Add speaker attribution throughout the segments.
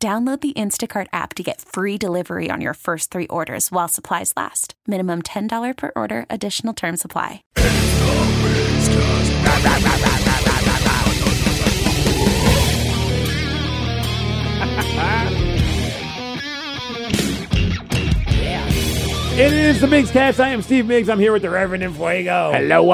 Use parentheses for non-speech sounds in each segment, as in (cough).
Speaker 1: Download the Instacart app to get free delivery on your first three orders while supplies last. Minimum $10 per order, additional term supply.
Speaker 2: It is the Miggs Cast. I am Steve Miggs. I'm here with the Reverend Infuego. Hello. Hello.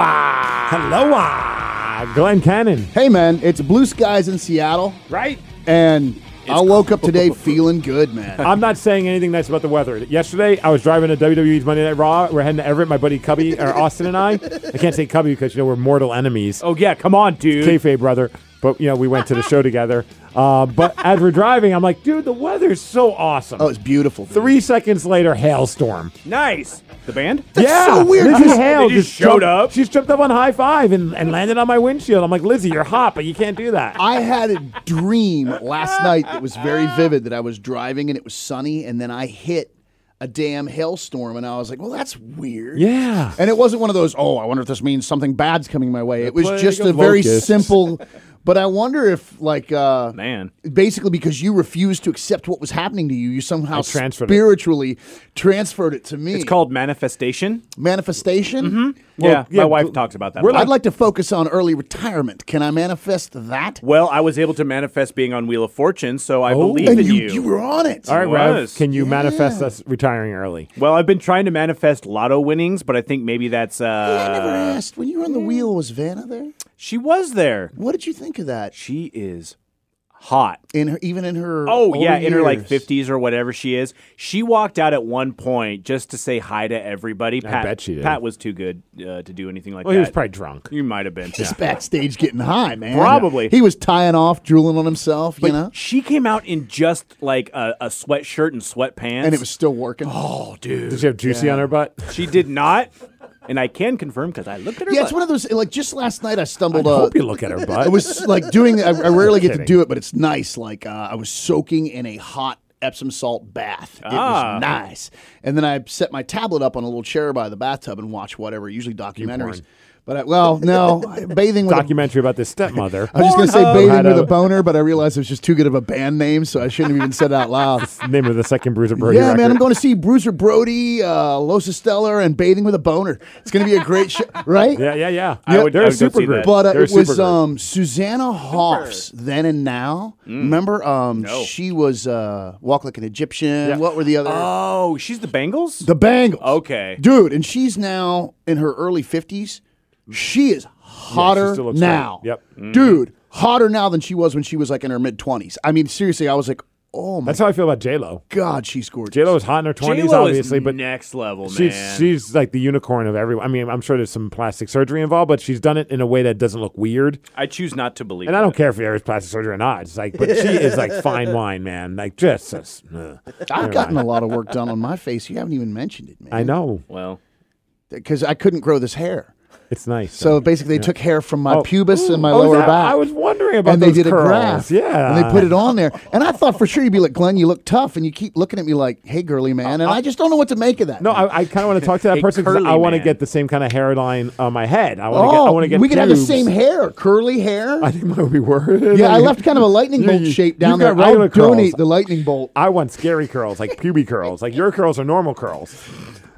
Speaker 2: ah. Glenn Cannon.
Speaker 3: ah. Hey man, it's blue skies in Seattle,
Speaker 2: Right?
Speaker 3: and I woke up today feeling good,
Speaker 2: (laughs)
Speaker 3: man.
Speaker 2: I'm not saying anything nice about the weather. Yesterday, I was driving to WWE's Monday Night Raw. We're heading to Everett, my buddy Cubby, or Austin and I. I can't say Cubby because, you know, we're mortal enemies.
Speaker 4: Oh yeah, come on, dude.
Speaker 2: kayfabe brother. But you know, we went to the show together. Uh, but as we're driving, I'm like, dude, the weather's so awesome.
Speaker 3: Oh, it's beautiful. dude.
Speaker 2: Three seconds later, hailstorm.
Speaker 4: Nice. The band?
Speaker 2: yeah,
Speaker 3: so weird.
Speaker 2: Lizzie
Speaker 3: They
Speaker 2: Hale
Speaker 4: just showed
Speaker 2: jumped,
Speaker 4: up.
Speaker 2: She's jumped up on high five and, and landed on my windshield. I'm like, Lizzie, you're hot, but you can't do that.
Speaker 3: I had a dream last night that was very vivid that I was driving and it was sunny, and then I hit a damn hailstorm, and I was like, "Well, that's weird."
Speaker 2: yeah.
Speaker 3: And it wasn't one of those, "Oh, I wonder if this means something bad's coming my way." It was
Speaker 2: plague
Speaker 3: just a
Speaker 2: of
Speaker 3: very
Speaker 2: locusts. (laughs)
Speaker 3: simple. But I wonder if, like, uh,
Speaker 4: Man.
Speaker 3: basically because you refused to accept what was happening to you, you somehow
Speaker 2: transferred it.
Speaker 3: spiritually transferred it to me.
Speaker 4: It's called manifestation.
Speaker 3: manifestation.
Speaker 4: yeah,
Speaker 2: yeah,
Speaker 4: my wife
Speaker 2: gl-
Speaker 4: talks about that.
Speaker 2: we're
Speaker 4: a lot.
Speaker 3: I'd like to focus on early retirement. Can I manifest that?
Speaker 4: well, I was able to manifest being on Wheel of Fortune, so I
Speaker 2: Oh,
Speaker 4: believe
Speaker 3: and
Speaker 4: in
Speaker 3: you, you were on it.
Speaker 2: All right, Rev,
Speaker 4: was.
Speaker 2: can you manifest us retiring early?
Speaker 4: Well, I've been trying to manifest lotto winnings, but I think maybe that's
Speaker 3: I
Speaker 4: uh
Speaker 3: never asked. When you were on the wheel, was Vanna there?
Speaker 4: she was there.
Speaker 3: What did you think of that?
Speaker 4: She is hot.
Speaker 3: In her, even in her
Speaker 4: Oh
Speaker 3: older
Speaker 4: yeah, in her like
Speaker 3: years?
Speaker 4: 50s or whatever she is. She walked out at one point just to say hi to everybody. Pat,
Speaker 2: bet she did.
Speaker 4: Pat was too good uh, to do anything like
Speaker 2: Well,
Speaker 4: that.
Speaker 2: he was probably drunk.
Speaker 4: You might
Speaker 2: (laughs)
Speaker 4: have been.
Speaker 3: He's backstage getting high, man.
Speaker 4: Probably.
Speaker 3: he was tying off, drooling on himself, you know,
Speaker 4: She came out in just like a, a sweatshirt and sweatpants.
Speaker 3: and it was still working.
Speaker 4: oh, dude.
Speaker 2: Does she have juicy on her butt?
Speaker 4: She did not, and I can confirm because I looked at her.
Speaker 3: yeah, it's
Speaker 4: butt.
Speaker 3: one of those. Like just last night, I stumbled.
Speaker 2: I
Speaker 3: uh,
Speaker 2: hope you look at her butt.
Speaker 3: I was like doing. I, I rarely get to
Speaker 2: Kidding.
Speaker 3: do it, but it's nice. Like uh, I was soaking in a hot Epsom salt bath. It
Speaker 4: Ah.
Speaker 3: was nice. And then I set my tablet up on a little chair by the bathtub and watch whatever, usually documentaries. But I, well, no, bathing with. A,
Speaker 2: (laughs) documentary about
Speaker 3: (laughs)
Speaker 2: this stepmother. (laughs)
Speaker 3: I was just gonna say
Speaker 2: Pornhub. Had
Speaker 3: bathing with
Speaker 2: a-
Speaker 3: a boner, but I realized it was just too good of a band name, so I shouldn't have even said it out
Speaker 2: (laughs)
Speaker 3: loud.
Speaker 2: Name of the second Bruiser Brody
Speaker 3: Yeah,
Speaker 2: record.
Speaker 3: man, I'm going to see Bruiser Brody, uh, Losa Stellar, and Bathing with a Boner. It's going to be a great show, right?
Speaker 2: Yeah, yeah, yeah.
Speaker 4: I would-
Speaker 2: They're
Speaker 4: I
Speaker 2: a
Speaker 4: would go see
Speaker 2: supergroup.
Speaker 4: that.
Speaker 3: But uh,
Speaker 2: They're a
Speaker 3: it was
Speaker 2: supergroup.
Speaker 3: um, Susanna Hoffs, then and now.
Speaker 2: Mm.
Speaker 3: Remember, um, she was uh, Walk Like an Egyptian. What were the other?
Speaker 4: Oh, she's the Bengals.
Speaker 3: the Bangles.
Speaker 4: okay.
Speaker 3: Dude, and she's now in her early 50s. She is hotter
Speaker 2: still looks
Speaker 3: now.
Speaker 2: great. Yep. Mm-hmm.
Speaker 3: Dude, hotter now than she was when she was like in her mid 20s. I mean, seriously, I was like, oh my
Speaker 2: That's how I feel about J Lo.
Speaker 3: God, she's gorgeous.
Speaker 2: J Lo is hot in her twenties,
Speaker 4: J-Lo
Speaker 2: obviously,
Speaker 4: is
Speaker 2: but
Speaker 4: next level,
Speaker 2: she's
Speaker 4: man.
Speaker 2: she's like the unicorn of everyone. I mean, I'm sure there's some plastic surgery involved, but she's done it in a way that doesn't look weird.
Speaker 4: I choose not to believe.
Speaker 2: And I don't
Speaker 4: it.
Speaker 2: care if there is plastic surgery or not. It's like, but she
Speaker 3: (laughs)
Speaker 2: is like fine wine, man. Like just, a s- uh,
Speaker 3: I've gotten a lot of work done on my face. You haven't even mentioned it, man.
Speaker 2: I know
Speaker 4: Well,
Speaker 3: Because I couldn't grow this hair.
Speaker 2: it's nice.
Speaker 3: So basically, they took hair from my
Speaker 2: Oh.
Speaker 3: pubis and my
Speaker 2: Oh, is
Speaker 3: lower
Speaker 2: that-
Speaker 3: back.
Speaker 2: I was wondering about
Speaker 3: and they
Speaker 2: those
Speaker 3: did
Speaker 2: curls.
Speaker 3: a graph.
Speaker 2: Yeah,
Speaker 3: And they put it on there. And I thought for sure you'd be like, Glenn, you look tough. And you keep looking at me like, hey, girly man. And I just don't know what to make of that.
Speaker 2: No, I, I kind of want to talk to that
Speaker 4: A
Speaker 2: person because
Speaker 4: curly
Speaker 2: I want to
Speaker 4: man.
Speaker 2: get the same kind of hairline on my head. I want to get. I
Speaker 3: oh,
Speaker 2: want to get.
Speaker 3: we could have the
Speaker 2: pubes. (laughs)
Speaker 3: same hair, curly hair.
Speaker 2: I think mine would be
Speaker 3: (laughs)
Speaker 2: worse.
Speaker 3: yeah, I left kind of a lightning
Speaker 2: You-
Speaker 3: bolt
Speaker 2: you-
Speaker 3: shape
Speaker 2: you've
Speaker 3: down
Speaker 2: got
Speaker 3: there.
Speaker 2: regular
Speaker 3: I'll donate
Speaker 2: curls.
Speaker 3: the lightning bolt.
Speaker 2: I want scary curls, like pubic curls. Like your curls are normal curls.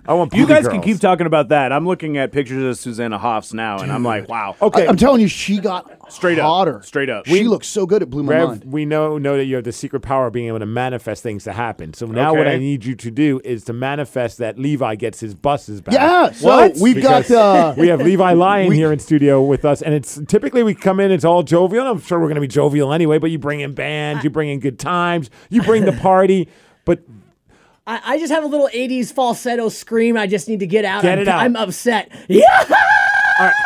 Speaker 2: I want.
Speaker 4: you
Speaker 2: pubic
Speaker 4: guys can
Speaker 2: curls.
Speaker 4: keep talking about that. I'm looking at pictures of Susanna Hoffs now, and I'm like, wow.
Speaker 2: (laughs) Okay,
Speaker 3: I, am telling you, she got
Speaker 4: Straight up.
Speaker 3: hotter.
Speaker 4: Straight up.
Speaker 3: She
Speaker 4: We-
Speaker 3: looks so good. It blew my
Speaker 2: Rev, (laughs)
Speaker 3: mind.
Speaker 2: we know know that you have the secret power of being able to manifest things to happen. So now what
Speaker 4: Okay.
Speaker 2: I need you to do is to manifest that Levi gets his buses back.
Speaker 3: Yeah. So
Speaker 4: What?
Speaker 3: we've got.
Speaker 2: Because
Speaker 3: Uh,
Speaker 2: (laughs) we have Levi Lyon here in studio with us, and it's typically we come in, it's all jovial. and I'm sure we're going to be jovial anyway, but you bring in bands, you bring in good times, you bring the party. But
Speaker 5: I, I just have a little 80s falsetto scream I just need to get out.
Speaker 2: Get
Speaker 5: I'm,
Speaker 2: it out.
Speaker 5: I'm upset. Yeah!
Speaker 4: (laughs)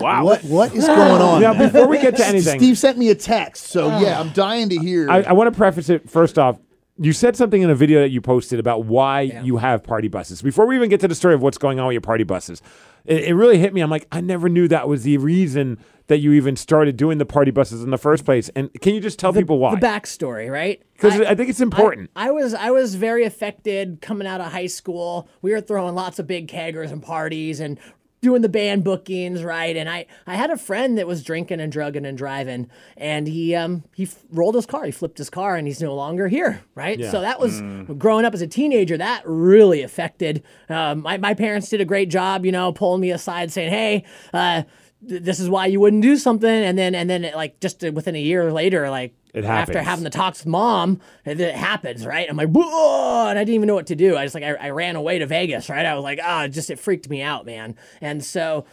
Speaker 4: Wow.
Speaker 3: what What is going
Speaker 2: (laughs)
Speaker 3: on? (laughs)
Speaker 2: now, before we get to anything, (sighs)
Speaker 3: Steve sent me a text, so yeah, I'm dying to hear.
Speaker 2: I, I want to preface it first off. You said something in a video that you posted about why you have party buses. Before we even get to the story of what's going on with your party buses, it, it really hit me. I'm like, I never knew that was the reason that you even started doing the party buses in the first place. And can you just tell people why?
Speaker 5: The backstory, right?
Speaker 2: Because I, think it's important.
Speaker 5: I, I was I was very affected coming out of high school. We were throwing lots of big keggers and parties and doing the band bookings, right? And I I had a friend that was drinking and drugging and driving, and he um he f- rolled his car, he flipped his car, and he's no longer here, right? So that was
Speaker 2: Mm.
Speaker 5: growing up as a teenager. That really affected. Um, my my parents did a great job, you know, pulling me aside, saying, "Hey." Uh, th- this is why you wouldn't do something, and then and then like just uh, within a year later, like
Speaker 2: It
Speaker 5: after
Speaker 2: happens.
Speaker 5: having the talks with mom, and then it happens, right? I'm like, whoa, and I didn't even know what to do. I just like, I, I ran away to Vegas, right? I was like, ah, just it freaked me out, man. And so,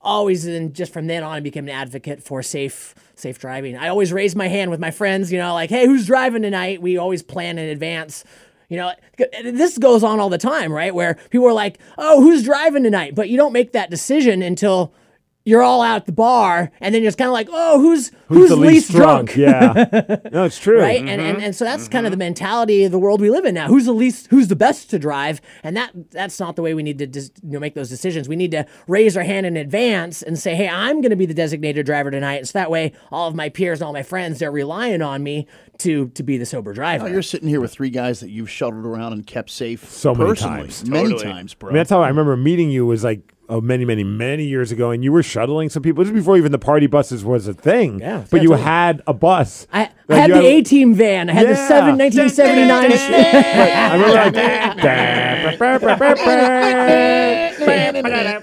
Speaker 5: always, and just from then on, I became an advocate for safe, safe driving. I always raised my hand with my friends, you know, like, hey, who's driving tonight? We always plan in advance. You know, and this goes on all the time, right? Where people are like, oh, who's driving tonight? But you don't make that decision until you're all out at the bar, and then you're just kind of like, oh, who's who's,
Speaker 2: the
Speaker 5: least drunk? (laughs)
Speaker 2: Yeah. no, it's true.
Speaker 5: right? And, and and so that's kind of the mentality of the world we live in now. Who's the least? Who's the best to drive? And that that's not the way we need to dis, you know, make those decisions. We need to raise our hand in advance and say, "Hey, I'm going to be the designated driver tonight." And so that way, all of my peers and all my friends they're relying on me to to be the sober driver.
Speaker 2: Oh,
Speaker 3: Now you're sitting here with three guys that you've shuttled around and kept safe
Speaker 2: So many
Speaker 3: personally,
Speaker 2: times.
Speaker 3: many
Speaker 4: Totally.
Speaker 3: times, bro.
Speaker 2: I mean, that's how I remember meeting you was like oh, many, many, many years ago, and you were shuttling some people. This is before even the party buses was a thing.
Speaker 5: Yeah,
Speaker 2: But you
Speaker 5: that's right.
Speaker 2: had a bus.
Speaker 5: I, I
Speaker 2: Like,
Speaker 5: had
Speaker 2: you
Speaker 5: the A team van. I had the
Speaker 2: Yeah.
Speaker 5: seven
Speaker 2: (laughs)
Speaker 5: 1979.
Speaker 2: I remember
Speaker 5: (laughs)
Speaker 2: (laughs) like.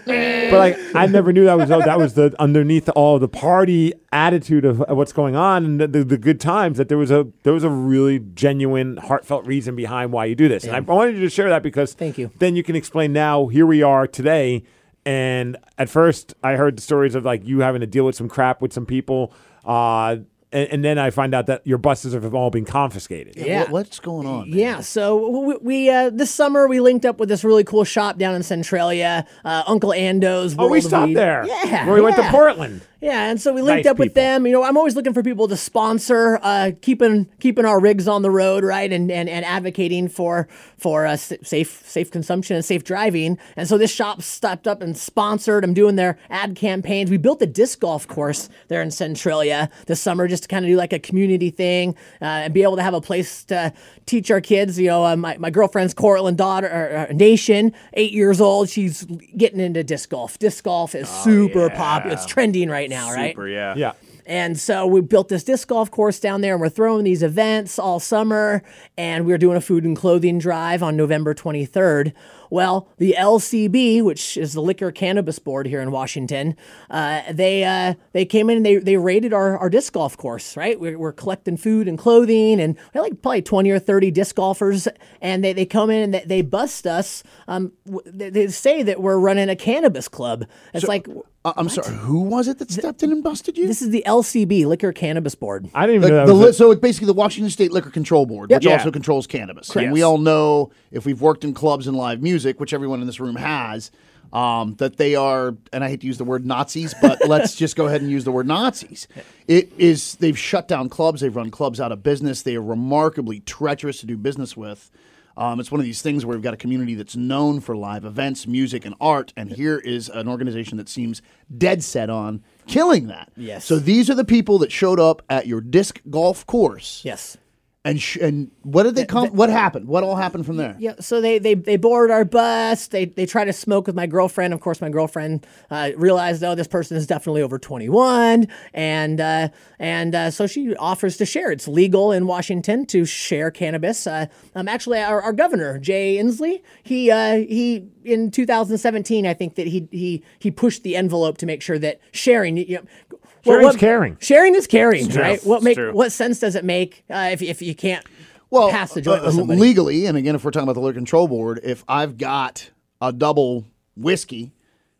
Speaker 2: but like I never knew that was oh, that was the underneath all the party attitude of what's going on and the, the, good times that there was a there was a really genuine heartfelt reason behind why you do this and I, I wanted you to share that because
Speaker 5: Thank you.
Speaker 2: then you can explain now here we are today and at first I heard the stories of like you having to deal with some crap with some people uh and, and then I find out that your buses have all been confiscated
Speaker 5: Yeah.
Speaker 3: What- what's going on? man?
Speaker 5: Yeah, so we, we uh, this summer we linked up with this really cool shop down in Centralia, uh, Uncle Ando's.
Speaker 2: Oh,
Speaker 5: World
Speaker 2: we
Speaker 5: of
Speaker 2: stopped
Speaker 5: Weed.
Speaker 2: there.
Speaker 5: Yeah,
Speaker 2: where we went to
Speaker 5: yeah.
Speaker 2: Portland.
Speaker 5: Yeah, and so we linked
Speaker 2: Nice
Speaker 5: up with
Speaker 2: people.
Speaker 5: them. You know, I'm always looking for people to sponsor, uh, keeping keeping our rigs on the road, right, and and, and advocating for for uh, s- safe safe consumption and safe driving. And so this shop stepped up and sponsored. I'm doing their ad campaigns. We built a disc golf course there in Centralia this summer, just to kind of do like a community thing uh, and be able to have a place to teach our kids. You know, uh, my my girlfriend's Cortland daughter or, or Nation, eight years old. She's getting into disc golf. Disc golf is super popular. It's trending right now, right?
Speaker 4: Super, yeah.
Speaker 2: Yeah.
Speaker 5: And so we built this disc golf course down there, and we're throwing these events all summer. And we're doing a food and clothing drive on November 23rd. Well, the LCB, which is the Liquor Cannabis Board here in Washington, uh, they uh, they came in and they, they raided our, our disc golf course. Right, we're, we're collecting food and clothing, and we had like probably 20 or 30 disc golfers, and they, they come in and they, they bust us. Um, w- they, they say that we're running a cannabis club. It's like
Speaker 3: I- I'm sorry. Who was it that stepped in and busted you?
Speaker 5: this is the LCB, Liquor Cannabis Board.
Speaker 2: I didn't even
Speaker 3: Like,
Speaker 2: know that
Speaker 3: the
Speaker 2: was
Speaker 3: li-
Speaker 2: a-
Speaker 3: so it's basically the Washington State Liquor Control Board, which
Speaker 4: Yeah.
Speaker 3: also controls cannabis. And we all know if we've worked in clubs and live music, which everyone in this room has, um, that they are, and I hate to use the word Nazis,
Speaker 2: (laughs)
Speaker 3: but let's just go ahead and use the word Nazis. It is they've shut down clubs, they've run clubs out of business. They are remarkably treacherous to do business with. Um, it's one of these things where we've got a community that's known for live events, music, and art, and here is an organization that seems dead set on killing that.
Speaker 5: Yes.
Speaker 3: So these are the people that showed up at your disc golf course.
Speaker 5: Yes.
Speaker 3: And sh- and what did they come? what happened? What all happened from there?
Speaker 5: Yeah, so they they they board our bus. They they try to smoke with my girlfriend. Of course, my girlfriend uh, realized, oh, this person is definitely over twenty one, and uh, and uh, so she offers to share. It's legal in Washington to share cannabis. Uh, um, actually, our, our governor Jay Inslee, he uh, he in 2017, I think that he he he pushed the envelope to make sure that sharing. You know, what-
Speaker 2: Sharing's
Speaker 5: what-
Speaker 2: caring.
Speaker 5: Sharing is caring, right? What
Speaker 4: It's
Speaker 5: make
Speaker 4: true.
Speaker 5: what sense does it make uh, if if you can't
Speaker 3: Well,
Speaker 5: pass the joint
Speaker 3: uh,
Speaker 5: with somebody?
Speaker 3: legally, and again, if we're talking about the liquor control board, if I've got a double whiskey,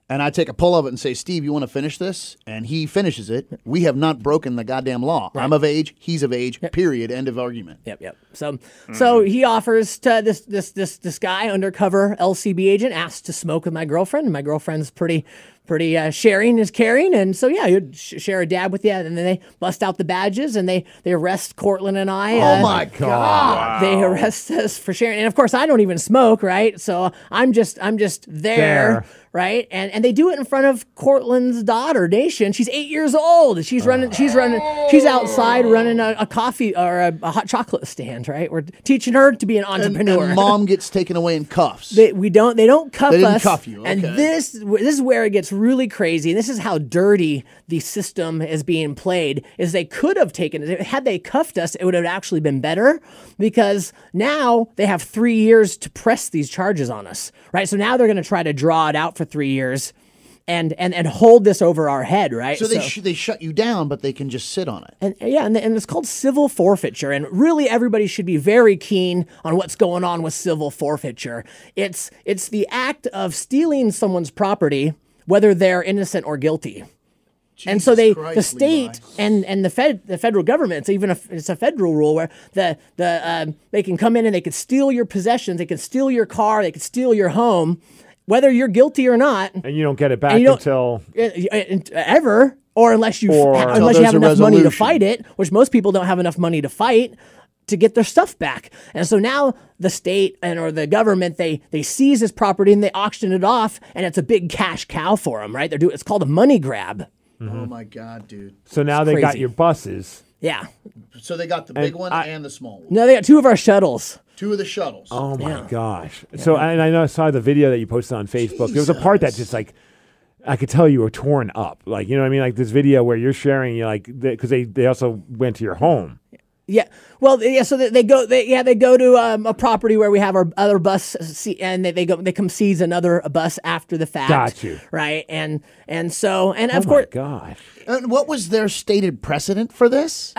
Speaker 3: and I take a pull of it and say, "Steve, you want to finish this?" and he finishes it, we have not broken the goddamn law. I'm of age. He's of age. Period. End of argument.
Speaker 5: Yep, yep. So, so he offers to this this this this guy undercover LCB agent asks to smoke with my girlfriend. and My girlfriend's pretty pretty uh, sharing is caring. And so yeah, you'd sh- share a dab with you, and then they bust out the badges and they they arrest Cortland and I. uh,
Speaker 3: Oh my God.
Speaker 5: They arrest us for sharing, and of course I don't even smoke, right? So I'm just I'm just there.
Speaker 2: There.
Speaker 5: Right, and and they do it in front of Cortland's daughter, Nation. She's eight years old. She's running. She's running. She's outside running a, a coffee or a, a hot chocolate stand. Right, we're teaching her to be an
Speaker 3: And,
Speaker 5: entrepreneur.
Speaker 3: and (laughs) mom gets taken away in cuffs.
Speaker 5: They, we don't. They don't cuff
Speaker 3: They didn't
Speaker 5: us.
Speaker 3: cuff you,
Speaker 5: And
Speaker 3: okay.
Speaker 5: this this is where it gets really crazy. And this is how dirty the system is being played. Is they could have taken it had they cuffed us. It would have actually been better because now they have three years to press these charges on us. Right. So now they're going to try to draw it out for three years, and and and hold this over our head. Right.
Speaker 3: so they sh- they shut you down, but they can just sit on it.
Speaker 5: And yeah, and, and it's called civil forfeiture. And really, everybody should be very keen on what's going on with civil forfeiture. It's it's the act of stealing someone's property, whether they're innocent or guilty. and so they, the
Speaker 3: Christ,
Speaker 5: state and and the fed, the federal government. It's even a, it's a federal rule where the the um, they can come in and they can steal your possessions, they can steal your car, they can steal your home, whether you're guilty or not
Speaker 2: and you don't get it back
Speaker 5: And you don't-
Speaker 2: until
Speaker 5: uh, uh, ever, or unless you
Speaker 2: Or- Until
Speaker 5: unless you
Speaker 3: there's
Speaker 5: have
Speaker 3: a
Speaker 5: enough money to
Speaker 3: resolution.
Speaker 5: fight it, which most people don't have enough money to fight to get their stuff back. And so now the state and or the government they they seize this property and they auction it off, and it's a big cash cow for them, right? They're doing it's called a money grab.
Speaker 3: Oh my God, dude.
Speaker 2: so now they got
Speaker 5: crazy.
Speaker 2: your buses.
Speaker 5: Yeah.
Speaker 3: So they got the big one
Speaker 2: I-
Speaker 3: and the small one.
Speaker 5: No, they got two of our shuttles.
Speaker 3: Two of the shuttles.
Speaker 2: Oh my gosh! So and I know I saw the video that you posted on Facebook. There was a part that
Speaker 3: Jesus.
Speaker 2: just like I could tell you were torn up. Like you know what I mean? Like this video where you're sharing, you like because they they also went to your home.
Speaker 5: Yeah. Well, th- yeah. So they, they go. They, yeah, they go to um, a property where we have our other bus, see, and they, they go. They come seize another bus after the fact.
Speaker 2: Got you.
Speaker 5: Right. And and so and of
Speaker 2: oh
Speaker 5: course,
Speaker 2: my gosh!
Speaker 3: And what was their stated precedent for this?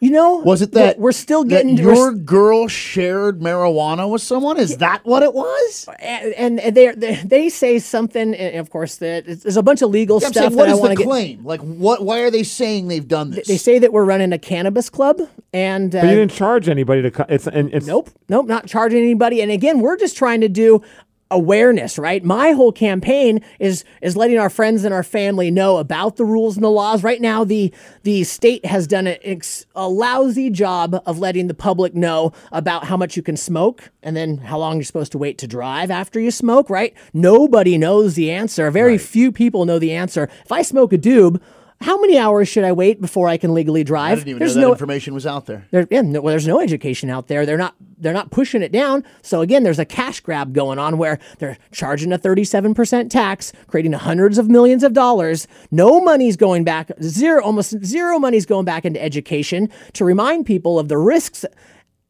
Speaker 5: You know,
Speaker 3: was it
Speaker 5: we're-
Speaker 3: that
Speaker 5: Uh, we're still
Speaker 3: that
Speaker 5: getting we're
Speaker 3: your girl shared marijuana with someone? Is that what it was?
Speaker 5: s- and, and they, they they say something, and of course, that it's- there's a bunch of legal
Speaker 3: I'm
Speaker 5: stuff
Speaker 3: saying, what
Speaker 5: that
Speaker 3: is
Speaker 5: I want
Speaker 3: the
Speaker 5: to get.
Speaker 3: claim? Like, what? Why are they saying they've done this?
Speaker 5: They say that we're running a cannabis club, and uh,
Speaker 2: But you didn't charge anybody to. Co- it's and it's
Speaker 5: Nope, nope, not charging anybody. And again, we're just trying to do awareness, right? My whole campaign is is letting our friends and our family know about the rules and the laws. Right now, the the state has done a, ex, a lousy job of letting the public know about how much you can smoke and then how long you're supposed to wait to drive after you smoke, right? Nobody knows the answer. Very few people know the answer. If I smoke a doob, how many hours should I wait before I can legally drive?
Speaker 3: I didn't even know
Speaker 5: There's
Speaker 3: that
Speaker 5: no
Speaker 3: information was out there.
Speaker 5: there, yeah, no, well, there's no education out there. They're not they're not pushing it down. So again, there's a cash grab going on where they're charging a 37% tax, creating hundreds of millions of dollars. No money's going back zero almost zero money's going back into education to remind people of the risks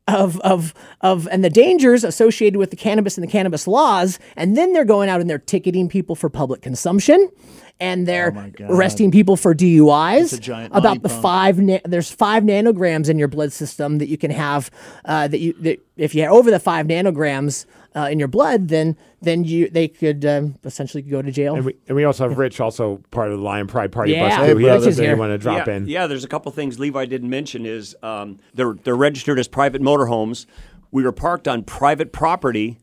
Speaker 5: of of of and the dangers associated with the cannabis and the cannabis laws and then they're going out and they're ticketing people for public consumption and
Speaker 3: Oh
Speaker 5: they're arresting people for DUIs
Speaker 3: giant money
Speaker 5: about the five na- there's 5 nanograms in your blood system that you can have uh, that you that if you have over the 5 nanograms uh, in your blood then then you they could um, essentially go to jail
Speaker 2: And we, and we also have Rich, also part of the Lion Pride Party
Speaker 5: Yeah.
Speaker 2: bus.
Speaker 5: Hey,
Speaker 2: Too. He has
Speaker 5: Rich is
Speaker 2: something
Speaker 5: here.
Speaker 2: you want to drop
Speaker 6: yeah,
Speaker 2: in.
Speaker 6: yeah, there's a couple things Levi didn't mention is um, they're they're registered as private motorhomes. We were parked on private property,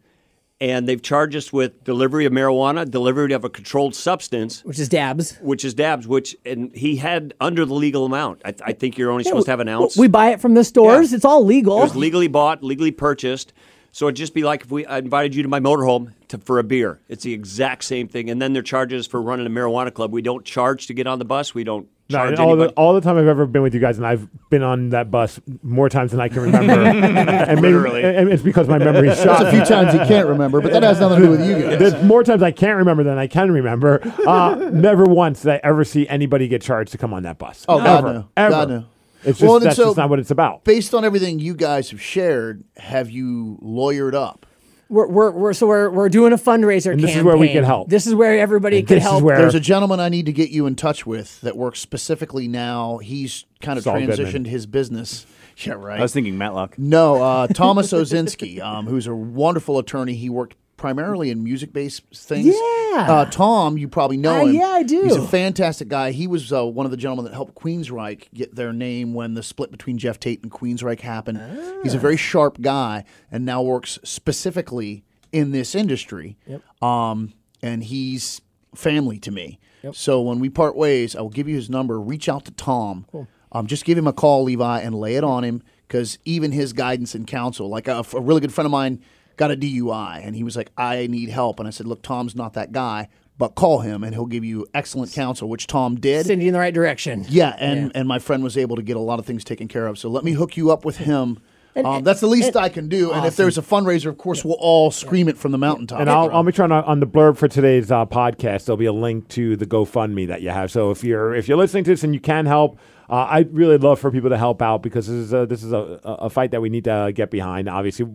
Speaker 6: and they've charged us with delivery of marijuana, delivery of a controlled substance,
Speaker 5: which is dabs
Speaker 6: which is dabs. Which and he had under the legal amount. I, I think you're only
Speaker 5: Yeah,
Speaker 6: supposed to
Speaker 5: we-
Speaker 6: have an ounce.
Speaker 5: we buy it from the stores
Speaker 6: Yeah.
Speaker 5: it's all legal
Speaker 6: It was legally bought, legally purchased. So it'd just be like if we I invited you to my motorhome to, for a beer. It's the exact same thing. And then their charges for running a marijuana club. We don't charge to get on the bus. We don't
Speaker 2: No,
Speaker 6: charge
Speaker 2: and all, the,
Speaker 6: anybody.
Speaker 2: all the time I've ever been with you guys, and I've been on that bus more times than I can remember. and maybe,
Speaker 6: Literally.
Speaker 2: and it's because my memory is shot.
Speaker 3: There's a few times you can't remember, but that has nothing to do with you guys.
Speaker 2: There's more times I can't remember than I can remember. Uh, (laughs) never once did I ever see anybody get charged to come on that bus.
Speaker 3: Oh,
Speaker 2: ever,
Speaker 3: God, no.
Speaker 2: Ever.
Speaker 3: God, no.
Speaker 2: It's just,
Speaker 3: Well, and
Speaker 2: that's
Speaker 3: so-
Speaker 2: just not what it's about.
Speaker 3: Based on everything you guys have shared, have you lawyered up?
Speaker 5: We're, we're, we're so we're, we're doing a fundraiser.
Speaker 2: And this is where we
Speaker 5: campaign.
Speaker 2: can help.
Speaker 5: This is where everybody
Speaker 2: And
Speaker 5: can
Speaker 2: this is
Speaker 5: help.
Speaker 2: where-
Speaker 3: There's a gentleman I need to get you in touch with that works specifically now. He's kind of
Speaker 2: Saul
Speaker 3: transitioned
Speaker 2: Goodman.
Speaker 3: his business. (laughs) Yeah, right.
Speaker 4: I was thinking Matlock.
Speaker 3: No, uh, Thomas Ozinski, (laughs) um, who's a wonderful attorney. He worked primarily in music based things.
Speaker 5: Yeah.
Speaker 3: Uh, Tom, you probably know
Speaker 5: Uh,
Speaker 3: him.
Speaker 5: yeah, I do.
Speaker 3: He's a fantastic guy. He was uh, one of the gentlemen that helped Queensryche get their name when the split between Jeff Tate and Queensryche happened. He's
Speaker 5: Ah.
Speaker 3: a very sharp guy and now works specifically in this industry. Yep. Um, and he's family to me. So when we part ways, I will give you his number. Reach out to Tom. Um, just give him a call, Levi, and lay it on him because even his guidance and counsel, like a, a really good friend of mine got a DUI and he was like, I need help. And I said, Look, Tom's not that guy, but call him and he'll give you excellent counsel, which Tom did.
Speaker 5: Send you in the right direction.
Speaker 3: Yeah, and and my friend was able to get a lot of things taken care of. So let me hook you up with him. um, that's the least I can do. And if there's a fundraiser, of course, we'll all scream it from the mountaintop.
Speaker 2: And I'll, I'll be trying to, on the blurb for today's uh, podcast. There'll be a link to the GoFundMe that you have. So if you're if you're listening to this and you can help, uh, I really love for people to help out because this is a, this is a, a a fight that we need to get behind. Obviously,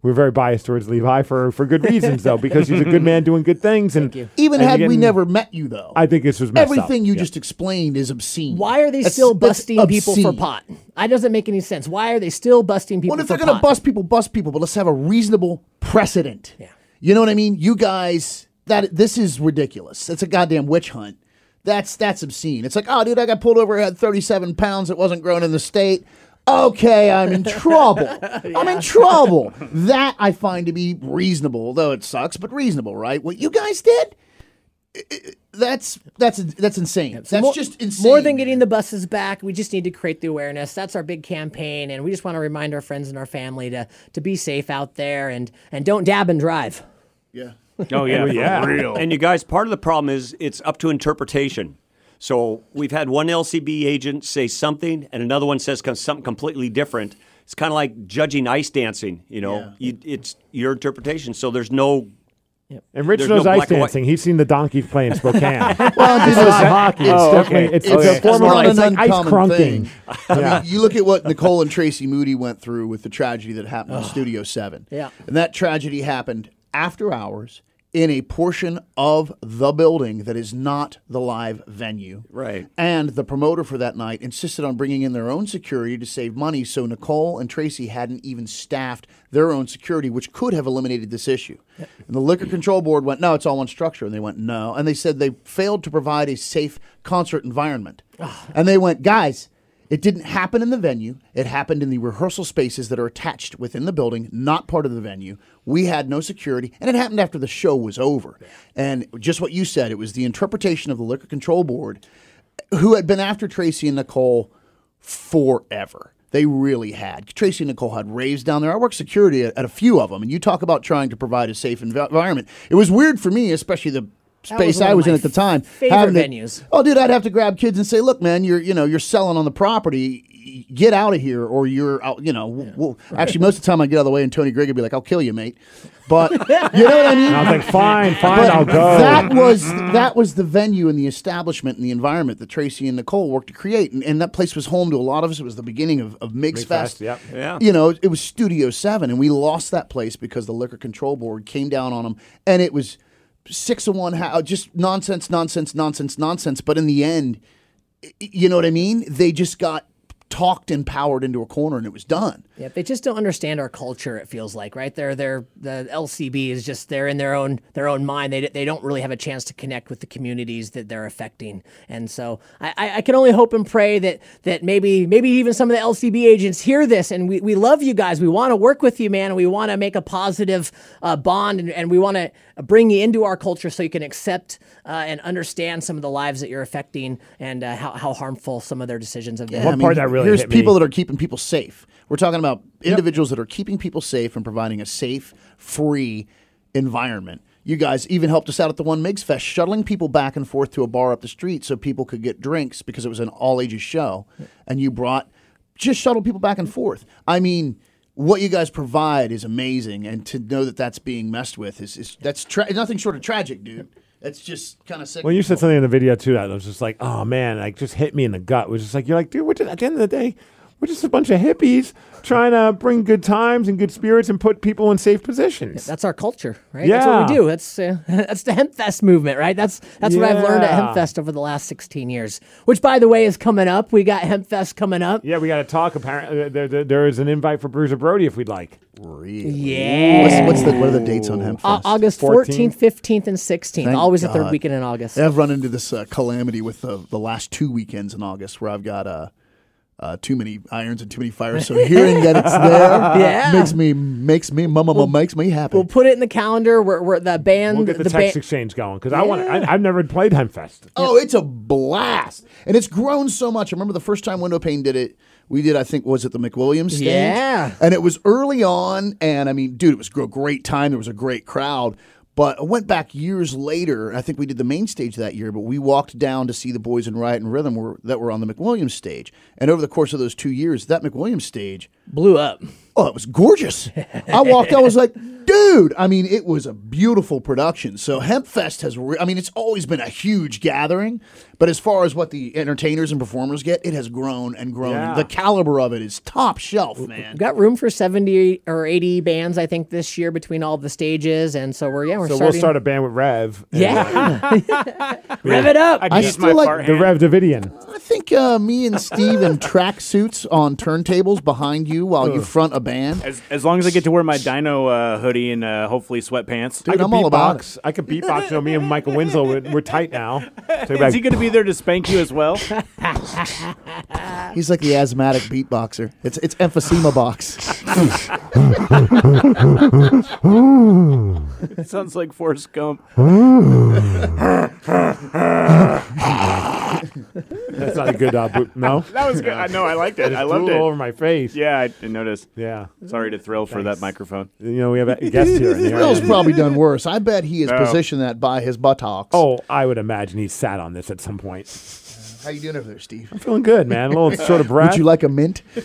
Speaker 2: we're very biased towards Levi for for good reasons though, because he's a
Speaker 3: (laughs)
Speaker 2: good man doing good things. And
Speaker 3: Even
Speaker 2: and you're
Speaker 3: had we
Speaker 2: getting-
Speaker 3: never met you, though,
Speaker 2: I think this was messed up.
Speaker 3: everything you
Speaker 2: Yeah.
Speaker 3: just explained is obscene.
Speaker 5: Why are they
Speaker 3: That's-
Speaker 5: still
Speaker 3: that's
Speaker 5: busting people for
Speaker 3: obscene.
Speaker 5: pot? That doesn't make any sense. Why are they still busting people
Speaker 3: Well, if
Speaker 5: for
Speaker 3: they're going to
Speaker 5: pot?
Speaker 3: bust people, bust people, but let's have a reasonable precedent. Yeah. You know what I mean? You guys, that this is ridiculous. It's a goddamn witch hunt. That's that's obscene. It's like, oh, dude, I got pulled over. I had 37 pounds. It wasn't grown in the state. Okay, I'm
Speaker 5: (laughs)
Speaker 3: in trouble. I'm in trouble. That I find to be reasonable, though it sucks, but reasonable, right? What you guys did, i- i- that's that's that's insane. That's
Speaker 5: More-
Speaker 3: just insane.
Speaker 5: More than getting the buses back, we just need to create the awareness. That's our big campaign, and we just want to remind our friends and our family to to be safe out there and and don't dab and drive.
Speaker 3: yeah.
Speaker 4: Oh yeah,
Speaker 2: yeah.
Speaker 4: for real.
Speaker 6: And you guys, part of the problem is it's up to interpretation. So we've had one LCB agent say something, and another one says com- something completely different. It's kind of like judging ice dancing. You know,
Speaker 3: Yeah.
Speaker 6: you, it's your interpretation. So there's no.
Speaker 2: And Rich
Speaker 6: There's
Speaker 2: knows
Speaker 6: no
Speaker 2: ice
Speaker 6: black and white.
Speaker 2: dancing. He's seen the donkey play in Spokane.
Speaker 3: Well,
Speaker 2: He
Speaker 3: dude,
Speaker 2: knows
Speaker 3: listen,
Speaker 2: hockey. It's
Speaker 4: Oh,
Speaker 2: definitely
Speaker 4: okay.
Speaker 2: it's,
Speaker 4: Okay.
Speaker 2: it's a
Speaker 4: That's
Speaker 2: form of
Speaker 3: not
Speaker 2: ice,
Speaker 3: an
Speaker 2: like ice
Speaker 3: uncommon
Speaker 2: crunking. (laughs)
Speaker 3: thing. I mean, you look at what Nicole and Tracy Moody went through with the tragedy that happened in Studio 7.
Speaker 5: Yeah.
Speaker 3: And that tragedy happened after hours in a portion of the building that is not the live venue.
Speaker 6: Right.
Speaker 3: And the promoter for that night insisted on bringing in their own security to save money. So Nicole and Tracy hadn't even staffed their own security, which could have eliminated this issue. And the Liquor Control Board went, no, it's all one structure. And they went, no. And they said they failed to provide a safe concert environment. and they went, guys, it didn't happen in the venue. It happened in the rehearsal spaces that are attached within the building, not part of the venue. We had no security, and it happened after the show was over. And just what you said, it was the interpretation of the Liquor Control Board, who had been after Tracy and Nicole forever. They really had. Tracy and Nicole had raves down there. I worked security at, at a few of them, and you talk about trying to provide a safe env- environment. It was weird for me, especially the space
Speaker 5: one
Speaker 3: I
Speaker 5: of
Speaker 3: was in
Speaker 5: my
Speaker 3: at the time.
Speaker 5: favorite
Speaker 3: having to-
Speaker 5: venues.
Speaker 3: Oh, dude, I'd have to grab kids and say, "Look, man, you're you know you're selling on the property. Y- Get out of here, or you're out." You know, w w- actually, most of the time I get out of the way, and Tony Grigg would be like, "I'll kill you, mate."
Speaker 5: (laughs)
Speaker 3: But you know what I mean?
Speaker 2: And I was like, fine, fine,
Speaker 3: But
Speaker 2: I'll go.
Speaker 3: That was that was the venue and the establishment and the environment that Tracy and Nicole worked to create, and, and that place was home to a lot of us. It was the beginning of, of Migs, Fest.
Speaker 2: Fest, yep.
Speaker 6: Yeah.
Speaker 3: You know, it was Studio Seven, and we lost that place because the liquor control board came down on them, and it was six of one, ho- just nonsense, nonsense, nonsense, nonsense. But in the end, y- you know what I mean? They just got talked and powered into a corner, and it was done.
Speaker 5: Yep, they just don't understand our culture. It feels like right They're they're the LCB is just they're in their own their own mind. They d- they don't really have a chance to connect with the communities that they're affecting. And so I, I, I can only hope and pray that that maybe maybe even some of the LCB agents hear this and we, we love you guys. We want to work with you, man. We want to make a positive uh, bond and, and we want to bring you into our culture so you can accept uh, and understand some of the lives that you're affecting and uh, how how harmful some of their decisions have been.
Speaker 2: One part that really
Speaker 3: here's
Speaker 2: hit me-
Speaker 3: people that are keeping people safe. We're talking about individuals that are keeping people safe and providing a safe, free environment. You guys even helped us out at the One Migs Fest, shuttling people back and forth to a bar up the street so people could get drinks because it was an all ages show, and you brought just shuttle people back and forth. I mean. What you guys provide is amazing, and to know that that's being messed with is, is that's tra- nothing short of tragic, dude. That's just kind of sick.
Speaker 2: When you said something in the video too, that was just like, oh man, like just hit me in the gut. It was just like, you're like, dude, we're just, at the end of the day, we're just a bunch of hippies trying to bring good times and good spirits and put people in safe positions.
Speaker 5: That's our culture, right? That's what we
Speaker 2: Yeah.
Speaker 5: do. That's uh, (laughs) that's the Hempfest movement, right? That's that's what I've learned at
Speaker 2: Yeah.
Speaker 5: Hempfest over the last 16 years. Which, by the way, is coming up. We got Hempfest coming up.
Speaker 2: Yeah, we got to talk. Apparently, uh, there, there, there is an invite for Bruiser Brody if we'd like.
Speaker 5: Yeah,
Speaker 3: what's, what's the, what are the dates on Hempfest?
Speaker 5: Au- August 14th,
Speaker 2: 14th,
Speaker 5: 15th, and 16th.
Speaker 3: Thank
Speaker 5: Always the third
Speaker 3: God.
Speaker 5: weekend in August.
Speaker 3: I've run into this uh, calamity with the, the last two weekends in August where I've got uh, uh, too many irons and too many fires. So hearing that it's
Speaker 5: (laughs)
Speaker 3: there
Speaker 2: Uh,
Speaker 5: Yeah.
Speaker 3: makes me makes me mama makes me happy.
Speaker 5: We'll put it in the calendar where, where the band
Speaker 2: We'll get the,
Speaker 5: the
Speaker 2: text
Speaker 5: ba-
Speaker 2: exchange going because I want. I, I've never played Hemfest.
Speaker 3: Oh, it's a blast. And it's grown so much. I remember the first time Window Pane did it, we did, I think, was it the McWilliams stage?
Speaker 5: Yeah.
Speaker 3: And it was early on. And I mean, dude, it was a great time. There was a great crowd. But I went back years later. I think we did the main stage that year, but we walked down to see the boys in Riot and Rhythm were, that were on the McWilliams stage. And over the course of those two years, that McWilliams stage
Speaker 5: blew up.
Speaker 3: Oh, it was gorgeous. I walked. I was like, dude. I mean, it was a beautiful production. So Hempfest has. Re- I mean, it's always been a huge gathering, but as far as what the entertainers and performers get, it has grown and grown.
Speaker 2: Yeah.
Speaker 3: The caliber of it is top shelf, man.
Speaker 5: We've got room for 70 or 80 bands, I think, this year between all the stages. And so we're, yeah, we're
Speaker 2: So
Speaker 5: starting.
Speaker 2: we'll start a band with Rev. and
Speaker 5: Yeah. (laughs) Rev it up.
Speaker 3: I
Speaker 4: use
Speaker 3: still like
Speaker 2: The Rev Davidian.
Speaker 3: I think uh, me and Steve in tracksuits on turntables behind you while you front a band.
Speaker 4: As, as long as I get to wear my dino uh, hoodie and uh, hopefully sweatpants.
Speaker 3: Dude,
Speaker 2: I could
Speaker 3: I'm all about
Speaker 2: beatbox. I could beatbox. You know, me and Michael Winslow, we're, we're tight now. So we're
Speaker 4: Is he
Speaker 2: like,
Speaker 4: going to be there to spank you
Speaker 3: (laughs)
Speaker 4: as well?
Speaker 3: He's like the asthmatic beatboxer. It's it's emphysema box.
Speaker 4: Sounds like
Speaker 3: (laughs)
Speaker 4: Forrest Gump.
Speaker 2: That's not a good. Uh, boot. No,
Speaker 4: That was good. I know. I liked it. I
Speaker 2: Just
Speaker 4: loved
Speaker 2: blew all over
Speaker 4: it.
Speaker 2: my face.
Speaker 4: Yeah, I didn't notice.
Speaker 2: Yeah.
Speaker 4: Sorry to thrill for that microphone.
Speaker 2: You know, we have a guest here.
Speaker 3: (laughs)
Speaker 2: and here
Speaker 3: Bill's
Speaker 2: it is.
Speaker 3: probably done worse. I bet he has
Speaker 4: No.
Speaker 3: positioned that by his buttocks.
Speaker 2: Oh, I would imagine he sat on this at some point.
Speaker 3: how you doing over there, Steve?
Speaker 2: Feeling good, man. A
Speaker 3: (laughs)
Speaker 2: little short of breath.
Speaker 3: Would you like a mint?
Speaker 2: so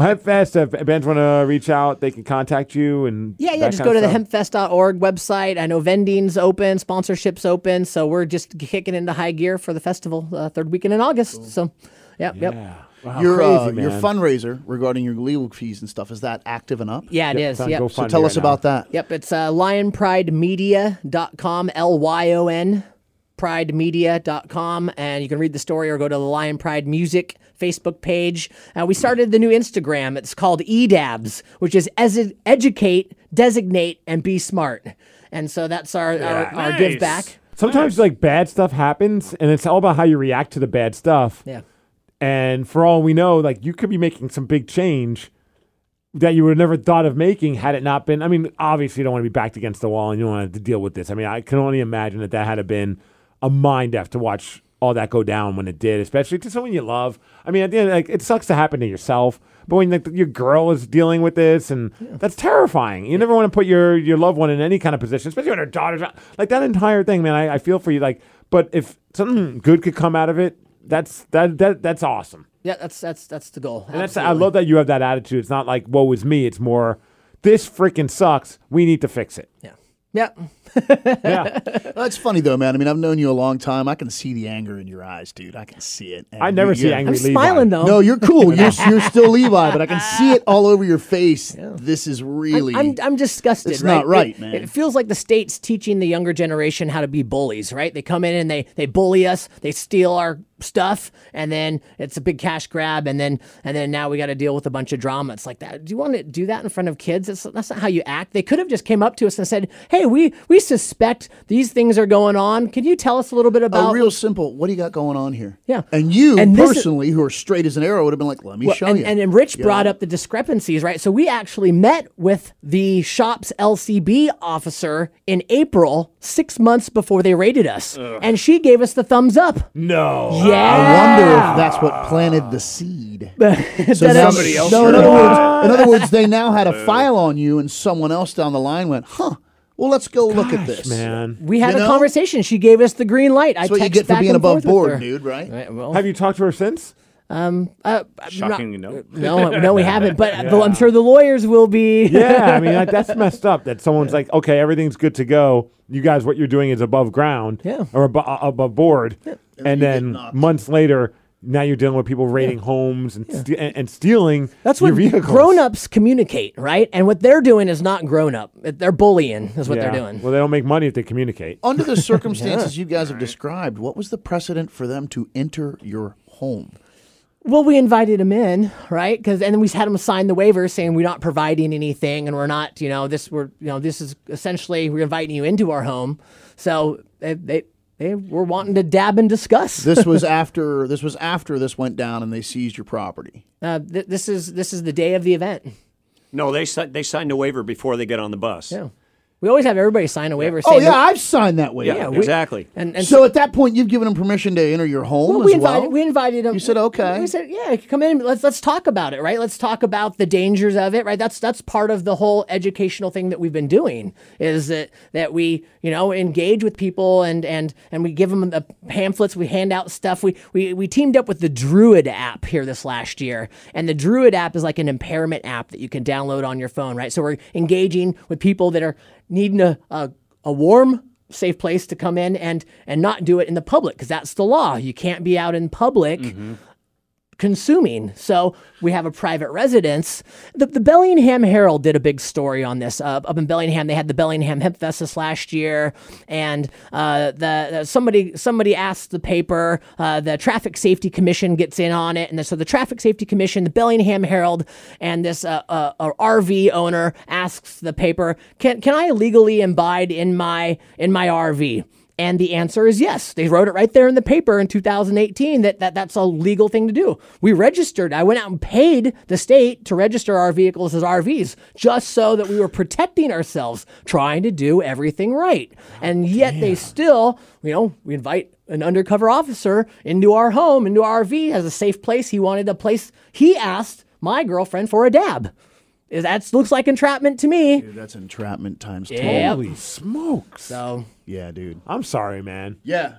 Speaker 2: Hempfest, if bands want to reach out, they can contact you and
Speaker 5: Yeah, yeah.
Speaker 2: that
Speaker 5: Just
Speaker 2: kind
Speaker 5: go
Speaker 2: of
Speaker 5: to the
Speaker 2: stuff.
Speaker 5: hempfest.org website. I know vending's open, sponsorships open. So we're just kicking into high gear for the festival uh, third weekend in August. So, yep, yep.
Speaker 2: Yeah. Wow,
Speaker 3: your
Speaker 2: crazy,
Speaker 3: uh, your
Speaker 2: man.
Speaker 3: fundraiser regarding your legal fees and stuff is that active and up?
Speaker 5: Yeah, it
Speaker 2: Yep,
Speaker 5: is.
Speaker 2: it's on
Speaker 5: Yep.
Speaker 2: GoFundMe
Speaker 3: Tell
Speaker 2: right
Speaker 3: us
Speaker 2: now.
Speaker 3: about that.
Speaker 5: Yep, it's uh, lionpridemedia.com, L Y O N, pridemedia.com. And you can read the story or go to the Lion Pride Music Facebook page. Uh, we started the new Instagram. It's called E EDABS, which is es- educate, designate, and be smart. And so that's our, our, our give back.
Speaker 2: Sometimes like bad stuff happens, and it's all about how you react to the bad stuff.
Speaker 5: Yeah.
Speaker 2: And for all we know, like you could be making some big change that you would have never thought of making had it not been. I mean, obviously, you don't want to be backed against the wall and you don't want to deal with this. I mean, I can only imagine that that had have been a mind f to watch all that go down when it did, especially to someone you love. I mean, at the end, like it sucks to happen to yourself, but when like, your girl is dealing with this, and that's terrifying. You never want to put your your loved one in any kind of position, especially when her daughter's like that entire thing, man. I, I feel for you, like, but if something good could come out of it, that's that that that's awesome.
Speaker 5: Yeah, that's that's that's the goal.
Speaker 2: And that's I
Speaker 5: Absolutely.
Speaker 2: love that you have that attitude. It's not like woe is me. It's more this freaking sucks. We need to fix it.
Speaker 5: Yeah. Yep.
Speaker 2: (laughs) Yeah,
Speaker 3: That's funny though, man. I mean, I've known you a long time. I can see the anger in your eyes, dude. I can see it. And
Speaker 2: I never
Speaker 3: you-
Speaker 2: see
Speaker 3: you're-
Speaker 2: angry.
Speaker 5: I'm
Speaker 2: Levi.
Speaker 5: smiling though.
Speaker 3: No, you're
Speaker 2: (laughs)
Speaker 3: cool. You're, you're still Levi, but I can see it all over your face. This is really.
Speaker 5: I'm, I'm disgusted.
Speaker 3: It's
Speaker 5: right?
Speaker 3: not right,
Speaker 5: It-
Speaker 3: man.
Speaker 5: It feels like the state's teaching the younger generation how to be bullies, right? They come in and they they bully us, they steal our stuff, and then it's a big cash grab, and then and then now we got to deal with a bunch of drama. It's like that. Do you want to do that in front of kids? It's, that's not how you act. They could have just came up to us and said, "Hey, we we suspect these things are going on. Can you tell us a little bit about?"
Speaker 3: a real simple. What do you got going on here?
Speaker 5: Yeah.
Speaker 3: And you
Speaker 5: And this is-
Speaker 3: personally, who are straight as an arrow, would have been like, "Let me
Speaker 5: Well,
Speaker 3: show
Speaker 5: and,
Speaker 3: you."
Speaker 5: and then Rich brought up the discrepancies, right? So we actually met with the shop's LCB officer in April, six months before they raided us, and she gave us the thumbs up.
Speaker 2: No.
Speaker 3: I
Speaker 5: Yeah,
Speaker 3: wonder if that's what planted
Speaker 5: (laughs)
Speaker 3: the seed. So
Speaker 5: Ta-da.
Speaker 3: now-
Speaker 4: Somebody else
Speaker 3: No, in
Speaker 4: heard Uh,
Speaker 3: other, words, in
Speaker 5: (laughs)
Speaker 3: other words, they now had a file on you, and someone else down the line went, "Huh? Well, let's go look at this."
Speaker 2: man.
Speaker 5: we had
Speaker 3: You
Speaker 5: a
Speaker 3: know?
Speaker 5: conversation. She gave us the green light. I
Speaker 3: That's what you
Speaker 5: text
Speaker 3: get for
Speaker 5: back
Speaker 3: being
Speaker 5: and
Speaker 3: above
Speaker 5: forth with
Speaker 3: board,
Speaker 5: her.
Speaker 3: dude. Right?
Speaker 5: Right, well,
Speaker 2: Have you talked to her since?
Speaker 4: Shocking, no.
Speaker 5: no, no, we haven't. But but I'm sure the lawyers will
Speaker 3: (laughs)
Speaker 5: be.
Speaker 2: Yeah, I mean like, that's messed up. That someone's like, okay, everything's good to go. You guys, what you're doing is above ground,
Speaker 5: Yeah.
Speaker 2: or ab- uh, above board. And,
Speaker 3: And then you get
Speaker 2: then
Speaker 3: knocked.
Speaker 2: months later, now you're dealing with people raiding homes and, ste- and, and stealing.
Speaker 5: That's
Speaker 2: your
Speaker 5: what
Speaker 2: vehicles.
Speaker 5: grown-ups communicate, right? And what they're doing is not grown-up. They're bullying, is what
Speaker 2: Yeah.
Speaker 5: they're doing.
Speaker 2: Well, they don't make money if they communicate.
Speaker 5: (laughs)
Speaker 3: Under the circumstances you guys have described, what was the precedent for them to enter your home?
Speaker 5: Well, we invited him in, right? Because and then we had him sign the waiver saying we're not providing anything and we're not, you know, this we're, you know, this is essentially we're inviting you into our home. So they, they They were wanting to dab and discuss. (laughs)
Speaker 3: this was after this was after this went down and they seized your property.
Speaker 5: Uh, th- this is this is the day of the event.
Speaker 6: No, they si- they signed a waiver before they get on the bus.
Speaker 5: Yeah, we always have everybody sign a waiver.
Speaker 3: Oh
Speaker 5: saying
Speaker 3: yeah,
Speaker 5: that-
Speaker 3: I've signed that waiver.
Speaker 6: Yeah,
Speaker 5: we-
Speaker 6: exactly.
Speaker 5: and, and
Speaker 3: so at that point, you've given them permission to enter your home
Speaker 5: Well,
Speaker 3: as
Speaker 5: we invited
Speaker 3: well.
Speaker 5: we invited him.
Speaker 3: You said,
Speaker 5: we-
Speaker 3: okay.
Speaker 5: We said yeah, come in. and Let's let's talk about it, right? Let's talk about the dangers of it, right? That's that's part of the whole educational thing that we've been doing is that that we you know engage with people and and and we give them the pamphlets, we hand out stuff. We we we teamed up with the Druid app here this last year, and the Druid app is like an impairment app that you can download on your phone, right? So we're engaging with people that are needing a a, a warm safe place to come in and and not do it in the public because that's the law. You can't be out in public
Speaker 3: Mm-hmm.
Speaker 5: consuming. So we have a private residence. The, the Bellingham Herald did a big story on this. Uh, up in Bellingham, they had the Bellingham Hemp Fest this last year, and uh, the, the- somebody somebody asked the paper. Uh, the Traffic Safety Commission gets in on it, and so the Traffic Safety Commission, the Bellingham Herald, and this uh, uh, uh, RV owner asks the paper, "Can can I legally imbibe in my in my RV?" And the answer is yes. They wrote it right there in the paper in 2018 that, that that's a legal thing to do. We registered. I went out and paid the state to register our vehicles as RVs just so that we were protecting ourselves, trying to do everything right. And yet they still, you know, we invite an undercover officer into our home, into our RV, as a safe place. He wanted a place. He asked my girlfriend for a dab. That looks like entrapment to me.
Speaker 3: Dude, that's entrapment times ten.
Speaker 5: Yeah.
Speaker 2: Holy smokes.
Speaker 5: So
Speaker 3: Yeah, dude.
Speaker 2: I'm sorry, man.
Speaker 3: (laughs) Yeah.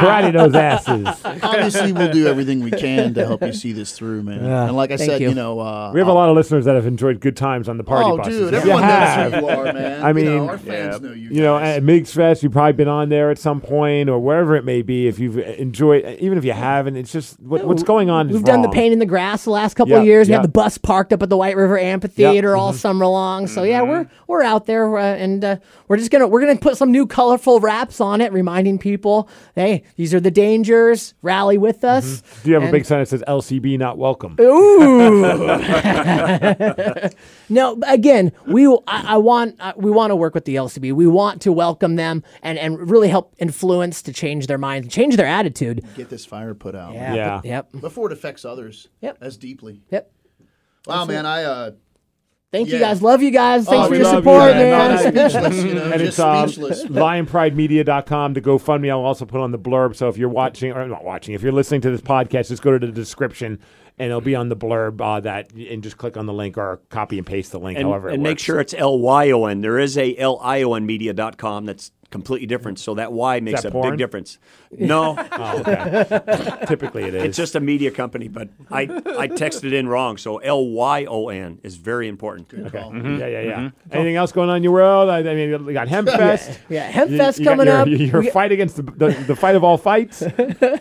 Speaker 2: Karate those asses.
Speaker 3: Obviously, we'll do everything we can to help you see this through, man. and like I
Speaker 5: thank
Speaker 3: said, you,
Speaker 5: you.
Speaker 3: know, uh,
Speaker 2: We have a lot of listeners that have enjoyed good times on the party
Speaker 3: oh,
Speaker 2: buses.
Speaker 3: dude,
Speaker 2: You
Speaker 3: everyone
Speaker 2: have.
Speaker 3: knows who you are, man.
Speaker 2: I
Speaker 3: you know,
Speaker 2: mean,
Speaker 3: our fans know you.
Speaker 2: You know,
Speaker 3: guys.
Speaker 2: at Migs Fest, you've probably been on there at some point or wherever it may be. If you've enjoyed, even if you haven't, it's just what, what's going on. is
Speaker 5: We've done the
Speaker 2: wrong.
Speaker 5: pain in the grass the last couple
Speaker 2: Yeah,
Speaker 5: of years. We
Speaker 2: yeah. Mm-hmm.
Speaker 5: had the bus parked up at the White River Amphitheater all summer long. So yeah, we're we're out there, uh, and uh, we're just gonna we're gonna put some new colorful wraps on it, reminding people, hey, these are the dangers. Rally with us.
Speaker 2: Do you have a
Speaker 5: And-
Speaker 2: big sign that says LCB not welcome?
Speaker 5: (laughs) No, but again, we will- I, I want uh, we want to work with the LCB. We want to welcome them and and really help influence to change their minds, change their attitude.
Speaker 3: get this fire put out
Speaker 5: Yeah.
Speaker 2: Yeah.
Speaker 5: but- Yep.
Speaker 3: before it affects others.
Speaker 5: Yep.
Speaker 3: As deeply.
Speaker 5: Yep.
Speaker 3: Wow, man. I uh,
Speaker 5: Thank you
Speaker 3: Yeah.
Speaker 5: guys. Love you guys. Thanks
Speaker 3: Oh,
Speaker 5: for
Speaker 3: we
Speaker 5: your
Speaker 3: love you,
Speaker 5: support,
Speaker 3: man.
Speaker 5: man.
Speaker 3: No, no, speechless, you know,
Speaker 2: and
Speaker 3: just
Speaker 2: it's um,
Speaker 3: speechless. (laughs)
Speaker 2: lionpridemedia.com to GoFundMe. I'll also put on the blurb. So if you're watching, or not watching, if you're listening to this podcast, just go to the description and it'll be on the blurb uh, that, and just click on the link or copy and paste the link,
Speaker 6: And,
Speaker 2: however it
Speaker 6: and make
Speaker 2: works.
Speaker 6: sure it's L Y O N. There is a L I O N media.com that's completely different. So that Y makes
Speaker 2: that
Speaker 6: a
Speaker 2: porn?
Speaker 6: big difference. No,
Speaker 2: (laughs) Typically it
Speaker 6: (laughs)
Speaker 2: is.
Speaker 6: it's just a media company, but I, I texted in wrong. So L Y O N is very important.
Speaker 2: Yeah, yeah, yeah. Anything else going on in your world? I, I mean, we got Hempfest.
Speaker 5: (laughs) Mm-hmm. Yeah, Hemp
Speaker 2: You-
Speaker 5: Fest
Speaker 2: you got
Speaker 5: coming
Speaker 2: your,
Speaker 5: up.
Speaker 2: Your
Speaker 5: We-
Speaker 2: fight against the, the, the fight of
Speaker 5: (laughs)
Speaker 2: all fights.
Speaker 5: Yeah,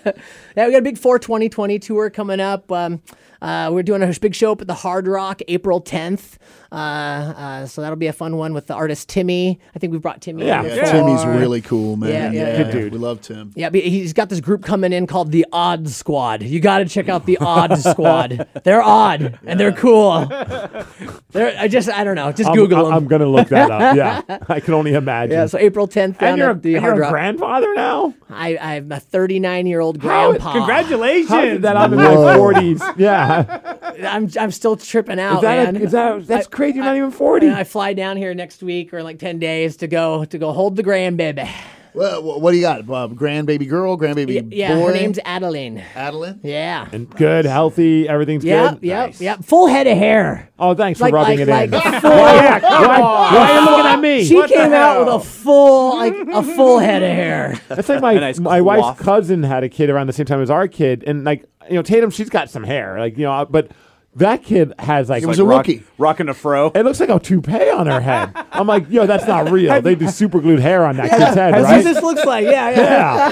Speaker 5: we got a big 42020 tour coming up. Um, uh, we're doing a big show up at the Hard Rock April 10th. Uh, uh, so that'll be a fun one with the artist Timmy. I think we brought Timmy.
Speaker 2: Yeah.
Speaker 5: in
Speaker 3: Yeah,
Speaker 5: before.
Speaker 3: Timmy's really cool, man.
Speaker 5: Yeah, yeah, Good
Speaker 2: dude.
Speaker 3: We love Tim.
Speaker 5: Yeah, but he's got this group coming in called the Odd Squad. You got to check out the
Speaker 2: (laughs)
Speaker 5: Odd Squad. They're odd and they're cool. they're I just I don't know. Just
Speaker 2: I'm,
Speaker 5: Google
Speaker 2: I'm,
Speaker 5: them.
Speaker 2: I'm gonna look that up. Yeah,
Speaker 5: (laughs)
Speaker 2: I can only imagine.
Speaker 5: yeah, so April 10th down
Speaker 2: and you're, a,
Speaker 5: at the
Speaker 2: and
Speaker 5: Hard
Speaker 2: you're a
Speaker 5: Rock.
Speaker 2: grandfather now.
Speaker 5: I, I'm a 39 year old
Speaker 2: How-
Speaker 5: grandpa.
Speaker 4: Congratulations.
Speaker 2: How did that? I'm in my
Speaker 5: (laughs)
Speaker 3: Whoa.
Speaker 2: forties. Yeah,
Speaker 5: I'm I'm still tripping out,
Speaker 2: is that,
Speaker 5: Oh, man.
Speaker 2: a, is that that's
Speaker 5: I-
Speaker 2: crazy? You're not
Speaker 5: I-
Speaker 2: even forty.
Speaker 5: And I fly down here next week or in like ten days to go to go hold the grandbaby.
Speaker 3: Well, wh- what do you got, Bob? Grandbaby girl, grandbaby
Speaker 5: Yeah,
Speaker 3: boy.
Speaker 5: her name's Adeline.
Speaker 3: Adeline.
Speaker 5: Yeah.
Speaker 2: and good, healthy, everything's
Speaker 5: Yep,
Speaker 2: good.
Speaker 5: yep, yep. Full head of hair.
Speaker 2: Oh, thanks
Speaker 5: Like-
Speaker 2: for rubbing
Speaker 5: like-
Speaker 2: it in.
Speaker 5: like
Speaker 2: why, yeah, why, why are you looking at me?
Speaker 5: She came out with a full like a full head of hair.
Speaker 2: That's like my
Speaker 4: nice
Speaker 2: my wife's
Speaker 4: coif.
Speaker 2: cousin had a kid around the same time as our kid, and like you know Tatum, she's got some hair, like you know, uh, but that kid has like,
Speaker 3: It was
Speaker 2: like,
Speaker 3: a (laughs)
Speaker 4: Rock-
Speaker 3: Wookie.
Speaker 4: Rocking a fro.
Speaker 2: it looks like a toupee on her head. I'm like, yo, that's not real. They just super glued hair on that kid's head,
Speaker 5: That's
Speaker 2: right?
Speaker 5: what this looks like. Yeah, yeah.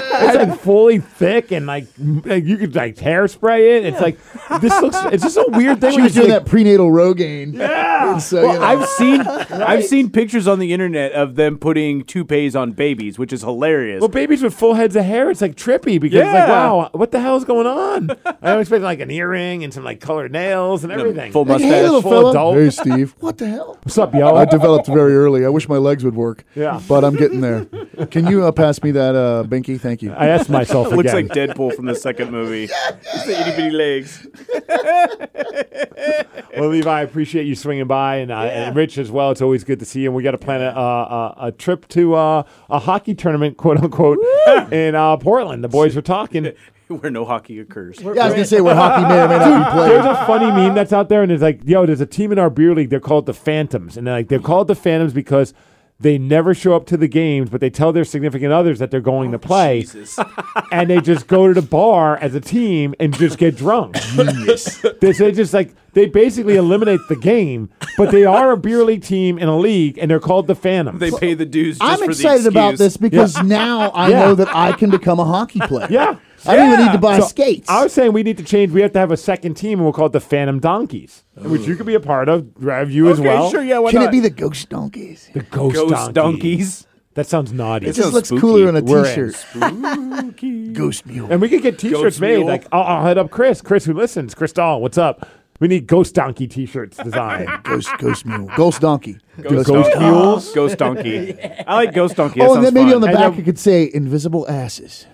Speaker 2: yeah, it's like fully thick and like, m- like you could like hairspray it. It's like this looks. It's just a weird thing.
Speaker 3: She
Speaker 2: where
Speaker 3: was
Speaker 2: you
Speaker 3: doing
Speaker 2: think-
Speaker 3: that prenatal Rogaine.
Speaker 2: Yeah.
Speaker 3: And so, you
Speaker 4: Well,
Speaker 3: know,
Speaker 4: I've
Speaker 3: (laughs)
Speaker 4: seen I've seen pictures on the internet of them putting toupees on babies, which is hilarious.
Speaker 2: Well, babies with full heads of hair, it's like trippy because it's like,
Speaker 4: Yeah.
Speaker 2: wow, what the hell is going on? I was expecting like an earring and some like colored nails and everything.
Speaker 4: full
Speaker 2: Like,
Speaker 4: mustache.
Speaker 2: Full adult.
Speaker 3: Hey, Steve. (laughs) What the hell?
Speaker 2: What's up, yo?
Speaker 3: developed very early. I wish my legs would work.
Speaker 2: (laughs) Yeah.
Speaker 3: But I'm getting there. Can you uh, pass me that uh, binky? Thank you.
Speaker 2: I asked myself again.
Speaker 4: (laughs) Looks like Deadpool from the second
Speaker 3: (laughs)
Speaker 4: movie. Just the itty bitty legs.
Speaker 2: well, Levi, I appreciate you swinging by, and, uh, and Rich as well. It's always good to see you. And we got to plan a, uh, a, a trip to uh, a hockey tournament, quote unquote, in uh, Portland. The boys were talking.
Speaker 4: (laughs) Where no hockey occurs.
Speaker 3: Yeah, I was gonna say where hockey may or may not be
Speaker 2: There's
Speaker 3: played.
Speaker 2: a funny meme that's out there, and it's like, yo, there's a team in our beer league. They're called the Phantoms, and they're like they're called the Phantoms because they never show up to the games, but they tell their significant others that they're going to
Speaker 4: Oh,
Speaker 2: play,
Speaker 3: (laughs)
Speaker 2: and they just go to the bar as a team and just get drunk. they, they just like they basically eliminate the game, but they are a beer league team in a league, and they're called the Phantoms.
Speaker 4: They pay the dues. Just
Speaker 3: I'm
Speaker 4: for
Speaker 3: excited
Speaker 4: the
Speaker 3: about
Speaker 4: excuse.
Speaker 3: this because now I
Speaker 2: Yeah.
Speaker 3: know that I can become a hockey player.
Speaker 2: (laughs) yeah.
Speaker 3: I don't even need to buy
Speaker 2: So,
Speaker 3: skates.
Speaker 2: I was saying we need to change. We have to have a second team, and we'll call it the Phantom Donkeys, which you could be a part of, Rev, you as
Speaker 4: Okay,
Speaker 2: well.
Speaker 4: sure, yeah. Why
Speaker 3: can
Speaker 4: not?
Speaker 3: it be the ghost donkeys?
Speaker 2: The ghost,
Speaker 4: ghost
Speaker 2: donkeys.
Speaker 4: donkeys?
Speaker 2: That sounds naughty.
Speaker 3: It just
Speaker 4: sounds
Speaker 3: looks
Speaker 4: spooky.
Speaker 3: cooler on a
Speaker 2: We're in.
Speaker 3: t-shirt. (laughs) Ghost mule.
Speaker 2: and we could get T-shirts
Speaker 4: Ghost
Speaker 2: made.
Speaker 4: mule.
Speaker 2: Like I'll, I'll hit up Chris. Chris, who listens? Chris Dahl, what's up? We need ghost donkey T-shirts
Speaker 4: (laughs)
Speaker 2: designed.
Speaker 3: Ghost ghost mule. Ghost donkey.
Speaker 2: ghost
Speaker 4: donkey.
Speaker 2: mules?
Speaker 4: Ghost donkey.
Speaker 3: (laughs)
Speaker 4: I like ghost donkey. That
Speaker 3: Oh, and then
Speaker 4: sounds
Speaker 3: maybe
Speaker 4: fun.
Speaker 3: on the
Speaker 2: And
Speaker 3: back
Speaker 2: then-
Speaker 3: it could say invisible asses.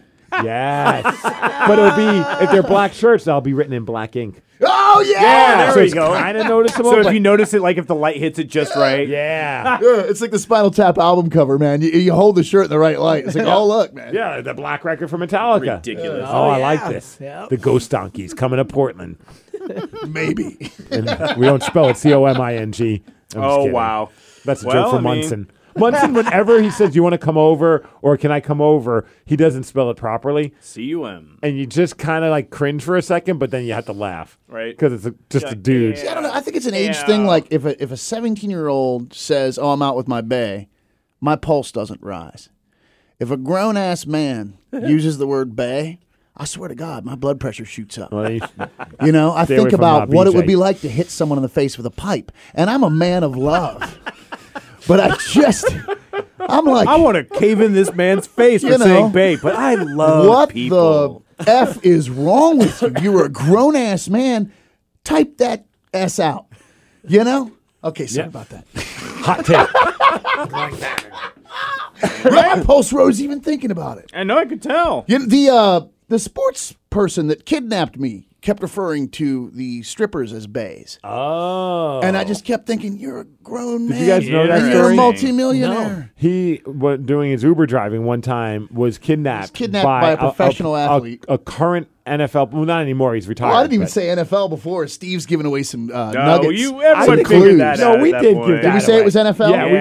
Speaker 2: yes, but it'll be if they're black shirts, that'll be written in black ink.
Speaker 3: Oh
Speaker 2: Yeah, so it's kind (laughs) of noticeable.
Speaker 4: So if
Speaker 2: but-
Speaker 4: you notice it, like if the light hits it just right,
Speaker 2: yeah,
Speaker 3: Yeah, it's like the Spinal Tap album cover, man. You, you hold the shirt in the right light. It's like, oh look, man.
Speaker 2: (laughs) yeah, the black record for Metallica.
Speaker 4: Ridiculous.
Speaker 2: Oh, I like this.
Speaker 5: Yep.
Speaker 2: The ghost donkeys coming to Portland. (laughs)
Speaker 3: Maybe.
Speaker 2: And we don't spell it C O M I N G. I'm just
Speaker 4: Oh,
Speaker 2: kidding.
Speaker 4: wow.
Speaker 2: That's a
Speaker 4: Well,
Speaker 2: joke for
Speaker 4: I mean-
Speaker 2: Munson. Munson, whenever he says, You want to come over or can I come over, he doesn't spell it properly.
Speaker 4: C U M.
Speaker 2: And you just kind of like cringe for a second, but then you have to laugh.
Speaker 4: Right.
Speaker 2: Because it's a, just a dude. (laughs)
Speaker 3: I don't know. I think it's an age thing.
Speaker 4: Yeah.
Speaker 3: Like if a if a seventeen year old says, "Oh, I'm out with my bae," my pulse doesn't rise. If a grown ass
Speaker 2: (laughs)
Speaker 3: man uses the word "bae," I swear to God, my blood pressure shoots up.
Speaker 2: Well, he-
Speaker 3: You know, I
Speaker 2: Stay away
Speaker 3: think
Speaker 2: from
Speaker 3: about
Speaker 2: my
Speaker 3: what it
Speaker 2: BJ.
Speaker 3: would be like to hit someone in the face with a pipe, and I'm a man of
Speaker 2: (laughs)
Speaker 3: love. but I just, I'm like,
Speaker 4: I want to cave in this man's face for
Speaker 3: You know.
Speaker 4: saying babe, but I love
Speaker 3: what
Speaker 4: people.
Speaker 3: the f is wrong with you? You're a grown ass man. Type that s out. You know? Okay, sorry about that.
Speaker 2: Hot
Speaker 4: (laughs)
Speaker 2: take.
Speaker 3: Right? Pulse Rose even thinking about it.
Speaker 4: I know I could tell.
Speaker 3: You know, the uh, the sports person that kidnapped me kept referring to the strippers as bays,
Speaker 2: oh.
Speaker 3: and I just kept thinking, "You're a grown man.
Speaker 2: you guys know that
Speaker 3: and You're a
Speaker 2: story?
Speaker 3: multimillionaire."
Speaker 2: He was doing his Uber driving one time was kidnapped.
Speaker 3: kidnapped by a professional athlete.
Speaker 2: A, current NFL. Well, not anymore. He's retired.
Speaker 3: Well, I didn't even
Speaker 2: but-
Speaker 3: say NFL before. Steve's giving away some uh,
Speaker 4: No,
Speaker 3: nuggets.
Speaker 4: you- everyone
Speaker 3: some
Speaker 4: figured
Speaker 3: clues.
Speaker 4: that
Speaker 2: No,
Speaker 4: out
Speaker 2: we
Speaker 4: at
Speaker 2: did
Speaker 4: point.
Speaker 2: give that.
Speaker 4: Did
Speaker 3: we say it was NFL?
Speaker 2: Yeah,
Speaker 4: Yeah,
Speaker 2: we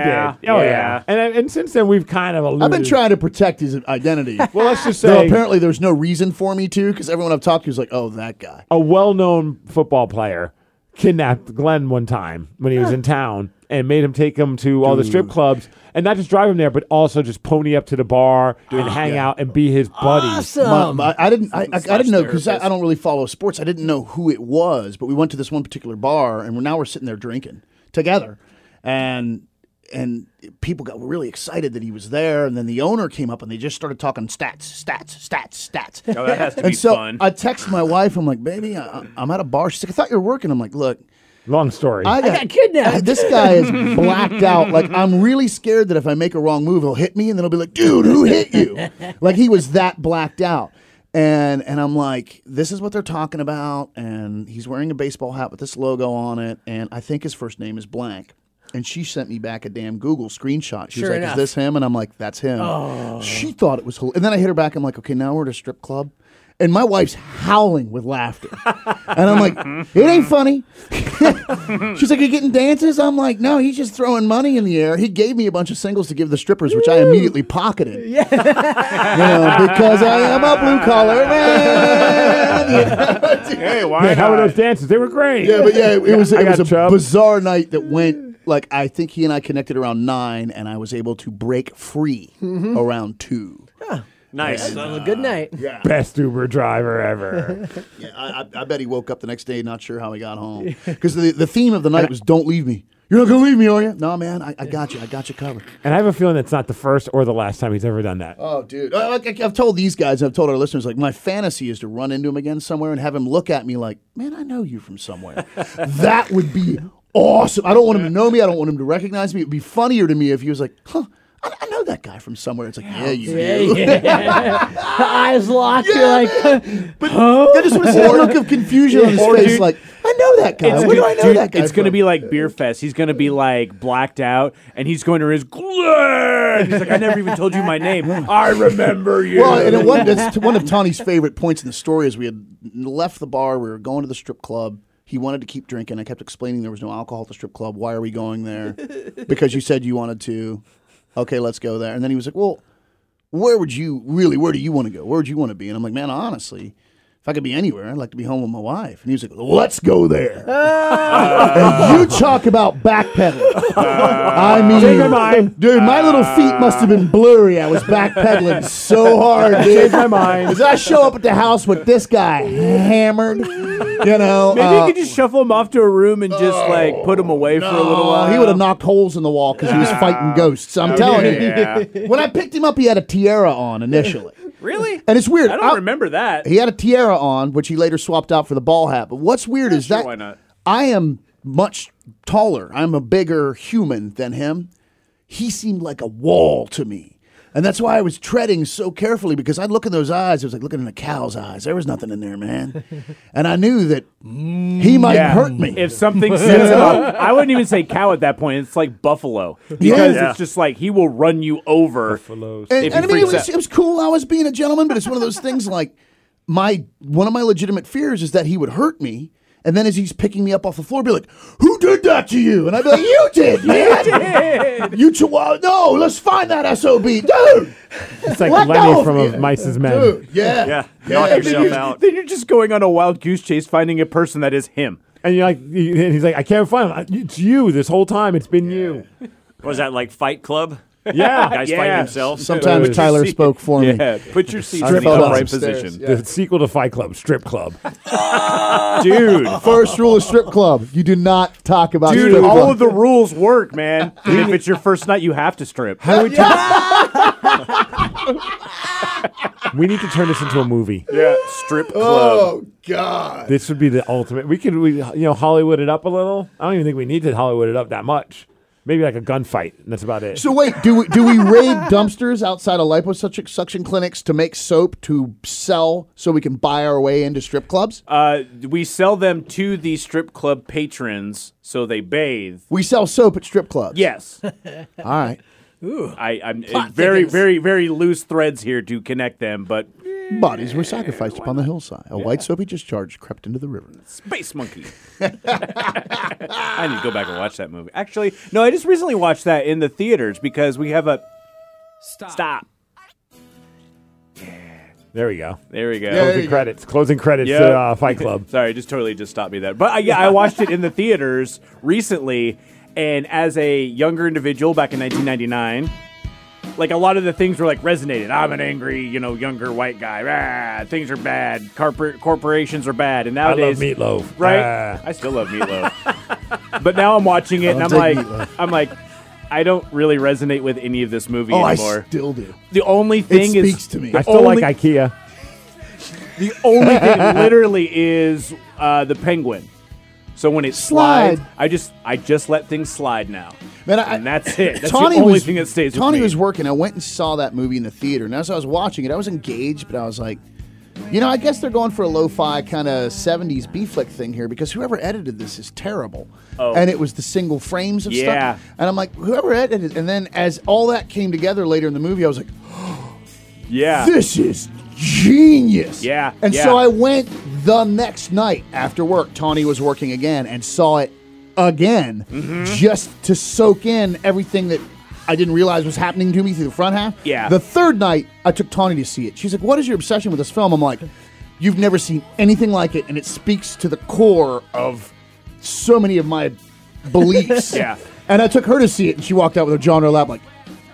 Speaker 2: did. Oh, yeah.
Speaker 4: yeah.
Speaker 2: And and since then, we've kind of alluded.
Speaker 3: I've been trying to protect his identity.
Speaker 2: (laughs) Well, let's just
Speaker 3: Though
Speaker 2: say
Speaker 3: apparently there's no reason for me to, because everyone I've talked to is like, "Oh, that guy."
Speaker 2: a well-known football player kidnapped Glenn one time when he was in town and made him take him to all the strip clubs and not just drive him there, but also just pony up to the bar and hang out and be his buddy.
Speaker 5: Awesome.
Speaker 3: My- my- I didn't. I, I, I didn't know because I, I don't really follow sports. I didn't know who it was, but we went to this one particular bar, and we're, now we're sitting there drinking together, and and people got really excited that he was there, and then the owner came up and they just started talking stats, stats, stats, stats.
Speaker 4: Oh, that has to be
Speaker 3: And so
Speaker 4: fun.
Speaker 3: I text my wife. I'm like, baby, I, I'm at a bar. She's like, I thought you were working. I'm like, look,
Speaker 2: Long story.
Speaker 3: I got,
Speaker 5: got kidnapped.
Speaker 3: I- (laughs) this guy is
Speaker 5: (laughs)
Speaker 3: blacked out. Like I'm really scared that if I make a wrong move, he'll hit me, and then he'll be like, "Dude, who
Speaker 5: (laughs)
Speaker 3: hit you?" like he was that blacked out. And and I'm like, this is what they're talking about. And he's wearing a baseball hat with this logo on it, and I think his first name is blank. And she sent me back a damn Google screenshot. She
Speaker 5: Sure
Speaker 3: was like,
Speaker 5: enough. Oh.
Speaker 3: "Is this him?" And I'm like, "That's him." She thought it was, hol- and then I hit her back. I'm like, "Okay, now we're at a strip club." And my wife's howling
Speaker 5: (laughs)
Speaker 3: with laughter. And I'm like, it ain't funny. She's like, "You getting dances?" I'm like, "No, he's just throwing money in the air." He gave me a bunch of singles to give the strippers, which I immediately pocketed. Yeah, you know, because I am a blue collar man.
Speaker 4: hey, why
Speaker 2: Man, how were
Speaker 4: not?
Speaker 2: those dances? They were great.
Speaker 3: Yeah, but yeah, it was
Speaker 2: I
Speaker 3: it
Speaker 2: got
Speaker 3: was a
Speaker 2: Chubb.
Speaker 3: bizarre night that went like I think he and I connected around nine, and I was able to break free around two.
Speaker 6: Nice.
Speaker 5: Well, good night.
Speaker 2: Best Uber
Speaker 3: (laughs)
Speaker 2: driver ever.
Speaker 3: Yeah, I, I, I bet he woke up the next day not sure how he got home because the the theme of the night was "Don't leave me." You're not gonna leave me, are you? No, man, I, I got you. I got you covered.
Speaker 2: and I have a feeling that's not the first or the last time he's ever done that.
Speaker 3: Oh, dude. I, like, I've told these guys, I've told our listeners, like, my fantasy is to run into him again somewhere and have him look at me like, man, I know you from somewhere. that would be awesome. I don't want him to know me. I don't want him to recognize me. It'd be funnier to me if he was like, huh, I, I know that guy from somewhere. It's like, yeah, you
Speaker 5: Yeah,
Speaker 4: (laughs)
Speaker 3: do.
Speaker 5: yeah.
Speaker 3: (laughs)
Speaker 5: Eyes locked. You're like,
Speaker 3: But I just want to see a look of confusion on his
Speaker 4: Or
Speaker 3: face.
Speaker 4: dude-
Speaker 3: like, I know that guy. Where do
Speaker 4: gonna-
Speaker 3: I know
Speaker 4: dude,
Speaker 3: that guy?
Speaker 4: It's going to
Speaker 3: from?"
Speaker 4: be like Beer Fest. He's going to be like blacked out, and he's going to his Glenn. He's like, I never even told you my name. I remember you.
Speaker 3: Well, and it was, that's t- one of Tony's favorite points in the story is we had left the bar, we were going to the strip club. He wanted to keep drinking. I kept explaining there was no alcohol at the strip club. Why are we going there? because you said you wanted to. Okay, let's go there. And then he was like, "Well, where would you really? Where do you want to go? Where would you want to be?" And I'm like, "Man, honestly." If I could be anywhere, I'd like to be home with my wife. And he was like, "Let's go there." and you talk about backpedaling. I mean, dude, my little feet must have been blurry. I was backpedaling so hard, dude. Changed my mind. Because I show up at the house with this guy hammered, you know.
Speaker 4: Maybe
Speaker 3: uh,
Speaker 4: you could just shuffle him off to a room and just like put him away for a little
Speaker 3: oh,
Speaker 4: while.
Speaker 3: He would have knocked holes in the wall because he was fighting ghosts. I'm telling you. When I picked him up, he had a tiara on initially.
Speaker 4: (laughs) Really?
Speaker 3: And it's weird.
Speaker 4: I don't
Speaker 3: I-
Speaker 4: remember that.
Speaker 3: He had a tiara on, which he later swapped out for the ball hat. But what's weird is
Speaker 4: sure,
Speaker 3: that
Speaker 4: why not?
Speaker 3: I am much taller. I'm a bigger human than him. He seemed like a wall to me. And that's why I was treading so carefully because I'd look in those eyes. It was like looking in a cow's eyes. There was nothing in there,
Speaker 4: (laughs)
Speaker 3: man. and I knew that he might hurt me. (laughs)
Speaker 4: If something sets him up, I wouldn't even say cow at that point. It's like buffalo because
Speaker 3: Yeah.
Speaker 4: it's just like he will run you over.
Speaker 3: And,
Speaker 4: If
Speaker 3: and I
Speaker 4: he
Speaker 3: mean, it
Speaker 4: freaks
Speaker 3: was,
Speaker 4: out.
Speaker 3: it was cool. I was being a gentleman, but it's one of those things like my one of my legitimate fears is that he would hurt me. And then as he's picking me up off the floor, be like, "Who did that to you?" And I'd be like, "You
Speaker 4: (laughs)
Speaker 3: did, man. you chihuahua. No, let's find that sob, dude.
Speaker 2: It's like
Speaker 3: Let go
Speaker 2: Lenny
Speaker 3: of
Speaker 2: from
Speaker 3: it.
Speaker 2: of Mice's Men.
Speaker 4: (laughs)
Speaker 3: Dude, yeah,
Speaker 6: Yeah, knock yourself
Speaker 4: Then you're,
Speaker 6: out.
Speaker 4: then you're just going on a wild goose chase, finding a person that is him.
Speaker 2: And you're like, you- and he's like, I can't find him. I- It's you this whole time. It's been you.
Speaker 6: What was that like Fight Club?
Speaker 2: Yeah.
Speaker 6: Guys
Speaker 4: Yeah.
Speaker 6: fighting themselves.
Speaker 3: (laughs) Sometimes
Speaker 2: Dude.
Speaker 3: Tyler spoke for me.
Speaker 4: Yeah, put your seat
Speaker 3: I
Speaker 4: in the
Speaker 3: fell down
Speaker 4: upright
Speaker 3: some
Speaker 4: position.
Speaker 3: stairs,
Speaker 2: The sequel to Fight Club, Strip Club.
Speaker 4: Dude,
Speaker 3: First rule of strip club: you do not talk about
Speaker 4: dude,
Speaker 3: strip
Speaker 4: all
Speaker 3: club.
Speaker 4: of the rules work, man.
Speaker 3: (laughs)
Speaker 4: And if it's your first night, you have to strip.
Speaker 2: we need to turn this into a movie.
Speaker 4: Yeah, strip club.
Speaker 3: Oh God!
Speaker 2: This would be the ultimate. We could, we, you know, Hollywood it up a little. I don't even think we need to Hollywood it up that much. Maybe like a gunfight, and that's about it.
Speaker 3: So wait, do we, do we raid dumpsters outside of liposuction suction clinics to make soap to sell so we can buy our way into strip clubs?
Speaker 4: Uh, we sell them to the strip club patrons so they bathe.
Speaker 3: we sell soap at strip clubs.
Speaker 4: Yes,
Speaker 3: All right.
Speaker 4: I, I'm uh, very,
Speaker 5: thickens.
Speaker 4: very, very loose threads here to connect them, but
Speaker 3: Bodies were sacrificed upon the hillside. A white soapy discharge crept into the river.
Speaker 4: Space Monkey. I need to go back and watch that movie. Actually, no, I just recently watched that in the theaters because we have a stop. Stop.
Speaker 2: there we go.
Speaker 4: There we go.
Speaker 2: Closing credits. Closing credits.
Speaker 4: Yeah.
Speaker 2: to, Uh, Fight Club.
Speaker 4: (laughs) Sorry, just totally just stopped me there. But I, yeah, I watched it in the theaters recently, and as a younger individual back in 1999, like a lot of the things were like resonated. I'm an angry, you know, younger white guy. Rah, things are bad. Corpor- corporations are bad. And
Speaker 2: I
Speaker 4: nowadays,
Speaker 2: love meatloaf.
Speaker 4: right?
Speaker 2: Ah.
Speaker 4: I still love meatloaf. (laughs) but now I'm watching it, and I'm like,
Speaker 3: take meatloaf.
Speaker 4: I'm like. I don't really resonate with any of this movie
Speaker 3: Oh, I
Speaker 4: anymore.
Speaker 3: still do.
Speaker 4: the only thing is,
Speaker 3: speaks to me.
Speaker 4: the
Speaker 2: I still
Speaker 4: only-
Speaker 2: like IKEA.
Speaker 4: the only
Speaker 3: (laughs)
Speaker 4: thing literally is uh, the penguin. So when it
Speaker 3: Slide.
Speaker 4: slides, I just I just let things slide now.
Speaker 3: Man, I-
Speaker 4: and that's it. That's
Speaker 3: Tawny
Speaker 4: the only
Speaker 3: was,
Speaker 4: thing that stays.
Speaker 3: Tawny
Speaker 4: with me.
Speaker 3: was working. I went and saw that movie in the theater, and as I was watching it, I was engaged, but I was like, you know, I guess they're going for a lo-fi kind of '70s B flick thing here because whoever edited this is terrible. Oh. And it was the single frames of
Speaker 4: Yeah.
Speaker 3: stuff, and I'm like, whoever edited. And then as all that came together later in the movie, I was like,
Speaker 4: yeah.
Speaker 3: this is genius.
Speaker 4: Yeah,
Speaker 3: And
Speaker 4: yeah.
Speaker 3: so I went the next night after work. Tawny was working again and saw it again
Speaker 4: Mm-hmm.
Speaker 3: just to soak in everything that I didn't realize was happening to me through the front half.
Speaker 4: Yeah.
Speaker 3: The third night, I took Tawny to see it. She's like, What is your obsession with this film? I'm like, You've never seen anything like it, and it speaks to the core of so many of my beliefs.
Speaker 4: (laughs) Yeah.
Speaker 3: And I took her to see it, and she walked out with her jaw on her lap, like,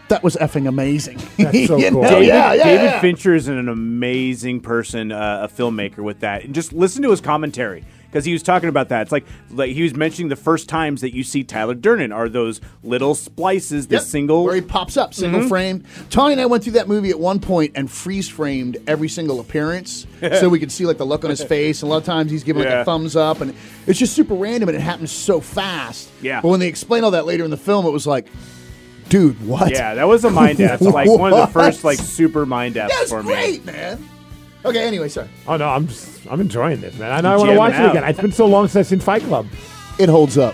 Speaker 3: that was effing amazing. That's (laughs)
Speaker 2: so cool.
Speaker 3: Yeah,
Speaker 4: David,
Speaker 3: yeah, yeah,
Speaker 4: David
Speaker 3: yeah.
Speaker 4: Fincher is an amazing person, uh, a filmmaker with that. And just listen to his commentary. because he was talking about that. It's like, like he was mentioning the first times that you see Tyler Durden are those little splices, the
Speaker 3: Yep,
Speaker 4: single. Mm-hmm.
Speaker 3: where he pops up, single frame. Tony and I went through that movie at one point and freeze framed every single
Speaker 4: (laughs)
Speaker 3: appearance, so we could see like the look on his face. And a lot of times he's giving like
Speaker 4: Yeah.
Speaker 3: a thumbs up, and it's just super random, and it happens so fast.
Speaker 4: Yeah.
Speaker 3: But when they explain all that later in the film, it was like, dude, what?
Speaker 4: (laughs) yeah, that was a mind app. like one of the first like
Speaker 3: What?
Speaker 4: super mind
Speaker 3: (laughs)
Speaker 4: apps
Speaker 3: That's
Speaker 4: for me.
Speaker 3: great, man. Okay. Anyway, sorry.
Speaker 2: Oh no, I'm just, I'm enjoying this, man. I know I want to
Speaker 4: Jamming
Speaker 2: watch it
Speaker 4: out.
Speaker 2: again. It's been so long since I've seen Fight Club.
Speaker 3: It holds up.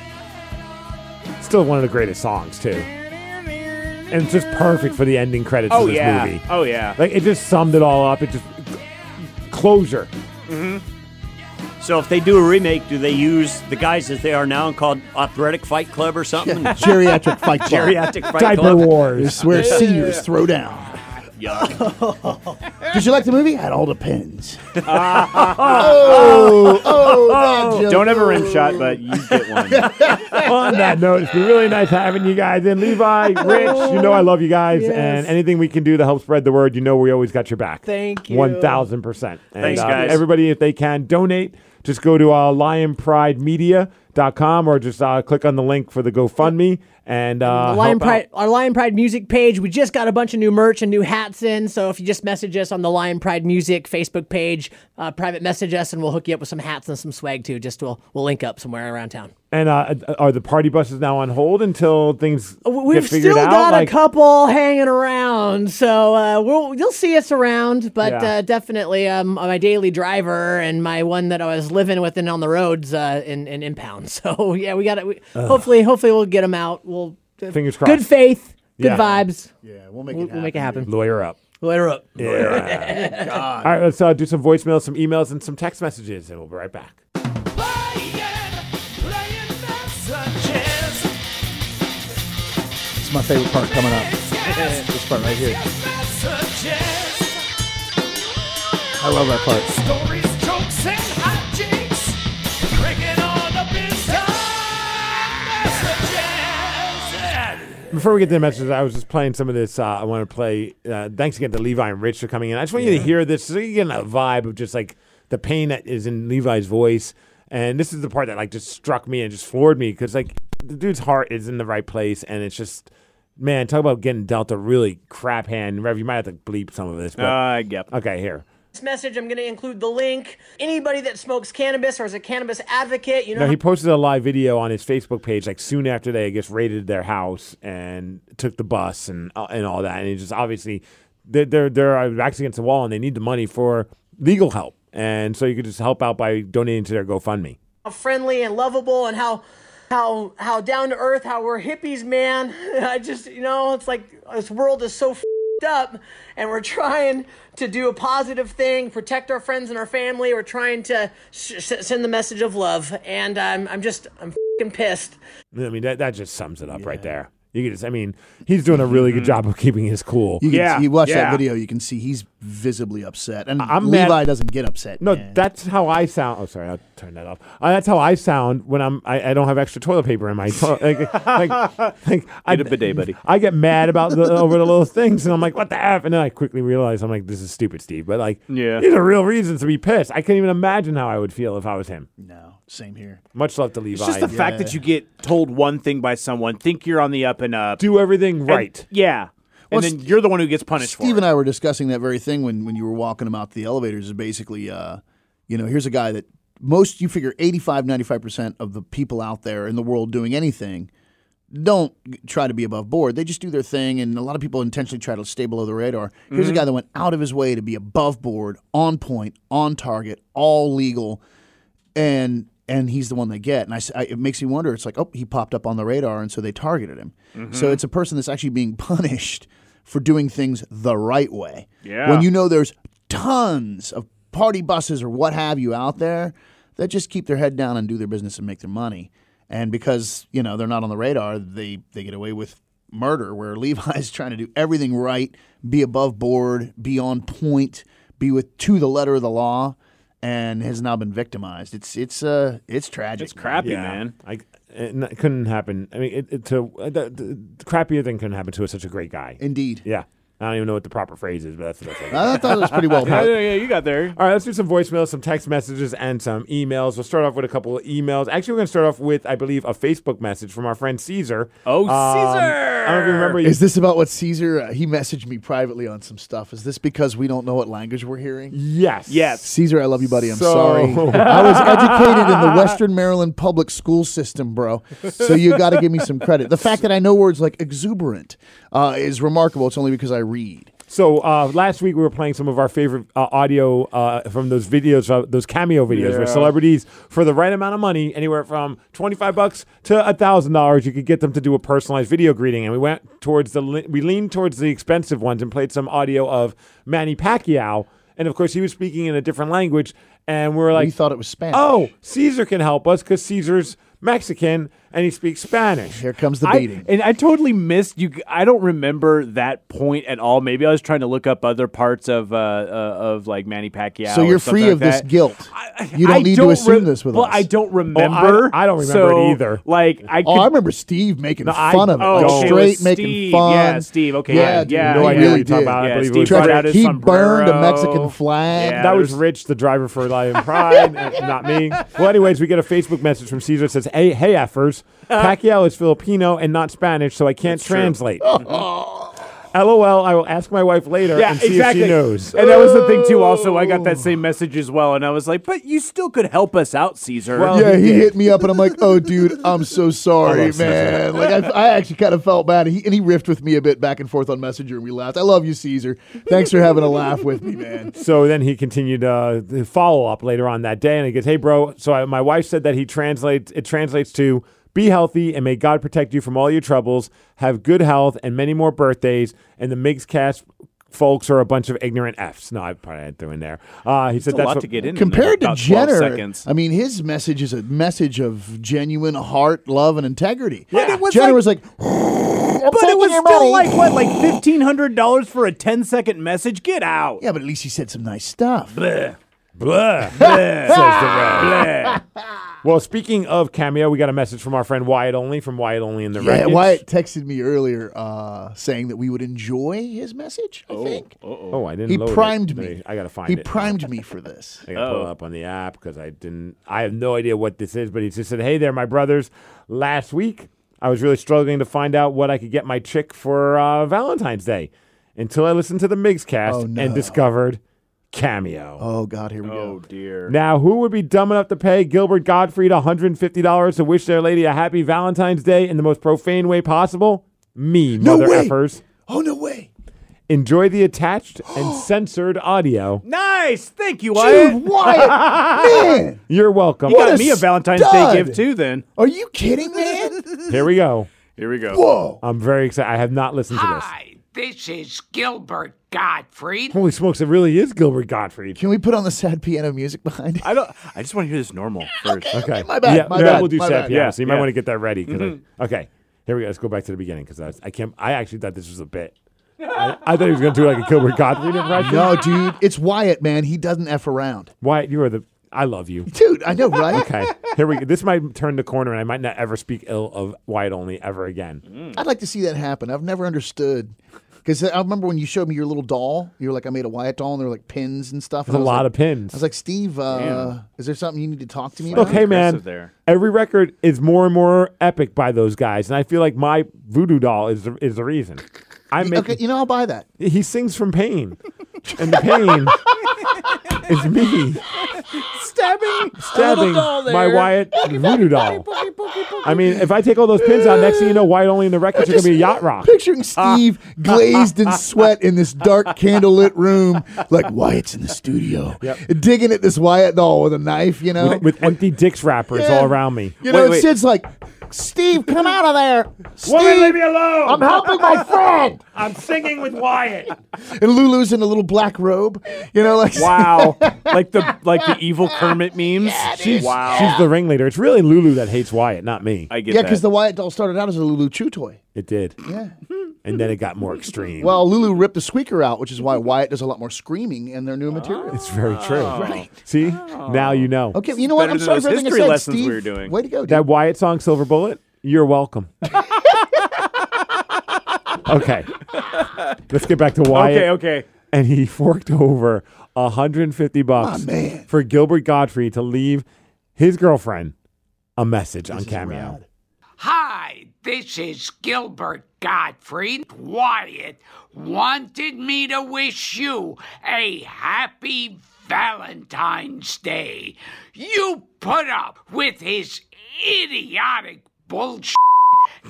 Speaker 2: It's still one of the greatest songs too, and it's just perfect for the ending credits
Speaker 4: Oh
Speaker 2: of this
Speaker 4: yeah.
Speaker 2: movie.
Speaker 4: Oh yeah.
Speaker 2: Like it just summed it all up. It just closure.
Speaker 6: So if they do a remake, do they use the guys as they are now and called Athletic Fight Club or something?
Speaker 3: Geriatric
Speaker 4: (laughs)
Speaker 3: fight club.
Speaker 6: Geriatric Fight
Speaker 2: Diaper
Speaker 6: Club.
Speaker 2: Wars.
Speaker 3: It's where seniors throw down.
Speaker 6: Yuck.
Speaker 3: Did you like the movie? It all
Speaker 4: (laughs)
Speaker 3: depends. oh, oh, that
Speaker 4: Don't have a
Speaker 3: joke.
Speaker 4: rim shot, but you get
Speaker 3: (laughs)
Speaker 4: one.
Speaker 2: On that note, it's been really nice having you guys in. Levi, Rich, you know I love you guys, and anything we can do to help spread the word, you know we always got your back.
Speaker 5: Thank you.
Speaker 2: One thousand percent. uh,
Speaker 4: Thanks, guys.
Speaker 2: Everybody, if they can donate, just go to uh, lionpridemedia.com or just uh, click on the link for the GoFundMe and uh,
Speaker 5: The Lion
Speaker 2: help
Speaker 5: Pride,
Speaker 2: out.
Speaker 5: our Lion Pride music page. We just got a bunch of new merch and new hats in. So if you just message us on the Lion Pride music Facebook page, uh, private message us, and we'll hook you up with some hats and some swag too. Just we'll we'll link up somewhere around town.
Speaker 2: And uh, are the party buses now on hold until things
Speaker 5: Uh, We've
Speaker 2: get figured
Speaker 5: still
Speaker 2: out?
Speaker 5: got
Speaker 2: Like-
Speaker 5: a couple hanging around, so uh, we'll you'll see us around. But
Speaker 2: Yeah.
Speaker 5: uh, definitely, um, my daily driver and my one that I was living with and on the roads uh, in in impound. (laughs) So yeah, we got it. We, hopefully, hopefully we'll get them out. We'll
Speaker 2: Fingers
Speaker 5: Good
Speaker 2: crossed.
Speaker 5: faith, good
Speaker 2: Yeah.
Speaker 5: vibes.
Speaker 3: Yeah, we'll make
Speaker 5: We'll, we'll
Speaker 3: it happen.
Speaker 5: make it happen.
Speaker 2: Lawyer up.
Speaker 5: Later up.
Speaker 2: All right, let's uh, do some voicemails, some emails, and some text messages, and we'll be right back.
Speaker 3: It's my favorite part coming up. this part right here. I love that part. (laughs)
Speaker 2: Before we get to the messages, I was just playing some of this. Uh, I want to play. Uh, thanks again to Levi and Rich for coming in. I just want you to hear this so you get a vibe of just like the pain that is in Levi's voice. And this is the part that like just struck me and just floored me because like the dude's heart is in the right place, and it's just man, talk about getting dealt a really crap hand. Rev, you might have to bleep some of this. But,
Speaker 4: Uh, yep.
Speaker 2: okay, here.
Speaker 5: This message, I'm going to include the link. Anybody that smokes cannabis or is a cannabis advocate, you know.
Speaker 2: No, he posted a live video on his Facebook page like soon after they, I guess, raided their house and took the bus and uh, and all that. And he just obviously they're they're, they're backs against the wall and they need the money for legal help. And so you could just help out by donating to their GoFundMe.
Speaker 5: how friendly and lovable and how how how down to earth how we're hippies man (laughs) i just you know it's like this world is so fed up and we're trying to do a positive thing protect our friends and our family we're trying to sh- sh- send the message of love and i'm, I'm just i'm fing pissed
Speaker 2: I mean, that, that just sums it up right there. You could just, I mean, he's doing a really good job of keeping his cool.
Speaker 3: You can,
Speaker 4: Yeah,
Speaker 3: you watch
Speaker 4: yeah.
Speaker 3: that video, you can see he's visibly upset, and
Speaker 2: I'm mad-
Speaker 3: Levi doesn't get upset.
Speaker 2: No,
Speaker 3: man.
Speaker 2: that's how I sound. Oh, sorry, I'll turn that off. Uh, that's how I sound when I'm. I, I don't have extra toilet paper in my toilet. Like, like,
Speaker 4: (laughs)
Speaker 2: like I,
Speaker 4: Get a bidet, buddy.
Speaker 2: I get mad about the over the little things, and I'm like, "What the f?" And then I quickly realize I'm like, "This is stupid, Steve." But like,
Speaker 4: Yeah.
Speaker 2: these are real reasons to be pissed. I couldn't even imagine how I would feel if I was him.
Speaker 3: no, same here.
Speaker 2: Much love to Levi.
Speaker 4: It's just the fact that you get told one thing by someone, think you're on the up and up,
Speaker 2: do everything
Speaker 4: and-
Speaker 2: right.
Speaker 4: yeah,
Speaker 3: Well,
Speaker 4: and then you're the one who gets punished
Speaker 3: Steve
Speaker 4: for it.
Speaker 3: and I were discussing that very thing when, when you were walking him out to the elevators. Is basically, uh, you know, here's a guy that most you figure 85, 95% of the people out there in the world doing anything don't g- try to be above board. They just do their thing, and a lot of people intentionally try to stay below the radar. Here's
Speaker 2: Mm-hmm.
Speaker 3: a guy that went out of his way to be above board, on point, on target, all legal, and and he's the one they get. And I, s- I- it makes me wonder. It's like, oh, he popped up on the radar, and so they targeted him. So it's a person that's actually being (laughs) punished for doing things the right way.
Speaker 4: Yeah.
Speaker 3: When you know there's tons of party buses or what have you out there that just keep their head down and do their business and make their money. And because, you know, they're not on the radar, they, they get away with murder where (laughs) Levi's trying to do everything right, be above board, be on point, be with to the letter of the law, and has now been victimized. It's it's uh it's tragic.
Speaker 4: It's crappy,
Speaker 2: Yeah.
Speaker 4: man.
Speaker 2: I it n- couldn't happen. I mean, it, it to uh, the, the, crappier thing couldn't happen to such a great guy.
Speaker 3: Indeed.
Speaker 2: yeah. I don't even know what the proper phrase is, but that's what I
Speaker 3: (laughs)
Speaker 2: think.
Speaker 3: I thought it was pretty
Speaker 4: (laughs)
Speaker 3: well
Speaker 4: Yeah,
Speaker 3: put.
Speaker 4: yeah, you got
Speaker 3: Um,
Speaker 4: there.
Speaker 2: All right, let's do some voicemails, some text messages, and some emails. We'll start off with a couple of emails. Actually, we're going to start off with, I believe, a Facebook message from our friend Caesar. Uh,
Speaker 4: Oh,
Speaker 2: I don't know if you remember.
Speaker 3: Is this about what Caesar? Uh, he messaged me privately on some stuff. Is this because we don't know what language we're hearing?
Speaker 2: yes.
Speaker 4: Yes.
Speaker 3: Caesar, I love you, buddy. I'm
Speaker 2: So-
Speaker 3: sorry. I was educated in the Western Maryland public school system, bro. So you got to give me some credit. The fact that I know words like exuberant uh, is remarkable. It's only because I read.
Speaker 2: So uh, last week we were playing some of our favorite uh, audio uh, from those videos, uh, those cameo videos, where
Speaker 4: Yeah.
Speaker 2: celebrities, for the right amount of money, anywhere from twenty-five bucks to thousand dollars, you could get them to do a personalized video greeting. And we went towards the, le- we leaned towards the expensive ones and played some audio of Manny Pacquiao, and of course he was speaking in a different language, and we were like,
Speaker 3: We thought it was Spanish.
Speaker 2: "Oh, Caesar can help us because Caesar's Mexican and he speaks Spanish."
Speaker 3: Here comes the
Speaker 4: I-
Speaker 3: beating.
Speaker 4: and I totally missed you. I don't remember that point at all. Maybe I was trying to look up other parts of uh, uh, of like Manny Pacquiao.
Speaker 3: so
Speaker 4: or
Speaker 3: you're
Speaker 4: Oh, something
Speaker 3: free
Speaker 4: like
Speaker 3: of this
Speaker 4: that.
Speaker 3: guilt. you don't
Speaker 4: I
Speaker 3: need
Speaker 4: don't
Speaker 3: to assume
Speaker 4: re-
Speaker 3: this with
Speaker 4: well,
Speaker 3: us.
Speaker 4: I don't remember.
Speaker 2: I don't remember it
Speaker 4: so,
Speaker 2: either.
Speaker 4: Like I.
Speaker 3: Oh, I
Speaker 4: could-
Speaker 3: remember Steve making
Speaker 2: I-
Speaker 3: fun of it,
Speaker 4: Oh,
Speaker 3: like
Speaker 4: okay, it
Speaker 3: straight
Speaker 4: was
Speaker 3: making
Speaker 4: Steve.
Speaker 3: fun.
Speaker 4: Yeah, Steve, okay,
Speaker 3: yeah,
Speaker 4: yeah,
Speaker 3: dude,
Speaker 4: yeah,
Speaker 3: he
Speaker 2: no
Speaker 4: I
Speaker 2: idea
Speaker 3: really
Speaker 2: what you're talking
Speaker 3: did.
Speaker 2: about. I
Speaker 4: Yeah,
Speaker 2: believe
Speaker 4: Steve
Speaker 2: it was
Speaker 4: Tried
Speaker 2: like-
Speaker 4: out his
Speaker 3: he
Speaker 4: sombrero.
Speaker 3: burned a Mexican flag.
Speaker 4: Yeah,
Speaker 2: that
Speaker 4: there's-
Speaker 2: was Rich, the driver for Lion Pride,
Speaker 4: (laughs)
Speaker 2: not me. Well, anyways, we get a Facebook message from Caesar that says, "Hey, hey, effers, Pacquiao is Filipino and not Spanish, so I can't
Speaker 4: (laughs)
Speaker 2: translate." (laughs) LOL. I will ask my wife later
Speaker 4: Yeah,
Speaker 2: and see
Speaker 4: exactly.
Speaker 2: if she knows.
Speaker 4: And that was the thing too. Also, I got
Speaker 3: Oh.
Speaker 4: that same message as well, and I was like, "But you still could help us out, Caesar."
Speaker 2: Well,
Speaker 3: Yeah, he
Speaker 2: did.
Speaker 3: hit me up, and I'm like, "Oh,
Speaker 4: (laughs)
Speaker 3: dude, I'm so sorry,
Speaker 2: Caesar.
Speaker 3: man." Like, I, I actually kind of felt bad. He, and he riffed with me a bit back and forth on Messenger, and we laughed. I love you, Caesar. Thanks for having a laugh with me,
Speaker 4: (laughs)
Speaker 3: man.
Speaker 2: So then he continued uh, the follow up later on that day, and he goes, "Hey, bro. So I, my wife said that he translates. It translates to be healthy and may God protect you from all your troubles. Have good health and many more birthdays. And the Migs cast." Folks are a bunch of ignorant f's. No, I probably had threw in there. Uh, he said
Speaker 4: That's
Speaker 2: that's
Speaker 4: a lot
Speaker 2: what,
Speaker 4: to get in. in
Speaker 3: Compared to
Speaker 4: about 12
Speaker 3: Jenner,
Speaker 4: seconds.
Speaker 3: I mean, his message is a message of genuine heart, love, and integrity.
Speaker 4: But it was
Speaker 3: Jenner
Speaker 4: like-
Speaker 3: was like, (laughs) "I'm
Speaker 4: But it
Speaker 3: taking
Speaker 4: was
Speaker 3: your
Speaker 4: still
Speaker 3: money."
Speaker 4: like what, like fifteen hundred dollars for a 10 second message? Get out!
Speaker 3: yeah, but at least he said some nice stuff.
Speaker 2: Blah, (laughs) says the red. Well, speaking of cameo, we got a message from our friend Wyatt Only from Wyatt Only in the
Speaker 3: Yeah,
Speaker 2: Records.
Speaker 3: Wyatt texted me earlier uh, saying that we would enjoy his message. I think
Speaker 2: Oh, I didn't.
Speaker 3: he
Speaker 2: load it.
Speaker 3: primed
Speaker 2: Let
Speaker 3: me.
Speaker 2: I gotta find
Speaker 3: He
Speaker 2: it.
Speaker 3: primed me for this.
Speaker 2: I gotta pull it up on the app because I didn't. I have no idea what this is, but he just said, "Hey there, my brothers. Last week, I was really struggling to find out what I could get my chick for uh, Valentine's Day, until I listened to the Migs cast
Speaker 3: Oh, no.
Speaker 2: and discovered cameo.
Speaker 3: Oh God, here we go.
Speaker 4: dear.
Speaker 2: Now, who would be dumb enough to pay Gilbert Gottfried $150 to wish their lady a happy Valentine's Day in the most profane way possible? Me,
Speaker 3: No
Speaker 2: mother
Speaker 3: way.
Speaker 2: effers.
Speaker 3: Oh no way,
Speaker 2: Enjoy the attached
Speaker 3: (gasps)
Speaker 2: and censored audio.
Speaker 4: Nice, thank you,
Speaker 3: dude!
Speaker 4: Wyatt.
Speaker 3: Wyatt, (laughs) man,
Speaker 2: You're welcome.
Speaker 4: You
Speaker 3: a
Speaker 4: got me a Valentine's
Speaker 3: stud.
Speaker 4: Day gift too. Then
Speaker 3: are you (laughs) kidding, man?
Speaker 2: Here we go.
Speaker 4: here we go.
Speaker 3: Whoa!
Speaker 2: I'm very excited. I have not listened to this.
Speaker 7: Hi, this is Gilbert Gottfried.
Speaker 2: Holy smokes, it really is Gilbert Gottfried.
Speaker 3: Can we put on the sad piano music behind it?
Speaker 4: I don't. I just want to hear this normal first.
Speaker 2: Okay.
Speaker 3: my bad,
Speaker 2: Yeah,
Speaker 3: my
Speaker 2: no,
Speaker 3: bad,
Speaker 2: we'll do
Speaker 3: my
Speaker 2: sad
Speaker 3: bad.
Speaker 2: piano,
Speaker 4: Yeah,
Speaker 2: so you might
Speaker 4: yeah.
Speaker 2: want to get that ready. 'cause
Speaker 7: Mm-hmm.
Speaker 2: I, okay. Here we go. Let's go back to the beginning because I, was- I can't. I actually thought this was a bit. I, I thought he was going to do like a Gilbert Gottfried impression.
Speaker 3: No, dude, it's Wyatt, man. He doesn't f around,
Speaker 2: Wyatt, you are the. I love you.
Speaker 3: dude. I know, right?
Speaker 2: Okay, here we go. This might turn the corner, and I might not ever speak ill of Wyatt Only ever again.
Speaker 3: I'd like to see that happen. I've never understood. Because I remember when you showed me your little doll, you were like, I made a Wyatt doll, and there were like pins and stuff.
Speaker 2: There's a lot of pins.
Speaker 3: I was like, Steve, uh, is there something you need to talk to me
Speaker 2: Look,
Speaker 3: about?
Speaker 2: hey man,
Speaker 4: aggressive there.
Speaker 2: every record is more and more epic by those guys, and I feel like my voodoo doll is the, is the reason. I make
Speaker 3: okay, you know, I'll buy that.
Speaker 2: he sings from pain, and the pain
Speaker 3: (laughs)
Speaker 2: is me
Speaker 5: Stabbing,
Speaker 2: stabbing my Wyatt voodoo
Speaker 3: (laughs)
Speaker 2: doll. I mean, if I take all those pins out, next thing you know, Wyatt Only in the records are gonna be a yacht rock. Ah.
Speaker 3: Picturing Steve
Speaker 2: (laughs)
Speaker 3: glazed in sweat in this dark candlelit room, like Wyatt's in the studio, digging at this Wyatt doll with a knife, you know?
Speaker 2: With, with empty dicks wrappers
Speaker 3: Yeah.
Speaker 2: all around me.
Speaker 3: you know,
Speaker 4: Wait, wait.
Speaker 3: Sid's like, Steve, come out of there.
Speaker 2: Woman, leave
Speaker 3: Steve,
Speaker 2: me alone!
Speaker 3: I'm helping my friend.
Speaker 2: I'm singing with Wyatt.
Speaker 3: And Lulu's in a little black robe, you know, like, (laughs)
Speaker 4: Wow, like the like the evil
Speaker 7: (laughs)
Speaker 4: Kermit memes.
Speaker 2: She's,
Speaker 4: wow,
Speaker 2: she's the ringleader. It's really Lulu that hates Wyatt, not me.
Speaker 4: I get
Speaker 3: yeah,
Speaker 4: that.
Speaker 3: because the Wyatt doll started out as a Lulu Chew toy.
Speaker 2: It did. Yeah. And then it got more extreme.
Speaker 3: Well, Lulu ripped the squeaker out, which is why Wyatt does a lot more screaming in their new material.
Speaker 2: it's very true. See? Now you know.
Speaker 3: Okay, you know what?
Speaker 4: better
Speaker 3: I'm
Speaker 4: than
Speaker 3: sorry
Speaker 4: those
Speaker 3: for everything
Speaker 4: history
Speaker 3: I said,
Speaker 4: lessons we
Speaker 3: Steve.
Speaker 4: were doing.
Speaker 3: Way to go, dude.
Speaker 2: That Wyatt song, Silver Bullet, you're welcome. (laughs) okay. Let's get back to Wyatt.
Speaker 4: Okay, okay.
Speaker 2: And he forked over 150 bucks
Speaker 3: My man.
Speaker 2: for Gilbert Godfrey to leave his girlfriend a message on Cameo.
Speaker 7: Hi, this is Gilbert Gottfried. Wyatt wanted me to wish you a happy Valentine's Day. You put up with his idiotic bullshit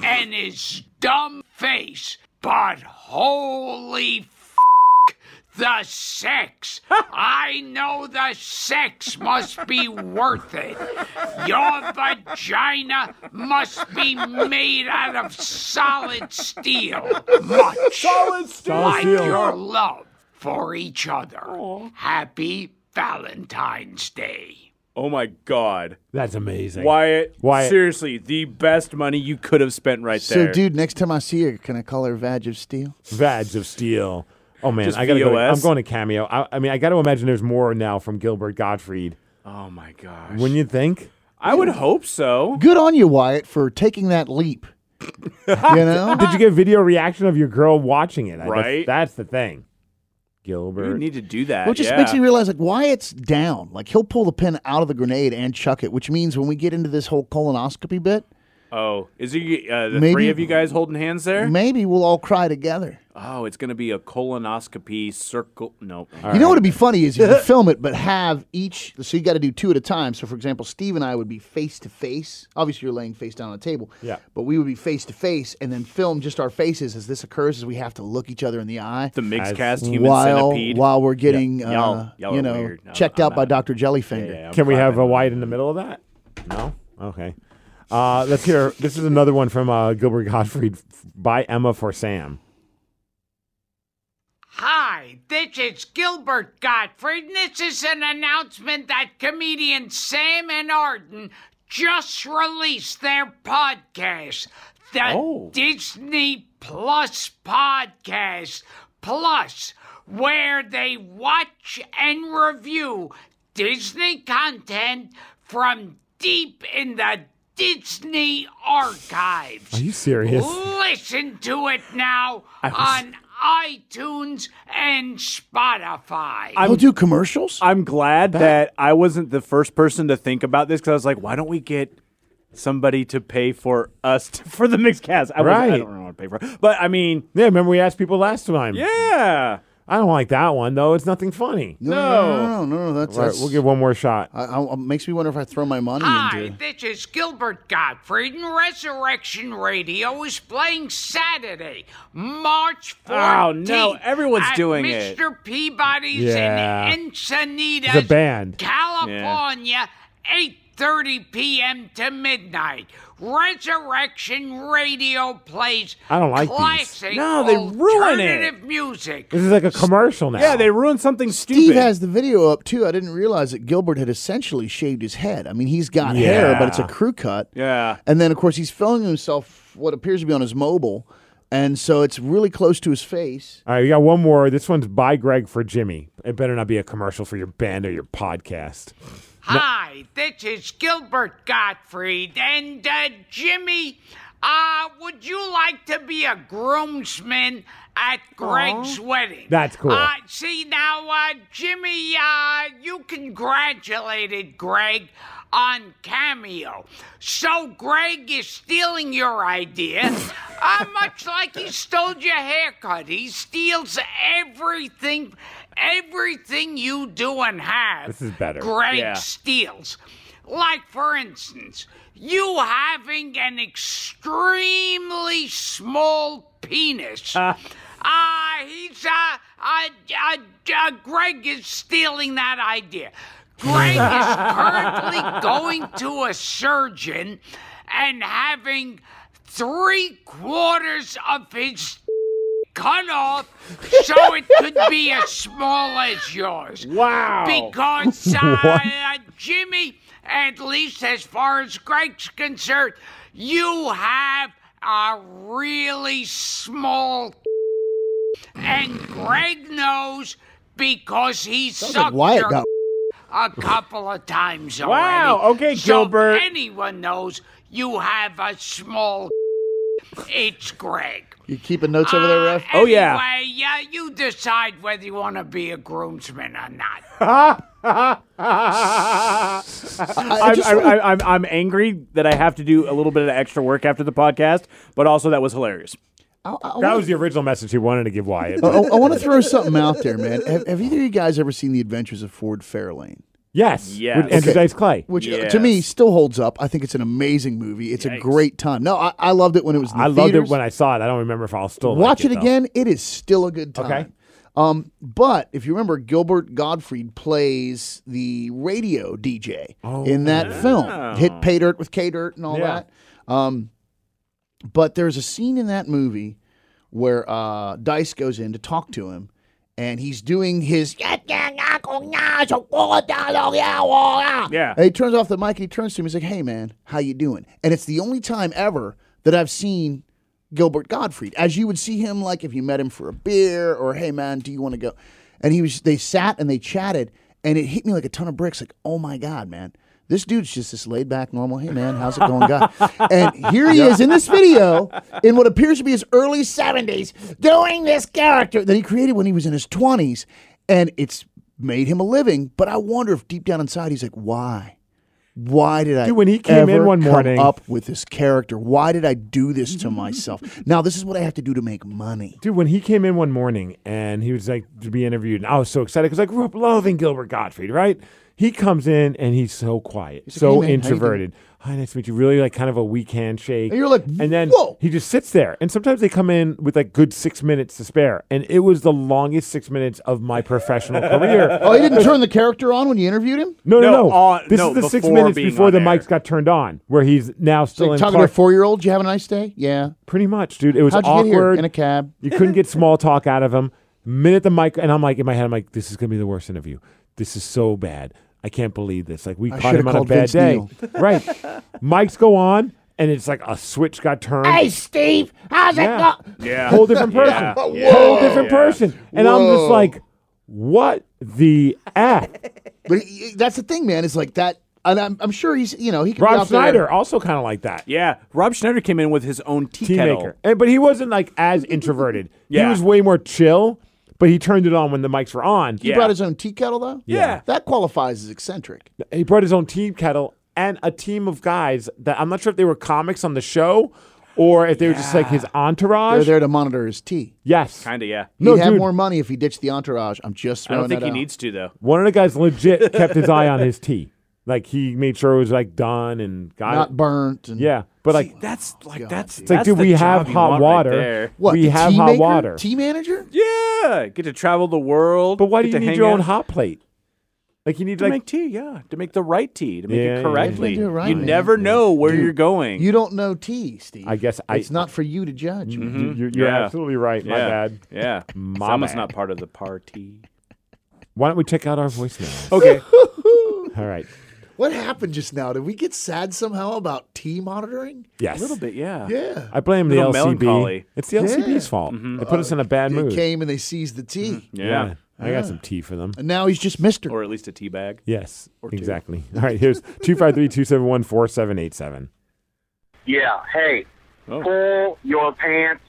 Speaker 7: and his dumb face, but holy f- the sex. I know the sex must be worth it. Your vagina must be made out of solid steel. Much like your love for each other. Happy Valentine's Day.
Speaker 4: Oh my God,
Speaker 2: That's amazing.
Speaker 4: Wyatt!
Speaker 2: Wyatt.
Speaker 4: seriously, the best money you could have spent right
Speaker 3: So,
Speaker 4: there.
Speaker 3: dude, next time I see her, can I call her Vag of Steel?
Speaker 2: Vads of Steel. Oh man,
Speaker 4: Just
Speaker 2: I gotta. Go to-
Speaker 4: VOS?
Speaker 2: I'm going to Cameo. I, I mean, I got to imagine there's more now from Gilbert Gottfried.
Speaker 4: oh my gosh,
Speaker 2: Wouldn't you think?
Speaker 4: I would hope so.
Speaker 3: Good on you, Wyatt, for taking that
Speaker 4: (laughs)
Speaker 3: leap. you know?
Speaker 2: Did you get video reaction of your girl watching it? I- that's-
Speaker 4: Right.
Speaker 2: That's, the thing.
Speaker 4: You
Speaker 2: Gilbert.
Speaker 4: need to do that.
Speaker 3: Which just
Speaker 4: yeah.
Speaker 3: makes me realize, like, Wyatt's down. Like, he'll pull the pin out of the grenade and chuck it, which means when we get into this whole colonoscopy bit,
Speaker 4: Oh, is it uh, the
Speaker 3: Maybe-
Speaker 4: three of you guys holding hands there?
Speaker 3: maybe we'll all cry together.
Speaker 4: Oh, it's going to be a colonoscopy circle. No.
Speaker 3: you know what would be funny is
Speaker 4: (laughs)
Speaker 3: you could film it, but have each. So you got to do two at a time. So for example, Steve and I would be face to face. Obviously, you're laying face down on a table.
Speaker 2: Yeah.
Speaker 3: But we would be face to face, and then film just our faces as this occurs, as we have to look each other in the eye
Speaker 4: The mixed
Speaker 2: As-
Speaker 4: cast human
Speaker 3: while
Speaker 4: centipede.
Speaker 3: while we're getting
Speaker 4: Yeah.
Speaker 3: uh,
Speaker 4: Y'all- y'all
Speaker 3: you
Speaker 4: are
Speaker 3: know
Speaker 4: weird. No,
Speaker 3: checked
Speaker 4: I'm
Speaker 3: out by
Speaker 4: not.
Speaker 3: Doctor Jellyfinger.
Speaker 4: Yeah, I'm
Speaker 2: Can we have
Speaker 4: clapping.
Speaker 2: a Wyatt in the middle of that? No. Okay. Uh, let's hear. This is another one from uh, Gilbert Gottfried f- by Emma for Sam.
Speaker 7: Hi, this is Gilbert Gottfried, and this is an announcement that comedian Sam and Arden just released their podcast, the
Speaker 4: Oh.
Speaker 7: Disney Plus Podcast Plus, where they watch and review Disney content from deep in the Disney archives.
Speaker 2: Are you serious?
Speaker 7: Listen to it now on iTunes and Spotify.
Speaker 3: We'll do commercials.
Speaker 4: I'm glad that I wasn't the first person to think about this because I was like, why don't we get somebody to pay for us to, for the mixed cast? I, wasn't- I
Speaker 2: Right.
Speaker 4: don't know what to pay for, it. but I mean,
Speaker 2: Yeah, remember we asked people last time.
Speaker 4: yeah.
Speaker 2: I don't like that one though. It's nothing funny.
Speaker 3: no,
Speaker 4: Oh.
Speaker 3: no, no, no, no, that's,
Speaker 2: All right,
Speaker 3: that's
Speaker 2: we'll give one more shot.
Speaker 4: Uh,
Speaker 3: I, I, it makes me wonder if I throw my money
Speaker 7: Hi,
Speaker 3: into.
Speaker 7: this is Gilbert Gottfried, and Resurrection Radio is playing Saturday, March 14th.
Speaker 4: Oh, no, everyone's
Speaker 7: at
Speaker 4: doing
Speaker 7: Mr.
Speaker 4: it.
Speaker 7: Peabody's
Speaker 2: Yeah.
Speaker 7: in Encinitas,
Speaker 2: It's a band.
Speaker 7: California, 8.30 p.m. to midnight. Resurrection Radio plays
Speaker 2: I don't like these.
Speaker 7: classic
Speaker 4: No, they ruin it.
Speaker 7: alternative music.
Speaker 2: This is like a commercial now.
Speaker 4: Yeah, they ruined something
Speaker 3: Steve
Speaker 4: stupid.
Speaker 3: has the video up too. I didn't realize that Gilbert had essentially shaved his head. I mean, he's got hair, but it's a
Speaker 2: Yeah.
Speaker 3: crew cut.
Speaker 4: yeah.
Speaker 3: And then, of course, he's filming himself what appears to be on his mobile, and so it's really close to his face.
Speaker 2: All right, we got one more. This one's by Greg for Jimmy. It better not be a commercial for your band or your podcast.
Speaker 7: Hi, this is Gilbert Gottfried. And uh, Jimmy, uh, would you like to be a groomsman at Greg's wedding?
Speaker 2: That's cool.
Speaker 7: Uh, see, now, uh, Jimmy, uh, you congratulated Greg on Cameo. So Greg is stealing your idea. uh, much (laughs) like he stole your haircut, he steals everything, everything you do and have.
Speaker 2: This is better.
Speaker 7: Greg
Speaker 4: Yeah.
Speaker 7: steals. Like, for instance, you having an extremely small penis. Ah, he's, uh, uh, uh, uh, Greg is stealing that idea. Greg is currently going to a surgeon and having three quarters of his cut off so it could be as small as yours.
Speaker 4: Wow.
Speaker 3: (laughs)
Speaker 7: Because uh, uh, Jimmy, at least as far as Greg's concerned, you have a really small and Greg knows because he
Speaker 3: Like
Speaker 7: sucked
Speaker 3: Wyatt
Speaker 7: your
Speaker 3: got
Speaker 7: a couple of times already.
Speaker 2: (laughs)
Speaker 4: Wow, okay,
Speaker 7: so
Speaker 4: Gilbert.
Speaker 7: Anyone knows you have a small It's Greg.
Speaker 3: You keeping notes over there, Ref?
Speaker 4: Oh, yeah.
Speaker 7: Anyway, yeah, you decide whether you want to be a groomsman or not.
Speaker 3: I, I
Speaker 4: I'm,
Speaker 3: just
Speaker 4: I'm,
Speaker 3: wanna-
Speaker 4: I'm, I'm, I'm angry that I have to do a little bit of extra work after the podcast, but also that was hilarious.
Speaker 3: I- I
Speaker 2: That
Speaker 3: wanna-
Speaker 2: was the original message he wanted to
Speaker 3: (laughs)
Speaker 2: give Wyatt.
Speaker 3: I, want to throw something out there, man. Have, have either of you guys ever seen The Adventures of Ford Fairlane?
Speaker 2: yes.
Speaker 4: Yes.
Speaker 2: With Andrew
Speaker 3: Okay.
Speaker 2: Dice Clay.
Speaker 3: Which uh, to
Speaker 4: Yes.
Speaker 3: me still holds up. I think it's an amazing movie. It's a great time. No, I, I loved it when it was. In the
Speaker 2: I loved it
Speaker 3: theaters.
Speaker 2: when I saw it. I don't remember if I'll still
Speaker 3: Watch
Speaker 2: like
Speaker 3: it
Speaker 2: though.
Speaker 3: again. It is still a good time.
Speaker 2: Okay.
Speaker 3: Um, but if you remember, Gilbert Gottfried plays the radio DJ in that film. Hit pay dirt with K dirt and all
Speaker 2: Oh, Yeah.
Speaker 3: that. Um, but there's a scene in that movie where uh, Dice goes in to talk to him, and he's doing his. Yeah. And he turns off the mic and he turns to him. He's like, "Hey, man, how you doing?" And it's the only time ever that I've seen Gilbert Gottfried, as you would see him, like if you met him for a beer or, "Hey, man, do you want to go?" And he was. They sat and they chatted, and it hit me like a ton of bricks. Like, oh my god, man. This dude's just this laid back, normal. Hey man, how's it going, guy? and here he is in this video, in what appears to be his early seventies, doing this character that he created when he was in his twenties, and it's made him a living. But I wonder if deep down inside he's like, why? Why did I?
Speaker 2: Dude, when he came in
Speaker 3: ever
Speaker 2: one
Speaker 3: come
Speaker 2: morning-
Speaker 3: up with this character, why did I do this
Speaker 2: (laughs)
Speaker 3: to myself? Now this is what I have to do to make money.
Speaker 2: Dude, when he came in one morning and he was like to be interviewed, and I was so excited because I grew up loving Gilbert Gottfried, right? He comes in and he's so quiet, so
Speaker 3: "Hey, man, how you doing?"
Speaker 2: introverted. Hi, nice to meet you. Really like kind of a weak handshake.
Speaker 3: And you're like,
Speaker 2: and then
Speaker 3: "Whoa."
Speaker 2: he just sits there. And sometimes they come in with like good six minutes to spare. And it was the longest six minutes of my professional career.
Speaker 3: (laughs) Oh, he didn't turn the character on when you interviewed him.
Speaker 2: No, no,
Speaker 4: No,
Speaker 2: no.
Speaker 4: on-
Speaker 2: this is
Speaker 4: no,
Speaker 2: the six
Speaker 4: before
Speaker 2: minutes
Speaker 4: being
Speaker 2: before
Speaker 4: on
Speaker 2: the
Speaker 4: air.
Speaker 2: mics got turned on, where he's now still
Speaker 3: Like,
Speaker 2: in
Speaker 3: talking to a
Speaker 2: Clark.
Speaker 3: four-year-old, you have a nice day. Yeah.
Speaker 2: Pretty much, dude. It was
Speaker 3: How'd you
Speaker 2: awkward
Speaker 3: get here in a cab?
Speaker 2: You couldn't get small talk out of him. Minute the mic, and I'm like in my head, I'm like, this is gonna be the worst interview. This is so bad. I can't believe this. Like we caught
Speaker 3: shoulda
Speaker 2: him on a
Speaker 3: called
Speaker 2: bad
Speaker 3: Vince
Speaker 2: day,
Speaker 3: Neil.
Speaker 2: (laughs) right? Mics go on, and it's like a switch got
Speaker 3: (laughs)
Speaker 2: turned.
Speaker 3: Hey, Steve, how's
Speaker 2: yeah.
Speaker 3: it going?
Speaker 4: Yeah.
Speaker 2: whole different
Speaker 3: (laughs)
Speaker 2: person,
Speaker 4: Yeah.
Speaker 2: whole different person, and I'm just
Speaker 3: Whoa.
Speaker 2: like, what the
Speaker 3: (laughs)
Speaker 2: f?
Speaker 3: But he- he- that's the thing, man. Is like that, and I'm, I'm sure he's, you know, he could be
Speaker 2: Rob
Speaker 3: out there-
Speaker 2: Schneider also kind of like that.
Speaker 4: Yeah, Rob Schneider came in with his own tea,
Speaker 2: tea
Speaker 4: kettle.
Speaker 2: maker. And, but he wasn't like as
Speaker 4: (laughs)
Speaker 2: introverted. He
Speaker 4: Yeah.
Speaker 2: was way more chill, but he turned it on when the mics were on.
Speaker 3: He
Speaker 4: Yeah.
Speaker 3: brought his own tea kettle, though.
Speaker 4: Yeah.
Speaker 3: that qualifies as eccentric.
Speaker 2: He brought his own tea kettle and a team of guys that I'm not sure if they were comics on the show or if they were just like his
Speaker 3: They're
Speaker 2: entourage.
Speaker 3: there to monitor his tea.
Speaker 2: Yes.
Speaker 4: Kinda, yeah.
Speaker 3: He'd
Speaker 2: No,
Speaker 3: have
Speaker 2: dude.
Speaker 3: more money if he ditched the entourage. I'm just
Speaker 4: I
Speaker 3: throwing
Speaker 4: don't think
Speaker 3: that
Speaker 4: he
Speaker 3: out.
Speaker 4: needs to though.
Speaker 2: One of the guys
Speaker 4: (laughs)
Speaker 2: legit kept his eye on his tea. Like he made sure it was like done and got
Speaker 3: not
Speaker 2: it.
Speaker 3: burnt. And
Speaker 2: Yeah. But like
Speaker 4: See, that's like that's
Speaker 2: it's like,
Speaker 4: that's
Speaker 2: dude,
Speaker 4: the
Speaker 2: we
Speaker 4: job
Speaker 2: have
Speaker 4: you
Speaker 2: hot
Speaker 4: want right
Speaker 2: water.
Speaker 4: there.
Speaker 3: what?
Speaker 2: we
Speaker 3: the
Speaker 2: have
Speaker 3: tea
Speaker 2: hot
Speaker 3: maker?
Speaker 2: water.
Speaker 3: Tea manager?
Speaker 4: Yeah, get to travel the world.
Speaker 2: But why do
Speaker 4: get
Speaker 2: you
Speaker 4: to
Speaker 2: need
Speaker 4: hang
Speaker 2: your own
Speaker 4: out.
Speaker 2: hot plate? Like you need
Speaker 4: to
Speaker 2: like
Speaker 4: make tea? Yeah, to make the right tea, to make
Speaker 2: Yeah, yeah,
Speaker 4: it
Speaker 2: yeah.
Speaker 4: correctly.
Speaker 3: You do it right,
Speaker 4: you
Speaker 3: man.
Speaker 4: never know where you're going.
Speaker 3: You don't know tea, Steve.
Speaker 2: I guess I- Mm-hmm.
Speaker 3: it's not for you to judge. man.
Speaker 2: you- you're, you're
Speaker 4: Mm-hmm. Yeah.
Speaker 2: absolutely right. My
Speaker 4: yeah.
Speaker 2: bad.
Speaker 4: Yeah,
Speaker 2: My
Speaker 4: Mama's
Speaker 2: bad.
Speaker 4: not part of the party.
Speaker 2: Why don't we check out our voicemail?
Speaker 4: (laughs) Okay,
Speaker 2: (laughs) All right.
Speaker 3: What happened just now? Did we get sad somehow about tea monitoring?
Speaker 2: Yes.
Speaker 4: a little bit. Yeah.
Speaker 3: Yeah.
Speaker 2: I blame the
Speaker 4: Little
Speaker 2: LCB.
Speaker 4: melancholy. Mm-hmm.
Speaker 2: It's the LCB's fault. They put us in a bad
Speaker 3: They
Speaker 2: mood. Mm-hmm.
Speaker 3: came and they seized the tea,
Speaker 4: yeah,
Speaker 2: Yeah. I got some tea for them.
Speaker 3: and now he's just Mister.
Speaker 4: or at least a tea bag.
Speaker 2: Yes. Exactly. (laughs) All right. Here's 253 271 4787.
Speaker 8: Yeah. Hey, pull your pants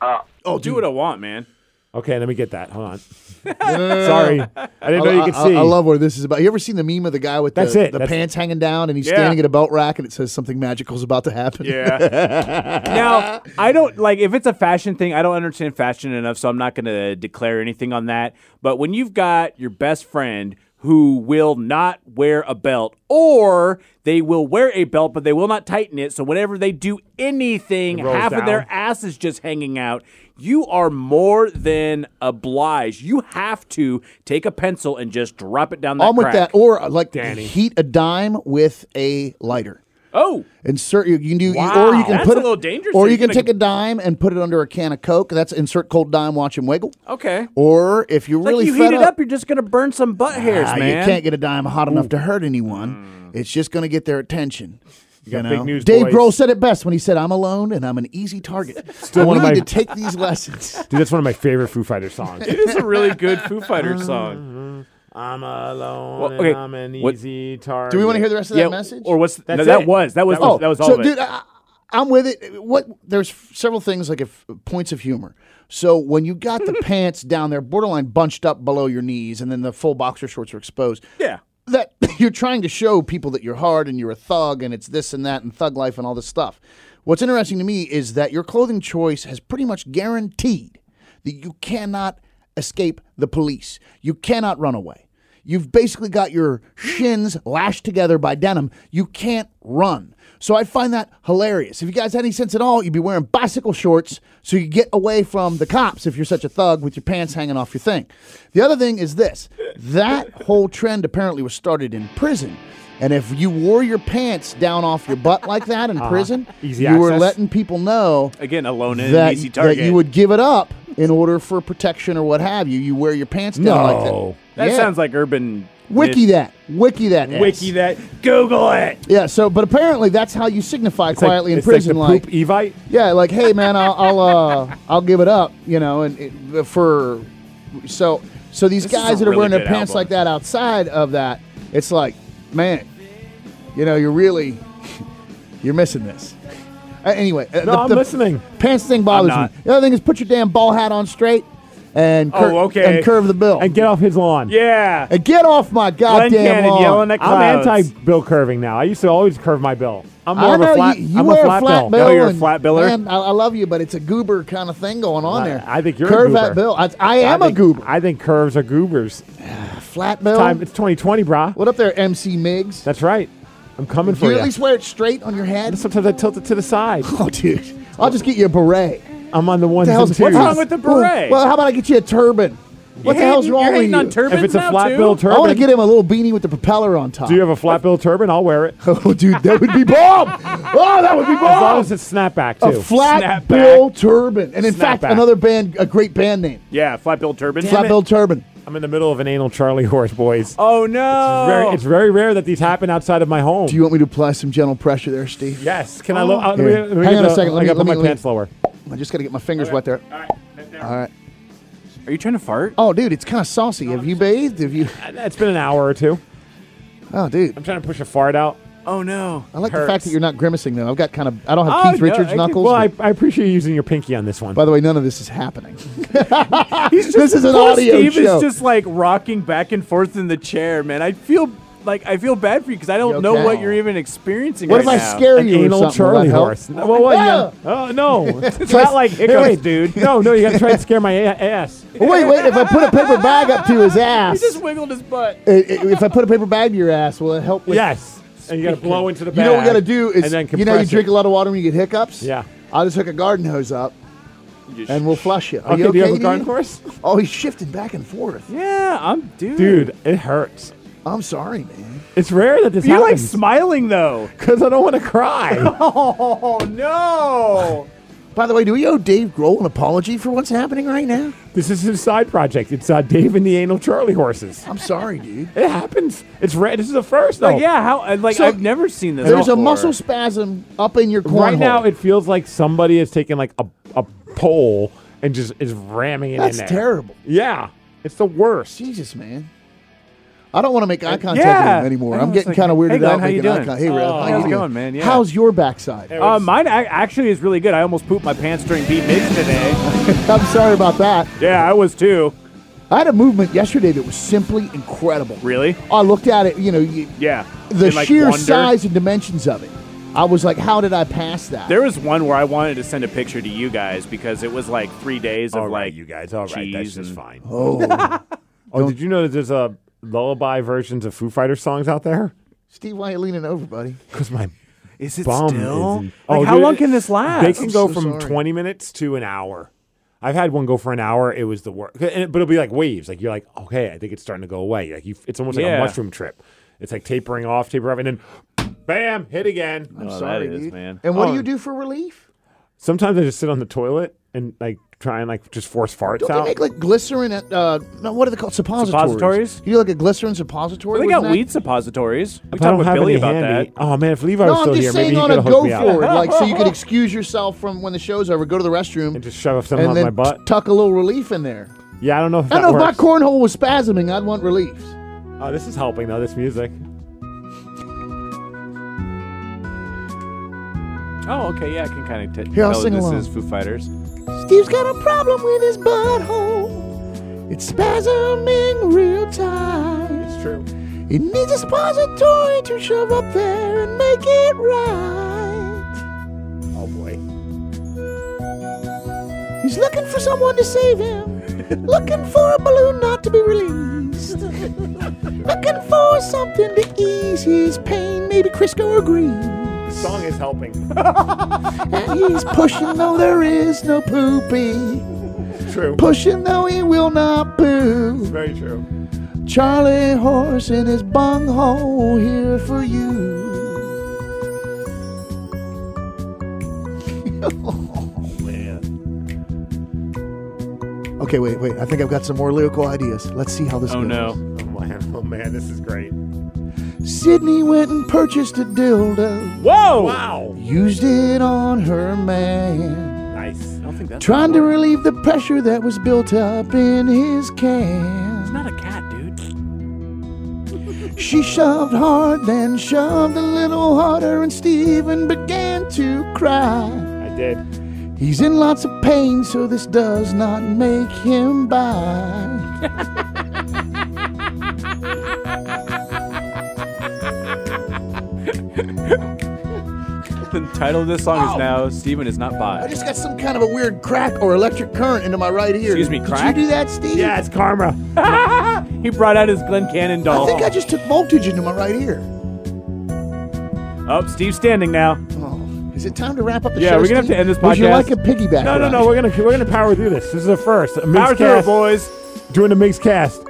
Speaker 8: up.
Speaker 4: Oh, do what I want, man.
Speaker 2: Okay. Let me get that. Hold
Speaker 3: (laughs)
Speaker 2: on. Sorry. I didn't know you could
Speaker 3: I,
Speaker 2: see.
Speaker 3: I love where this is about. You ever seen the meme of the guy with
Speaker 2: That's
Speaker 3: the,
Speaker 2: it.
Speaker 3: the
Speaker 2: That's-
Speaker 3: pants hanging down and he's
Speaker 4: Yeah.
Speaker 3: standing at a belt rack and it says something magical's about to happen?
Speaker 4: Yeah. now, I don't like if it's a fashion thing, I don't understand fashion enough, so I'm not going to declare anything on that. But when you've got your best friend who will not wear a belt, or they will wear a belt, but they will not tighten it, so whenever they do anything,
Speaker 2: It rolls
Speaker 4: half
Speaker 2: down.
Speaker 4: of their ass is just hanging out. You are more than obliged. You have to take a pencil and just drop it down that
Speaker 3: I'm with
Speaker 4: crack.
Speaker 3: that. Or uh, like
Speaker 2: Danny.
Speaker 3: heat a dime with a lighter.
Speaker 4: Oh,
Speaker 3: Insert you, you can do,
Speaker 4: Wow.
Speaker 3: or you can
Speaker 4: That's
Speaker 3: put
Speaker 4: a
Speaker 3: it-
Speaker 4: little dangerous.
Speaker 3: Or
Speaker 4: You're
Speaker 3: you can
Speaker 4: gonna-
Speaker 3: take a dime and put it under a can of Coke. That's insert cold dime, watch him wiggle.
Speaker 4: okay.
Speaker 3: Or if you're
Speaker 4: It's
Speaker 3: really
Speaker 4: like you
Speaker 3: fed
Speaker 4: heat it up, you're just gonna burn some butt hairs,
Speaker 3: ah,
Speaker 4: man. Mm.
Speaker 3: you
Speaker 4: (laughs)
Speaker 3: can't get a dime hot enough to hurt anyone. It's just going to get their attention. You
Speaker 2: got big news,
Speaker 3: Dave
Speaker 2: boys.
Speaker 3: Grohl said it best when he said, "I'm alone and I'm an easy target." Still,
Speaker 2: one
Speaker 3: we
Speaker 2: of
Speaker 3: need
Speaker 2: my-
Speaker 3: to take these
Speaker 4: (laughs)
Speaker 3: lessons.
Speaker 2: Dude, that's one of my favorite Foo
Speaker 3: (laughs)
Speaker 2: Fighters songs.
Speaker 4: It is a really good Foo Fighters song.
Speaker 2: I'm alone.
Speaker 4: Well,
Speaker 2: and
Speaker 4: okay,
Speaker 2: I'm an
Speaker 4: what-
Speaker 2: easy target.
Speaker 3: Do we want to hear the rest of that message?
Speaker 4: Or what's no,
Speaker 2: That's
Speaker 4: that
Speaker 2: it.
Speaker 4: was that was
Speaker 2: That was-
Speaker 4: that was all
Speaker 3: so,
Speaker 4: of it.
Speaker 3: dude, I, I'm with it. What there's several things like if points of humor. So when you got the pants down there, borderline bunched up below your knees, and then the full boxer shorts are exposed.
Speaker 4: Yeah.
Speaker 3: That (laughs) you're trying to show people that you're hard and you're a thug and it's this and that and thug life and all this stuff. What's interesting to me is that your clothing choice has pretty much guaranteed that you cannot escape the police. You cannot run away. You've basically got your shins lashed together by denim. You can't run. So I find that hilarious. If you guys had any sense at all, you'd be wearing bicycle shorts so you get away from the cops if you're such a thug with your pants hanging off your thing. The other thing is this that whole trend apparently was started in prison. And if you wore your pants down off your butt like that in
Speaker 4: Uh-huh.
Speaker 3: prison,
Speaker 2: Easy
Speaker 3: you were
Speaker 2: access.
Speaker 3: letting people know
Speaker 4: Again, alone in
Speaker 3: that,
Speaker 4: an easy
Speaker 3: that
Speaker 4: target.
Speaker 3: you would give it up in order for protection or what have you. You wear your pants down like
Speaker 2: No.
Speaker 3: that.
Speaker 4: that sounds like urban
Speaker 3: Wiki
Speaker 4: myth.
Speaker 3: that. Wiki that. ass.
Speaker 4: Wiki that. Google it.
Speaker 3: Yeah, so, but apparently that's how you signify
Speaker 2: It's like-
Speaker 3: quietly in
Speaker 2: it's
Speaker 3: prison.
Speaker 2: like
Speaker 3: Like,
Speaker 2: the poop Evite.
Speaker 3: yeah, like, hey, man, I'll, I'll, uh, I'll give it up, you know, and it, for, so, so these
Speaker 4: This is
Speaker 3: guys
Speaker 4: a
Speaker 3: that are
Speaker 4: really
Speaker 3: wearing their
Speaker 4: good
Speaker 3: pants
Speaker 4: album.
Speaker 3: like that outside of that, it's like, man, you know, you're really, (laughs) you're missing this. Uh, anyway, uh,
Speaker 2: No, I'm listening.
Speaker 3: Pants thing bothers
Speaker 4: not.
Speaker 3: me. The other thing is put your damn ball hat on straight, and cur-
Speaker 4: Oh, okay.
Speaker 3: and curve the bill,
Speaker 2: and get off his lawn.
Speaker 4: Yeah.
Speaker 3: And get off my goddamn
Speaker 4: Glenn Cannon
Speaker 3: lawn.
Speaker 4: yelling at
Speaker 2: I'm
Speaker 4: clouds.
Speaker 2: anti bill curving now. I used to always curve my bill. I'm more
Speaker 3: I
Speaker 2: of a
Speaker 3: know,
Speaker 2: flat.
Speaker 3: You, you
Speaker 2: I'm
Speaker 3: are
Speaker 2: a flat, bill.
Speaker 4: bill. No, you're a
Speaker 3: and-
Speaker 4: flat biller.
Speaker 3: Man, I, I love you, but it's a goober kind of thing going on
Speaker 2: I-
Speaker 3: there.
Speaker 2: I think you're a
Speaker 3: curve
Speaker 2: goober.
Speaker 3: that bill. I, I am
Speaker 2: I
Speaker 3: a
Speaker 2: think-
Speaker 3: goober.
Speaker 2: I think curves are goobers.
Speaker 3: flat bill.
Speaker 2: Time it's 2020, brah.
Speaker 3: What up there, MC Miggs?
Speaker 2: That's right. I'm coming
Speaker 3: Do
Speaker 2: for
Speaker 3: you
Speaker 2: you.
Speaker 3: at least wear it straight on your
Speaker 2: (laughs)
Speaker 3: head?
Speaker 2: Sometimes I tilt it to the side.
Speaker 3: Oh, dude, I'll just get you a beret.
Speaker 2: I'm on the one.
Speaker 3: The hell's-
Speaker 2: twos.
Speaker 4: wrong with the beret?
Speaker 3: Well, how about I get you a turban? What the hell's wrong with you?
Speaker 2: If it's a flat bill turban,
Speaker 3: I want to get him a little beanie with the propeller on top.
Speaker 2: do you have a flat bill turban? I'll wear it.
Speaker 3: (laughs)
Speaker 2: As
Speaker 3: oh, dude, that would be bomb! Oh, that would be
Speaker 2: long
Speaker 3: bomb!
Speaker 2: as it's snapback
Speaker 3: A
Speaker 2: too.
Speaker 3: flat
Speaker 4: Snapback.
Speaker 3: bill turban, and in fact,
Speaker 2: Snapback.
Speaker 3: another band, a great band name,
Speaker 4: Yeah, flat bill turban.
Speaker 3: flat bill turban.
Speaker 2: I'm in the middle of an anal Charlie horse, boys.
Speaker 4: Oh no.
Speaker 2: Very- it's very rare that these happen outside of my home.
Speaker 3: Do you want me to apply some gentle pressure there, Steve?
Speaker 2: yes. Can I? Lo- uh, let me-
Speaker 3: Here.
Speaker 2: let me
Speaker 3: Hang
Speaker 2: get
Speaker 3: on a
Speaker 2: the-
Speaker 3: second. Let
Speaker 2: I
Speaker 3: me-
Speaker 2: gotta
Speaker 3: let
Speaker 2: put my
Speaker 3: me- let me-
Speaker 2: pants lower.
Speaker 3: I just got to get my fingers wet there.
Speaker 4: All right.
Speaker 3: All right.
Speaker 4: Are you trying to fart?
Speaker 3: Oh, dude, it's kind of saucy. Have you bathed? Have you?
Speaker 2: Uh, It's been an hour or two.
Speaker 3: Oh, dude,
Speaker 2: I'm trying to push a fart out.
Speaker 4: Oh no.
Speaker 3: I like the
Speaker 2: hurts.
Speaker 3: fact that you're not grimacing though. I've got kind of. I don't have
Speaker 4: Oh,
Speaker 3: Keith
Speaker 4: no,
Speaker 3: Richards
Speaker 4: I think-
Speaker 3: knuckles.
Speaker 2: Well,
Speaker 3: but-
Speaker 2: I, I appreciate you using your pinky on this one.
Speaker 3: by the way, none of this is happening. (laughs) this is an
Speaker 4: Poor
Speaker 3: audio
Speaker 4: Steve
Speaker 3: show.
Speaker 4: is just like rocking back and forth in the chair, man. I feel like I feel bad for you because I don't
Speaker 3: You
Speaker 4: know
Speaker 3: okay?
Speaker 4: what you're even experiencing.
Speaker 3: what if
Speaker 4: right
Speaker 3: I
Speaker 4: now.
Speaker 3: scare
Speaker 2: an
Speaker 3: you or
Speaker 2: anal
Speaker 3: something? Will that
Speaker 2: Charlie
Speaker 3: help?
Speaker 2: horse. Well, well,
Speaker 3: Ah!
Speaker 2: you gotta-
Speaker 3: (laughs)
Speaker 2: oh, no, it's
Speaker 3: Try-
Speaker 2: not like
Speaker 3: Hey,
Speaker 2: hiccups,
Speaker 3: wait.
Speaker 2: dude. No, no, you got to try to scare my a- ass.
Speaker 3: Oh, wait, wait. If I put a paper bag up to his ass,
Speaker 4: He just wiggled his butt.
Speaker 3: i- i- if I put a paper bag to your ass, will it help? With
Speaker 2: yes, and you got to blow into the
Speaker 3: You
Speaker 2: bag.
Speaker 3: know what we gotta do is
Speaker 2: and then
Speaker 3: you know you
Speaker 2: compress
Speaker 3: drink
Speaker 2: it.
Speaker 3: a lot of water when you get hiccups.
Speaker 2: Yeah.
Speaker 3: I'll just hook a garden hose up, and we'll flush you. Are
Speaker 2: Okay,
Speaker 3: you okay?
Speaker 2: do you have a
Speaker 3: dude?
Speaker 2: garden horse?
Speaker 3: Oh, he's shifting back and forth.
Speaker 4: Yeah, I'm dude.
Speaker 2: Dude, it hurts.
Speaker 3: I'm sorry, man.
Speaker 2: It's rare that this
Speaker 4: you like
Speaker 2: happens
Speaker 4: smiling though.
Speaker 2: because I don't want to cry.
Speaker 4: Oh no.
Speaker 3: By the way, do we owe Dave Grohl an apology for what's happening right now?
Speaker 2: (laughs) this is his side project. It's uh, Dave and the anal Charlie horses.
Speaker 3: I'm sorry,
Speaker 4: (laughs)
Speaker 3: dude.
Speaker 2: It happens. It's rare. This is the first though.
Speaker 4: Like yeah, how uh, like
Speaker 3: So,
Speaker 4: I've never seen this.
Speaker 3: There's a
Speaker 4: before.
Speaker 3: muscle spasm up in your cornhole.
Speaker 2: Right now, it feels like somebody has taken like a, a pole and just is ramming it
Speaker 3: That's
Speaker 2: in there.
Speaker 3: terrible.
Speaker 2: Yeah, it's the worst.
Speaker 3: Jesus, man. I don't want to make eye contact
Speaker 4: yeah.
Speaker 3: with him anymore.
Speaker 4: I
Speaker 3: I'm
Speaker 4: was
Speaker 3: getting
Speaker 4: like,
Speaker 3: kind of weirded
Speaker 4: "Hey, Glenn,
Speaker 3: out
Speaker 4: how you
Speaker 3: making eye
Speaker 4: doing?
Speaker 3: contact. Hey, Ralph,
Speaker 2: Oh.
Speaker 3: how you
Speaker 2: How's it
Speaker 3: doing?
Speaker 4: going, man? Yeah.
Speaker 3: How's your backside?
Speaker 4: Uh, mine ac actually is really good. I almost pooped my pants during beat mix today.
Speaker 3: (laughs) I'm sorry about that.
Speaker 4: yeah, I was too.
Speaker 3: I had a movement yesterday that was simply incredible.
Speaker 4: Really?
Speaker 3: I looked at it, you know, you,
Speaker 4: Yeah.
Speaker 3: the
Speaker 4: In, like,
Speaker 3: sheer
Speaker 4: wonder.
Speaker 3: size and dimensions of it. I was like, how did I pass that?
Speaker 4: There was one where I wanted to send a picture to you guys because it was like three days of
Speaker 2: All right,
Speaker 4: like
Speaker 2: you guys. All right, that's
Speaker 4: cheese
Speaker 2: just
Speaker 4: and-
Speaker 2: fine.
Speaker 3: oh,
Speaker 2: (laughs)
Speaker 3: (laughs)
Speaker 2: Oh, did you know that there's a lullaby versions of Foo Fighters songs out there?
Speaker 3: Steve, why are you leaning over, buddy?
Speaker 2: Because my
Speaker 4: Is it
Speaker 2: bum
Speaker 4: still?
Speaker 2: is. In,
Speaker 4: like,
Speaker 2: Oh,
Speaker 4: how
Speaker 2: dude,
Speaker 4: long can this last?
Speaker 2: They can
Speaker 3: I'm
Speaker 2: go
Speaker 3: so
Speaker 2: from
Speaker 3: sorry.
Speaker 2: 20 minutes to an hour. I've had one go for an hour. It was the worst, but it'll be like waves. Like you're like, okay, I think it's starting to go away. Like you, it's almost like
Speaker 4: Yeah.
Speaker 2: a mushroom trip. It's like tapering off, tapering off, and then, bam, hit again.
Speaker 3: I'm
Speaker 4: Oh, that
Speaker 3: sorry,
Speaker 4: is,
Speaker 3: dude.
Speaker 4: man.
Speaker 3: And what
Speaker 2: Oh.
Speaker 3: do you do for relief?
Speaker 2: Sometimes I just sit on the toilet and like try and like just force farts
Speaker 3: Don't
Speaker 2: out.
Speaker 3: they make like glycerin at uh no what are they called? Suppositories.
Speaker 4: Suppositories?
Speaker 3: You do like a glycerin suppository?
Speaker 4: They
Speaker 3: with
Speaker 4: got
Speaker 3: that?
Speaker 4: weed suppositories. We
Speaker 2: If I
Speaker 4: talked
Speaker 2: don't
Speaker 4: with
Speaker 2: have
Speaker 4: Billy
Speaker 2: any
Speaker 4: about
Speaker 2: handy.
Speaker 4: that.
Speaker 2: Oh man, if Levi was
Speaker 3: No, I'm
Speaker 2: still here,
Speaker 3: just
Speaker 2: maybe
Speaker 3: saying
Speaker 2: he
Speaker 3: on
Speaker 2: could
Speaker 3: a
Speaker 2: have
Speaker 3: go
Speaker 2: hooked me up. (laughs)
Speaker 3: for it. Like so you could excuse yourself from when the show's over, go to the restroom
Speaker 2: and just shove something
Speaker 3: and
Speaker 2: up
Speaker 3: then
Speaker 2: my butt.
Speaker 3: tuck a little relief in there.
Speaker 2: Yeah, I don't know if
Speaker 3: I
Speaker 2: that
Speaker 3: know if my
Speaker 2: works.
Speaker 3: cornhole was spasming, I'd want relief.
Speaker 2: oh, this is helping though. This music.
Speaker 4: Oh, okay, yeah, I can kind of t-
Speaker 3: Here, I'll
Speaker 4: tell
Speaker 3: sing
Speaker 4: this
Speaker 3: along.
Speaker 4: is Foo
Speaker 2: (laughs)
Speaker 4: Fighters.
Speaker 3: Steve's got a problem with his butthole. It's spasming real time. It's true. It needs a suppository to shove up there and make it right. Oh boy. He's looking for someone to save him. looking for a balloon not to be (laughs) released. looking for something to ease his pain, maybe Crisco or Green.
Speaker 2: The song is helping.
Speaker 3: And he's pushing though there is no poopy.
Speaker 2: True.
Speaker 3: Pushing though he will not boo.
Speaker 2: Very true.
Speaker 3: Charlie Horse in his bunghole here for you. oh, man. Okay, wait, wait. I think I've got some more lyrical ideas. Let's see how this
Speaker 4: Oh
Speaker 3: goes.
Speaker 4: no.
Speaker 2: Oh man, oh man, this is great.
Speaker 3: Sydney went and purchased a dildo,
Speaker 4: Whoa! Wow!
Speaker 3: used it on her man.
Speaker 2: Nice.
Speaker 4: I don't think that's
Speaker 3: trying to relieve the pressure that was built up in his can.
Speaker 4: not a cat, dude.
Speaker 3: (laughs)
Speaker 4: (laughs)
Speaker 3: She shoved hard, then shoved a little harder, and Stephen began to cry.
Speaker 2: I did.
Speaker 3: He's in lots of pain, so this does not make him buy.
Speaker 4: The title of this
Speaker 3: Oh.
Speaker 4: song is now Steven is not
Speaker 3: I (laughs)
Speaker 4: bi.
Speaker 3: just got some kind of a weird crack or electric current into my right ear.
Speaker 4: Excuse me, crack?
Speaker 3: Did you do that, Steve?
Speaker 2: Yeah, it's (laughs) karma.
Speaker 4: He brought out his Glen Cannon
Speaker 3: I
Speaker 4: doll.
Speaker 3: think I just took voltage into my right ear.
Speaker 4: Oh, Steve's standing now.
Speaker 3: Oh, is it time to wrap up the
Speaker 4: Yeah,
Speaker 3: show?
Speaker 4: we're gonna have
Speaker 3: Steve?
Speaker 4: to end this
Speaker 3: Would you
Speaker 4: podcast.
Speaker 3: like a piggyback?
Speaker 2: No, no,
Speaker 3: ride?
Speaker 2: no. We're gonna we're gonna power through this. This is the first a
Speaker 4: Power
Speaker 2: mixed
Speaker 4: through, it,
Speaker 2: cast
Speaker 4: boys.
Speaker 2: doing a mixed cast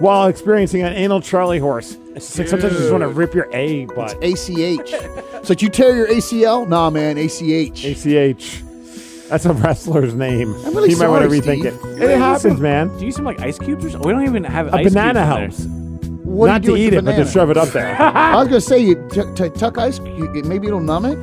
Speaker 2: while experiencing an anal Charlie horse. It's like sometimes you just want to rip your a butt.
Speaker 3: ACH. It's like you tear your ACL? Nah, man, ACH.
Speaker 2: ACH. That's a wrestler's name.
Speaker 3: I'm really
Speaker 2: you might want
Speaker 3: sorry,
Speaker 2: to rethink it.
Speaker 3: Steve.
Speaker 2: It happens, man.
Speaker 4: Do you some like ice cubes or something? We don't even have
Speaker 2: A
Speaker 4: ice cubes
Speaker 2: banana
Speaker 4: in there.
Speaker 2: helps.
Speaker 3: What
Speaker 2: Not
Speaker 3: do you do
Speaker 2: to
Speaker 3: with
Speaker 2: eat
Speaker 3: the
Speaker 2: it, but to
Speaker 3: banana?
Speaker 2: shove it up
Speaker 3: (laughs)
Speaker 2: there.
Speaker 3: I was gonna say you tuck- tuck- tuck ice. You, it- maybe it'll numb it.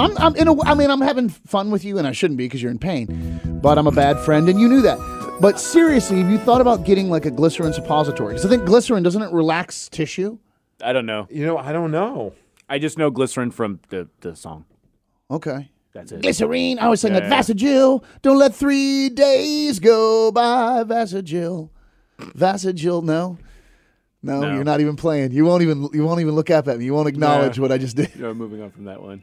Speaker 3: I'm, I'm in a. w- I mean, I'm having fun with you, and I shouldn't be because you're in pain. But I'm a bad friend, and you knew that. But seriously, have you thought about getting like a glycerin suppository? Because I think glycerin doesn't it relax tissue?
Speaker 4: I don't know.
Speaker 2: you know, I don't know.
Speaker 4: I just know glycerin from the, the song. (laughs)
Speaker 3: Okay.
Speaker 4: That's it.
Speaker 3: Glycerine. I always sing
Speaker 4: Yeah,
Speaker 3: that
Speaker 4: yeah.
Speaker 3: Vasagil. Don't let three days go by. Vasagil. Vasagil. No. no.
Speaker 4: No.
Speaker 3: you're not even playing. You won't even. You won't even look up at me. You won't acknowledge
Speaker 4: Yeah.
Speaker 3: what I just did.
Speaker 4: No, moving on from that one.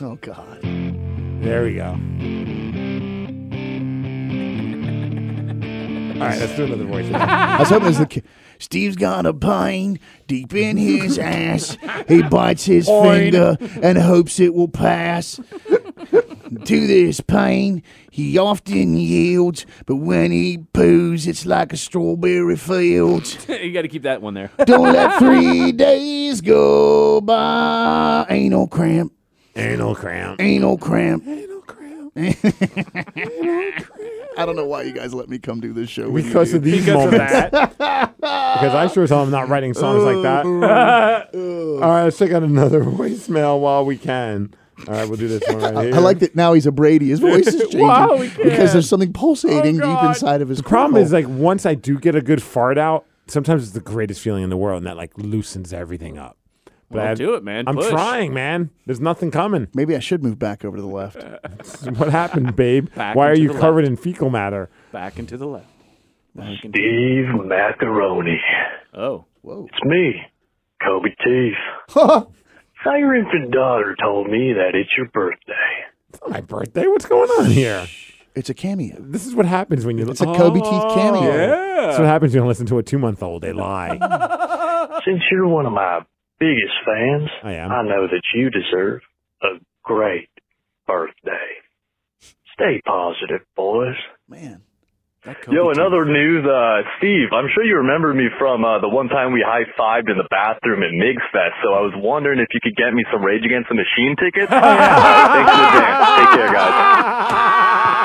Speaker 3: Oh God.
Speaker 2: There we go. All right, let's do
Speaker 3: (laughs)
Speaker 2: another voice.
Speaker 3: I was hoping it was the. Ki- Steve's got a pain deep in
Speaker 4: (laughs)
Speaker 3: his ass. He bites his finger and hopes it will pass. to this pain, he often yields, but when he poos, it's like a strawberry field.
Speaker 4: you got to keep that one there.
Speaker 3: Don't let three days go by. Anal cramp,
Speaker 2: Anal cramp.
Speaker 3: anal cramp. (laughs)
Speaker 2: Anal cramp.
Speaker 3: I don't know why you guys let me come do this show. with you
Speaker 2: Because
Speaker 3: dude.
Speaker 2: of these
Speaker 4: Because of
Speaker 2: moments.
Speaker 4: that.
Speaker 2: (laughs) Because I sure as hell am not writing songs like that. (laughs) All right, let's check out another (laughs) voicemail while we can. All right, we'll do this one right
Speaker 3: (laughs)
Speaker 2: here.
Speaker 3: I like that now he's a Brady. His voice
Speaker 2: (laughs)
Speaker 3: is changing
Speaker 4: Wow, he
Speaker 3: because
Speaker 4: can.
Speaker 3: there's something pulsating deep
Speaker 4: God.
Speaker 3: inside of his.
Speaker 2: Oh, The problem is like once I do get a good fart out, sometimes it's the greatest feeling in the world, and that like loosens everything up. But
Speaker 4: Well,
Speaker 2: I-
Speaker 4: do it, man.
Speaker 2: I'm
Speaker 4: Push.
Speaker 2: trying, man. There's nothing
Speaker 4: (laughs)
Speaker 2: coming. (laughs)
Speaker 3: Maybe I should move back over to the left.
Speaker 2: Uh, what happened, babe?
Speaker 4: Back
Speaker 2: Why are
Speaker 4: into
Speaker 2: you
Speaker 4: the
Speaker 2: covered in fecal matter?
Speaker 4: Back and to the left. Back and to-
Speaker 9: Steve Macaroni.
Speaker 4: oh.
Speaker 9: It's me, Kobe Teeth. so your infant daughter told me that it's your birthday.
Speaker 2: It's not my birthday. What's going on here?
Speaker 3: It's a cameo.
Speaker 2: This is what happens when you.
Speaker 3: It's a Kobe Teeth cameo.
Speaker 2: That's what happens when you listen to a two month old. They
Speaker 4: (laughs)
Speaker 2: lie.
Speaker 9: Since you're one of my biggest fans,
Speaker 2: I am.
Speaker 9: I know that you deserve a great birthday. Stay positive, boys.
Speaker 3: Man,
Speaker 4: That Kobe
Speaker 9: Yo,
Speaker 4: teeth.
Speaker 9: in other news, uh, Steve, I'm sure you remember me from uh, the one time we high-fived in the bathroom at Migs Fest, so I was wondering if you could get me some Rage Against the Machine
Speaker 2: (laughs)
Speaker 9: tickets.
Speaker 2: Oh,
Speaker 9: Thanks for the dance. Take care, guys.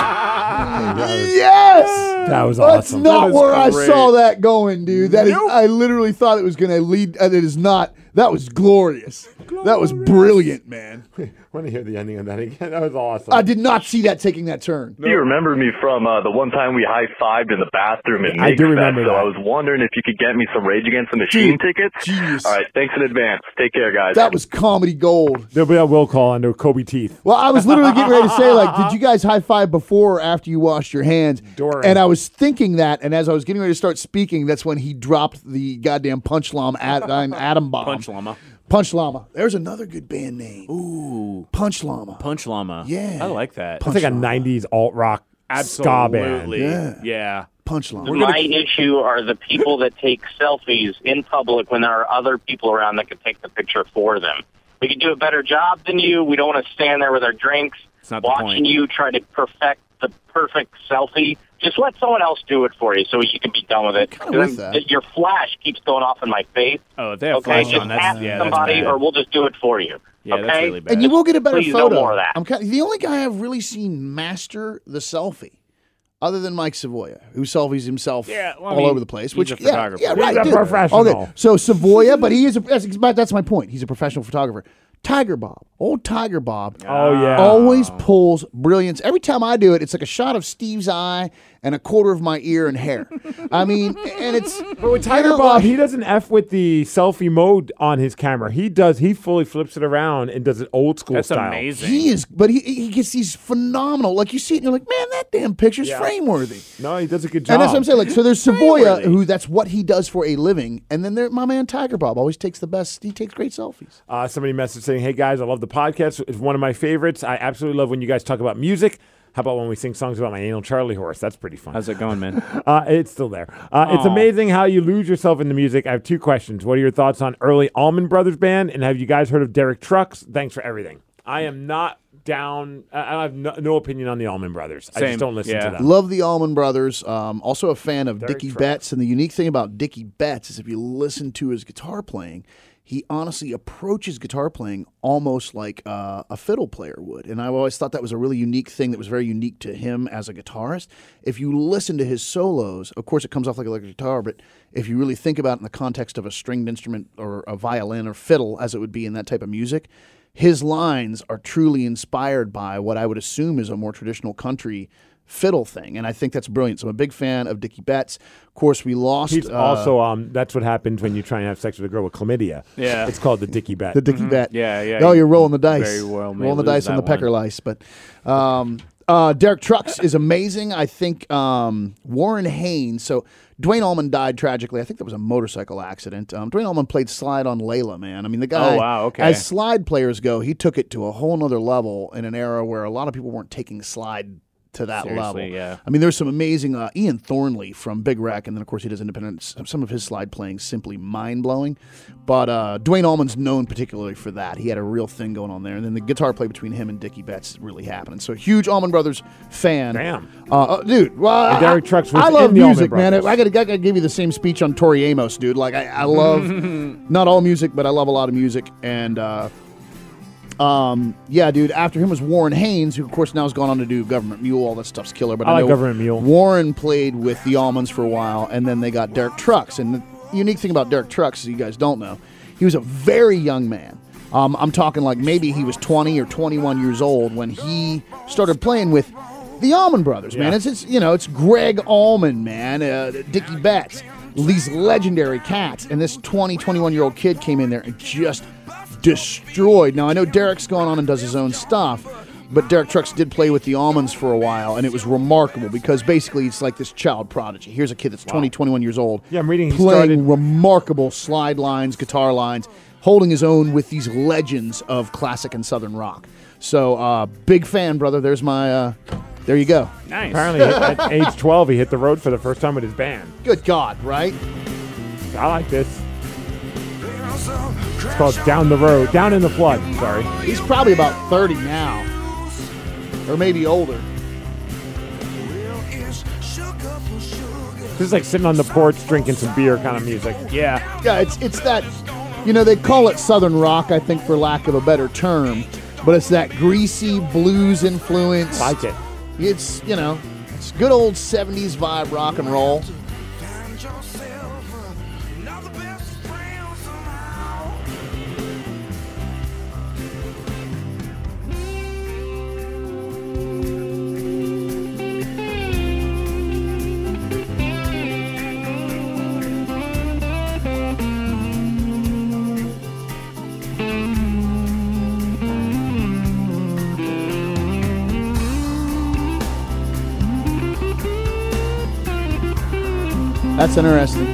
Speaker 3: yes,
Speaker 2: Mm, That was
Speaker 3: that's
Speaker 2: awesome.
Speaker 3: not
Speaker 4: That was
Speaker 3: where I
Speaker 4: great.
Speaker 3: saw that going, dude. That is, I literally thought it was going to lead. and it is not. That was glorious. That was brilliant, man.
Speaker 2: want to hear the ending of that again? (laughs) That was awesome.
Speaker 3: I did not see that taking that turn.
Speaker 9: You remember me from uh, the one time we high fived in the bathroom at
Speaker 2: I
Speaker 9: Mig's
Speaker 2: do remember
Speaker 9: Fest, so
Speaker 2: that.
Speaker 9: I was wondering if you could get me some Rage Against the Machine tickets.
Speaker 3: jeez.
Speaker 9: All right, thanks in advance. Take care, guys.
Speaker 3: That was comedy gold.
Speaker 2: There'll be a will call under Kobe Teeth.
Speaker 3: Well, I was literally getting ready to say, like, did you guys high five before or after you washed your hands?
Speaker 2: During.
Speaker 3: And I was thinking that, and as I was getting ready to start speaking, that's when he dropped the goddamn punch llama at an atom bomb.
Speaker 4: Punch Llama.
Speaker 3: Punch llama. There's another good band name. Ooh. Punch llama.
Speaker 4: Punch Llama.
Speaker 3: Yeah.
Speaker 4: I like that.
Speaker 2: It's like a 90s alt rock ska band.
Speaker 4: Absolutely.
Speaker 3: Yeah.
Speaker 4: yeah.
Speaker 3: punch llama.
Speaker 8: My issue are the people that take selfies in public when there are other people around that could take the picture for them. We could do a better job than you. We don't want to stand there with our drinks
Speaker 4: It's not the
Speaker 8: watching
Speaker 4: point.
Speaker 8: you try to perfect the perfect selfie. Just let someone else do it for you so you can be done with it.
Speaker 3: kinda with that.
Speaker 8: Your flash keeps going off in my face.
Speaker 4: Oh, if they have
Speaker 8: okay,
Speaker 4: flash
Speaker 8: just
Speaker 4: on,
Speaker 8: ask
Speaker 4: that's yeah, that's
Speaker 8: somebody
Speaker 4: bad.
Speaker 8: or we'll just do it for you.
Speaker 4: yeah,
Speaker 8: okay?
Speaker 4: that's really bad.
Speaker 3: And you will get a better
Speaker 8: Please, no
Speaker 3: photo.
Speaker 8: more of that.
Speaker 3: I'm kind the only guy I've really seen master the selfie, other than Mike Savoya, who selfies himself
Speaker 4: Yeah, well, I
Speaker 3: all
Speaker 4: mean,
Speaker 3: over the place.
Speaker 4: he's
Speaker 3: which
Speaker 4: a
Speaker 3: yeah,
Speaker 4: photographer.
Speaker 3: yeah,
Speaker 4: He's
Speaker 3: right,
Speaker 2: a
Speaker 3: dude.
Speaker 2: professional.
Speaker 3: Okay, so Savoya, but he is a that's, ex- but that's my point. He's a professional photographer. Tiger Bob, old Tiger Bob,
Speaker 2: Oh, yeah.
Speaker 3: always pulls brilliance. Every time I do it, it's like a shot of Steve's eye and a quarter of my ear and hair. I mean, and it's
Speaker 2: (laughs) But with Tiger Bob, he doesn't f with the selfie mode on his camera. He does. He fully flips it around and does it old school
Speaker 4: that's
Speaker 2: style.
Speaker 4: amazing.
Speaker 3: He is, but he he gets these phenomenal. Like you see it, and you're like, man, that damn picture's
Speaker 2: Yeah.
Speaker 3: frame worthy.
Speaker 2: No, he does a good job.
Speaker 3: And that's what I'm saying. Like, so there's Savoya,
Speaker 2: Frameworthy.
Speaker 3: who that's what he does for a living, and then there, my man Tiger Bob always takes the best. He takes great selfies.
Speaker 2: Uh, somebody messaged saying, "Hey guys, I love the podcast. It's one of my favorites. I absolutely love when you guys talk about music. How about when we sing songs about my anal Charlie horse? That's pretty fun.
Speaker 4: How's it going, man?
Speaker 2: Uh, it's still there. Uh, it's amazing how you lose yourself in the music. I have two questions. What are your thoughts on early Almond Brothers band? And have you guys heard of Derek Trucks? Thanks for everything. I am not down. I I have no, no opinion on the Almond Brothers. I
Speaker 4: Same.
Speaker 2: just don't listen
Speaker 4: Yeah.
Speaker 2: to them.
Speaker 3: Love the Allman Brothers. Um, also a fan of
Speaker 2: Very
Speaker 3: Dickie
Speaker 2: true.
Speaker 3: Betts, and the unique thing about Dickie Betts is if you listen to his guitar playing. He honestly approaches guitar playing almost like uh, a fiddle player would. And I've always thought that was a really unique thing that was very unique to him as a guitarist. If you listen to his solos, of course, it comes off like an electric guitar, but if you really think about it in the context of a stringed instrument or a violin or fiddle, as it would be in that type of music, his lines are truly inspired by what I would assume is a more traditional country fiddle thing. And I think that's brilliant. So I'm a big fan of Dickie Betts. Of course, we lost
Speaker 2: He's
Speaker 3: uh,
Speaker 2: also um. That's what happens when you try and have sex with a girl with chlamydia.
Speaker 4: Yeah.
Speaker 2: it's called the Dicky Bat.
Speaker 3: the Dickie Betts.
Speaker 4: Yeah, yeah.
Speaker 3: Mm-hmm. Oh, you're rolling the dice.
Speaker 4: Very well may
Speaker 3: rolling the
Speaker 4: lose
Speaker 3: dice on the
Speaker 4: that
Speaker 3: pecker lice. But um, uh, Derek Trucks is amazing. I think um, Warren Haynes. So Dwayne Allman died tragically. I think that was a motorcycle accident. Um, Dwayne Allman played slide on Layla, man. I mean, the guy.
Speaker 4: Oh, wow, okay.
Speaker 3: As slide players go, he took it to a whole nother level in an era where a lot of people weren't taking slide. To that
Speaker 4: Seriously,
Speaker 3: level,
Speaker 4: yeah.
Speaker 3: I mean, there's some amazing uh, Ian Thornley from Big Rack, and then of course he does Independence. Some of his slide playing is simply mind blowing, but uh, Dwayne Allman's known particularly for that. He had a real thing going on there, and then the guitar play between him and Dickie Betts is really happening. So huge Allman Brothers fan.
Speaker 2: Damn.
Speaker 3: uh, uh, dude. Well, I-
Speaker 2: Derek Trucks was
Speaker 3: I love
Speaker 2: in the Allman
Speaker 3: music, man. I,
Speaker 2: Brothers.
Speaker 3: I gotta, I gotta give you the same speech on Tori Amos, dude. Like I, I
Speaker 2: (laughs)
Speaker 3: love not all music, but I love a lot of music, and. Uh, um, yeah, dude. After him was Warren Haynes, who of course now has gone on to do Government Mule. All that stuff's killer. But I,
Speaker 2: I like
Speaker 3: know
Speaker 2: Government Mule.
Speaker 3: Warren played with the Almonds for a while, and then they got Derek Trucks. And the unique thing about Derek Trucks, you guys don't know, he was a very young man. Um, I'm talking like maybe he was 20 or 21 years old when he started playing with the Almond Brothers. Man, it's, it's you know it's Greg Allman, man, uh, Dickie Betts, these legendary cats, and this 20, 21 year old kid came in there and just destroyed. Now I know Derek's gone on and does his own stuff, but Derek Trucks did play with the Almonds for a while, and it was remarkable because basically it's like this child prodigy. Here's a kid that's 20, 21 years old.
Speaker 2: Yeah, I'm reading he
Speaker 3: playing
Speaker 2: started-
Speaker 3: remarkable slide lines, guitar lines, holding his own with these legends of classic and southern rock. So uh, big fan, brother. There's my. Uh, there you go.
Speaker 4: Nice.
Speaker 2: Apparently,
Speaker 4: (laughs)
Speaker 2: at age 12, he hit the road for the first time with his band.
Speaker 3: Good God, right?
Speaker 2: I like this. It's called Down the Road, Down in the Flood. Sorry.
Speaker 3: He's probably about 30 now, or maybe older.
Speaker 2: This is like sitting on the porch drinking some beer kind of music.
Speaker 4: Yeah.
Speaker 3: Yeah, it's it's that you know they call it southern rock, I think, for lack of a better term, but it's that greasy blues influence.
Speaker 2: Like it.
Speaker 3: It's you know, it's good old '70s vibe rock and roll. That's interesting.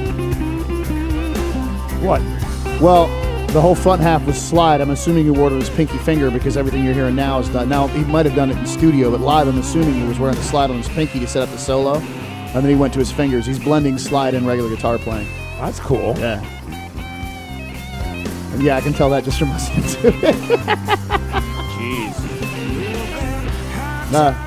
Speaker 2: What?
Speaker 3: Well, the whole front half was slide. I'm assuming he wore it with his pinky finger because everything you're hearing now is done. Now, he might have done it in studio, but live, I'm assuming he was wearing the slide on his pinky to set up the solo. And then he went to his fingers. He's blending slide and regular guitar playing.
Speaker 2: That's cool.
Speaker 3: Yeah. And yeah, I can tell that just from listening to it.
Speaker 4: Jeez.
Speaker 3: Nah,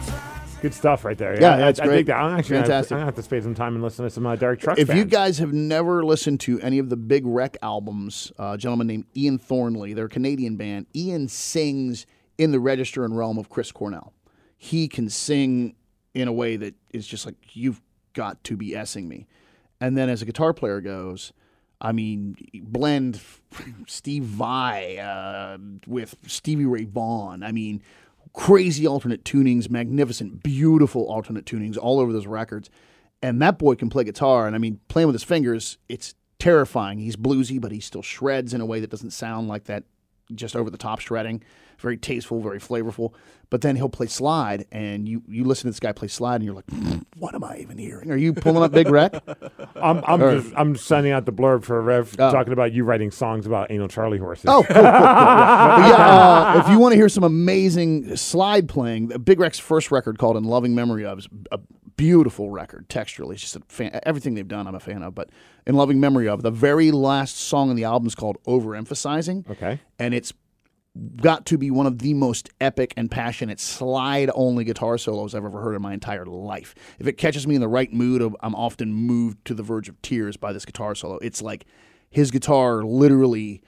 Speaker 2: Good stuff right there.
Speaker 3: Yeah,
Speaker 2: I-
Speaker 3: that's
Speaker 2: I,
Speaker 3: great.
Speaker 2: think that I'm actually gonna-
Speaker 3: Fantastic.
Speaker 2: I'm gonna have to spend some time and listen to some uh, Derek Trucks.
Speaker 3: if you guys have never listened to any of the Big Wreck albums, uh, a gentleman named Ian Thornley, they're a Canadian band. Ian sings in the register and realm of Chris Cornell. He can sing in a way that is just like, you've got to be S-ing me. And then as a guitar player goes, I mean, blend (laughs) Steve Vai uh, with Stevie Ray Vaughan. I mean, crazy alternate tunings, magnificent, beautiful alternate tunings all over those records. And that boy can play guitar. And I mean, playing with his fingers, it's terrifying. He's bluesy, but he still shreds in a way that doesn't sound like that just over the top shredding. Very tasteful, very flavorful. But then he'll play slide, and you, you listen to this guy play slide, and you're like, "Hmm, what am I even hearing? Are you pulling up Big Wreck?
Speaker 2: I'm I'm,
Speaker 3: Or-
Speaker 2: just, I'm sending out the blurb for Rev talking about you writing songs about anal Charlie horses.
Speaker 3: Oh, cool, cool, cool. Yeah. But yeah, uh, if you want to hear some amazing slide playing, the Big Rec's first record called "In Loving Memory of" is a beautiful record texturally. It's just a fan, everything they've done, I'm a fan of. But "In Loving Memory of," the very last song on the album is called "Overemphasizing."
Speaker 2: Okay.
Speaker 3: and it's got to be one of the most epic and passionate slide only guitar solos I've ever heard in my entire life. If it catches me in the right mood, I'm often moved to the verge of tears by this guitar solo. It's like his guitar literally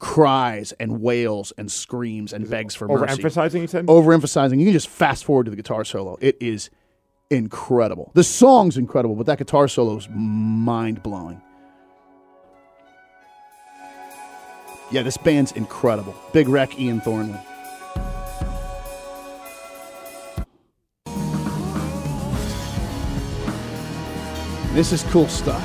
Speaker 3: cries and wails and screams and begs for mercy. Oh.
Speaker 2: Overemphasizing, you said.
Speaker 3: Overemphasizing. You can just fast forward to the guitar solo. It is incredible. The song's incredible, but that guitar solo is mind blowing. Yeah, this band's incredible. Big Wreck, Ian Thornley. This is cool stuff.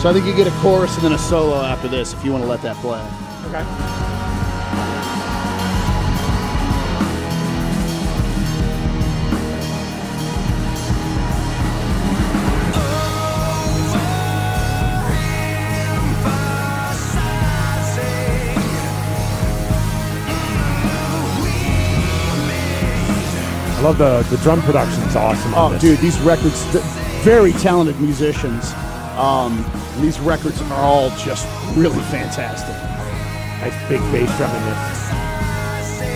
Speaker 3: So I think you get a chorus and then a solo after this if you want to let that play.
Speaker 2: I love the the drum production. It's awesome. on
Speaker 3: Oh,
Speaker 2: this.
Speaker 3: dude, these records, th- very talented musicians. Um, and these records are all just really fantastic.
Speaker 2: nice big bass drum in this.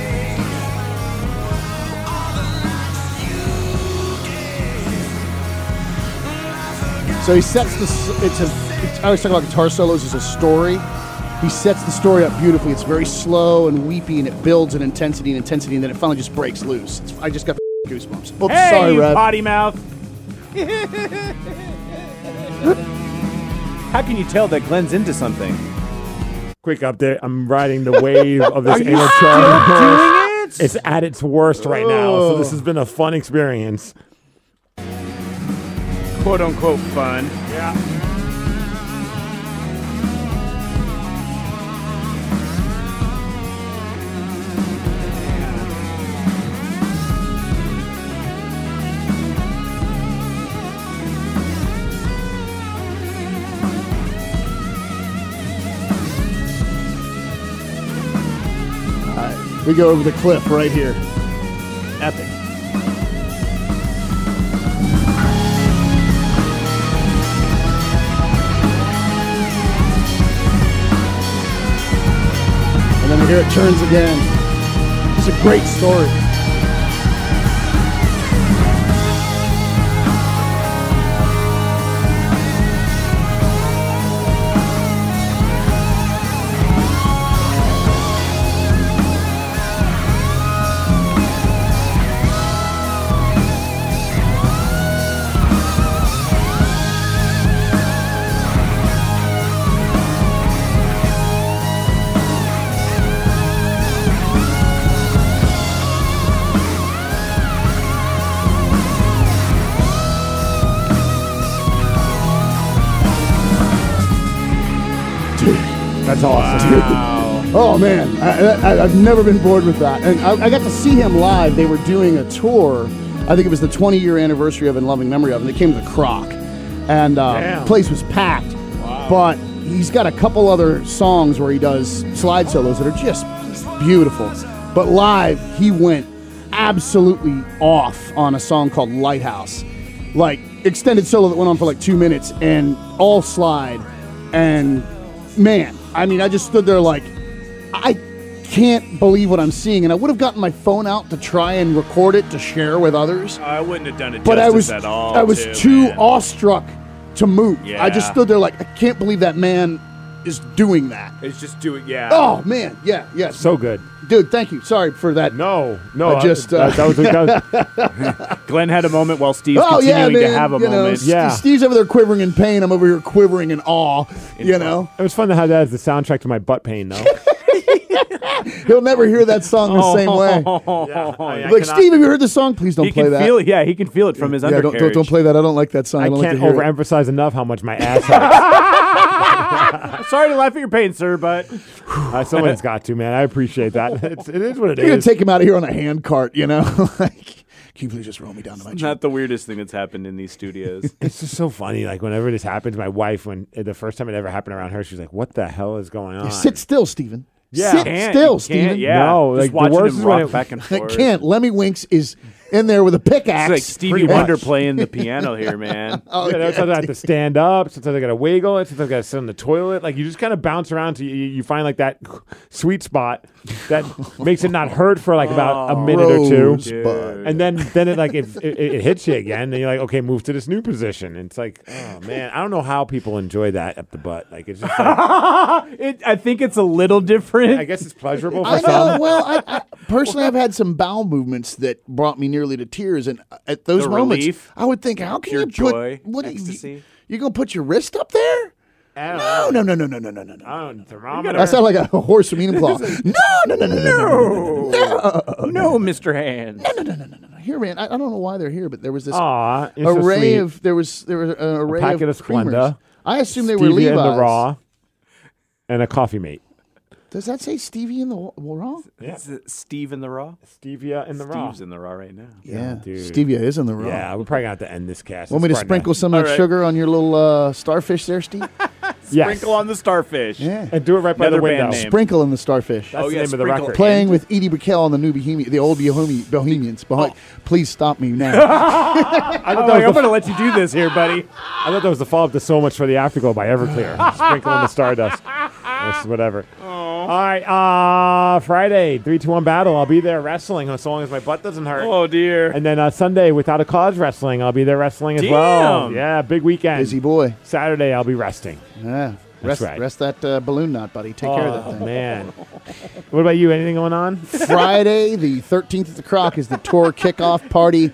Speaker 3: So he sets the. s- It's a. It's, I always talk about guitar solos as a story. He sets the story up beautifully. It's very slow and weepy, and it builds in intensity and intensity, and then it finally just breaks loose. It's, I just got the goosebumps. Oops,
Speaker 4: Hey,
Speaker 3: sorry,
Speaker 4: you
Speaker 3: Rev.
Speaker 4: potty mouth. How can you tell that Glenn's into something?
Speaker 2: Quick update. I'm riding
Speaker 3: (laughs)
Speaker 2: the wave of this anal Charlie horse. It's at its worst right now. So this has been a fun experience.
Speaker 4: Quote unquote fun.
Speaker 3: We go over the cliff right here. Epic. And then here it turns again. It's a great story.
Speaker 2: That's awesome.
Speaker 4: Wow.
Speaker 3: Oh man, I, I, I've never been bored with that. And I, I got to see him live. They were doing a tour. I think it was the 20 year anniversary of In Loving Memory of, and they came to the Croc, and uh, the place was packed. But he's got a couple other songs where he does slide solos that are just beautiful. But live, he went absolutely off on a song called Lighthouse, like extended solo that went on for like two minutes, and all slide, and man, I mean, I just stood there like. I can't believe what I'm seeing, and I would have gotten my phone out to try and record it to share with others,
Speaker 10: I wouldn't have done it
Speaker 3: but I
Speaker 10: justice
Speaker 3: was
Speaker 10: at all.
Speaker 3: I was too awestruck to move. I
Speaker 10: Yeah.
Speaker 3: just stood there like I can't believe that man is doing that.
Speaker 10: It's just doing, yeah.
Speaker 3: Oh man, yeah, yeah,
Speaker 2: So good.
Speaker 3: dude, thank you. Sorry for that.
Speaker 2: No, no.
Speaker 3: I just,
Speaker 2: that-
Speaker 3: uh,
Speaker 2: that was, that was
Speaker 4: (laughs) Glenn had a moment while Steve's
Speaker 3: Oh yeah,
Speaker 4: continuing
Speaker 3: man.
Speaker 4: to have a
Speaker 3: you know,
Speaker 4: moment.
Speaker 3: S-
Speaker 2: Yeah.
Speaker 3: Steve's over there quivering in pain. I'm over here quivering in awe. you know,
Speaker 2: it was fun to have that as the soundtrack to my butt pain, though.
Speaker 3: he'll never hear that song the (laughs)
Speaker 4: Oh,
Speaker 3: same
Speaker 4: (laughs)
Speaker 3: way. like Steve, have you heard the song? Please don't
Speaker 4: he
Speaker 3: play
Speaker 4: can
Speaker 3: that.
Speaker 4: feel it. Yeah, he can feel it from his
Speaker 3: yeah,
Speaker 4: undercarriage.
Speaker 3: don't, don't don't play that. I don't like that song. I,
Speaker 2: I
Speaker 3: don't
Speaker 2: can't
Speaker 3: like to hear it.
Speaker 2: overemphasize enough how much my ass
Speaker 3: (laughs)
Speaker 2: hurts.
Speaker 4: Sorry to laugh at your pain, sir, but
Speaker 2: Uh, someone's got to, man. I appreciate that. (laughs) It's, it is what it
Speaker 3: You're gonna
Speaker 2: is.
Speaker 3: take him out of here on a hand cart, you know? (laughs) like, can you please just roll me down to my chair?
Speaker 4: (laughs) not the weirdest thing that's happened in these (laughs) studios.
Speaker 2: it's just so funny. Like whenever this happens, my wife, when the first time it ever happened around her, she's like, "What the hell is going on?"
Speaker 3: Sit still, Steven.
Speaker 2: Yeah.
Speaker 3: Sit
Speaker 4: Can't-
Speaker 3: still,
Speaker 4: you
Speaker 3: Steven.
Speaker 4: Can't, yeah.
Speaker 2: No,
Speaker 4: Just
Speaker 2: like, the
Speaker 4: watching
Speaker 2: worst
Speaker 4: him
Speaker 2: is when
Speaker 4: rock
Speaker 2: it-
Speaker 4: back and
Speaker 3: I
Speaker 4: forth.
Speaker 3: can't. Lemmy Winks is in there with a pickaxe.
Speaker 4: It's like Stevie
Speaker 2: pretty
Speaker 4: Wonder
Speaker 2: much.
Speaker 4: playing the piano here, man.
Speaker 3: Oh,
Speaker 2: yeah,
Speaker 3: yeah.
Speaker 2: sometimes I have to stand up. Sometimes I got to wiggle it. Sometimes I got to sit on the toilet. Like you just kind of bounce around till you, you find like that sweet spot
Speaker 3: (laughs)
Speaker 2: that makes it not hurt for like about
Speaker 3: Oh,
Speaker 2: a minute or two.
Speaker 3: Rosebud.
Speaker 2: And then, then it like if it, it hits you again, and you're like, okay, move to this new position. And it's like, oh man, I don't know how people enjoy that up the butt. Like it's just, like,
Speaker 4: It, I think it's a little different.
Speaker 2: I guess it's pleasurable
Speaker 3: I
Speaker 2: for
Speaker 3: know.
Speaker 2: some.
Speaker 3: Well, I, I personally, I've had some bowel movements that brought me nearly to tears, and uh, at those
Speaker 4: The
Speaker 3: moments,
Speaker 4: relief,
Speaker 3: I would think, how can
Speaker 4: pure
Speaker 3: you put
Speaker 4: joy,
Speaker 3: what are you-
Speaker 4: ecstasy.
Speaker 3: You, are gonna put your wrist up there? No, no, no, no, no, no, no, no, no.
Speaker 2: I don't thermometer.
Speaker 3: That sounded like a horse from (laughs) Enid Claw. No, no, no, no, no, no, no, no, no, no.
Speaker 4: no, Mr. Hands.
Speaker 3: Here, man, I, I don't know why they're here, but there was this
Speaker 2: Aw, Oh, you're so
Speaker 3: array
Speaker 2: sweet.
Speaker 3: of there was there was an array
Speaker 2: packet
Speaker 3: of
Speaker 2: of Splenda,
Speaker 3: creamers. I assume they were
Speaker 2: Stevia
Speaker 3: Levi's.
Speaker 2: and the raw, and a coffee mate.
Speaker 3: Does that say Stevie in the wa- raw?
Speaker 4: Is it Steve in the Raw?
Speaker 2: Stevia and the raw.
Speaker 4: Steve's in the Raw right now.
Speaker 3: Yeah,
Speaker 2: dude.
Speaker 3: Stevia is in the raw.
Speaker 2: Yeah, we're probably gonna have to end this cast.
Speaker 3: Want me to sprinkle some of that sugar on your little uh, starfish there, (laughs) Steve?
Speaker 2: yes.
Speaker 4: Sprinkle on the starfish.
Speaker 3: yeah.
Speaker 2: and do it right by
Speaker 4: Another
Speaker 2: the window.
Speaker 4: band name.
Speaker 3: Sprinkle in the starfish.
Speaker 2: That's
Speaker 4: Oh,
Speaker 2: the
Speaker 4: yeah,
Speaker 2: name of the
Speaker 4: sprinkle.
Speaker 2: record.
Speaker 3: Playing with Edie Brickell on the new Bohemian, the old Bohemi- Bohemians.
Speaker 2: Oh.
Speaker 3: Bohe- Please stop me
Speaker 2: (laughs)
Speaker 3: now.
Speaker 2: I
Speaker 4: Oh, I'm
Speaker 2: thought,
Speaker 4: like,
Speaker 2: that
Speaker 4: I'm
Speaker 2: was
Speaker 4: going
Speaker 2: the,
Speaker 4: to let you do this here, buddy.
Speaker 2: I thought that was the follow up to "So Much for the Afterglow" by
Speaker 4: (laughs)
Speaker 2: Everclear. sprinkle in the stardust. That's whatever. All right, uh, Friday, three, two, one battle. I'll be there wrestling as long as my butt doesn't hurt.
Speaker 4: Oh, dear.
Speaker 2: And then uh, Sunday, without a cause wrestling, I'll be there wrestling as well.
Speaker 4: Damn.
Speaker 2: Yeah, big weekend.
Speaker 3: Busy boy.
Speaker 2: Saturday, I'll be resting.
Speaker 3: Yeah. Rest,
Speaker 2: right.
Speaker 3: rest that uh, balloon knot, buddy. Take care of that
Speaker 2: Oh,
Speaker 3: thing.
Speaker 2: man. What about you? Anything going
Speaker 4: (laughs)
Speaker 2: on?
Speaker 3: Friday, the 13th at the Croc, is the tour kickoff party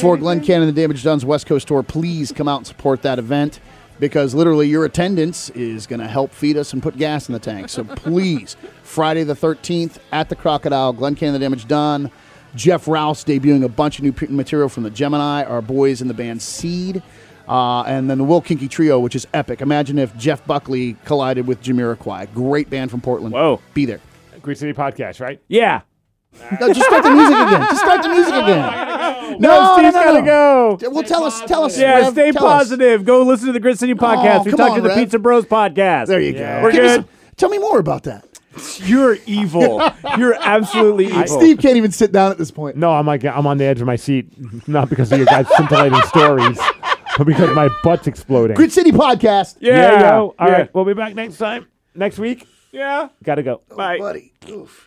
Speaker 3: for Glen Cannon and the Damage Done's West Coast Tour. Please come out and support that event because literally your attendance is going to help feed us and put gas in the tank. So please, Friday the 13th at the Crocodile, Glen Cannon and the Damage Done. Jeff Rouse debuting a bunch of new p- material from the Gemini, our boys in the band Seed. Uh, and then the Will Kinky Trio, which is epic. Imagine if Jeff Buckley collided with Jamiroquai. Great band from Portland.
Speaker 4: Whoa.
Speaker 3: Be there.
Speaker 2: Green City Podcast, right?
Speaker 4: Yeah.
Speaker 3: No, just start the music again. Just start the
Speaker 4: (laughs)
Speaker 3: music again. No,
Speaker 4: Oh,
Speaker 3: no,
Speaker 4: Steve's
Speaker 3: no,
Speaker 4: got to
Speaker 3: no.
Speaker 4: go.
Speaker 3: Well, tell us, tell us.
Speaker 4: Yeah,
Speaker 3: Rev,
Speaker 4: stay
Speaker 3: tell us. Oh,
Speaker 4: positive. Go listen to the Grid City podcast. we
Speaker 3: come
Speaker 4: talked
Speaker 3: on,
Speaker 4: to the
Speaker 3: Rev.
Speaker 4: Pizza Bros podcast.
Speaker 3: There you
Speaker 2: Yeah.
Speaker 3: go.
Speaker 4: We're
Speaker 3: Give me
Speaker 4: good.
Speaker 3: some- tell me more about that.
Speaker 4: You're evil.
Speaker 3: (laughs)
Speaker 4: You're absolutely evil.
Speaker 3: Steve can't even sit down at this point.
Speaker 2: No, I'm like I'm on the edge of my seat, not because of your guys' scintillating stories, but because my butt's exploding.
Speaker 3: Grid City Podcast.
Speaker 4: Yeah.
Speaker 2: There you go. All
Speaker 4: yeah.
Speaker 2: right, we'll be back next time, next week.
Speaker 4: Yeah.
Speaker 2: Gotta go.
Speaker 4: Bye.
Speaker 3: Buddy. Oof.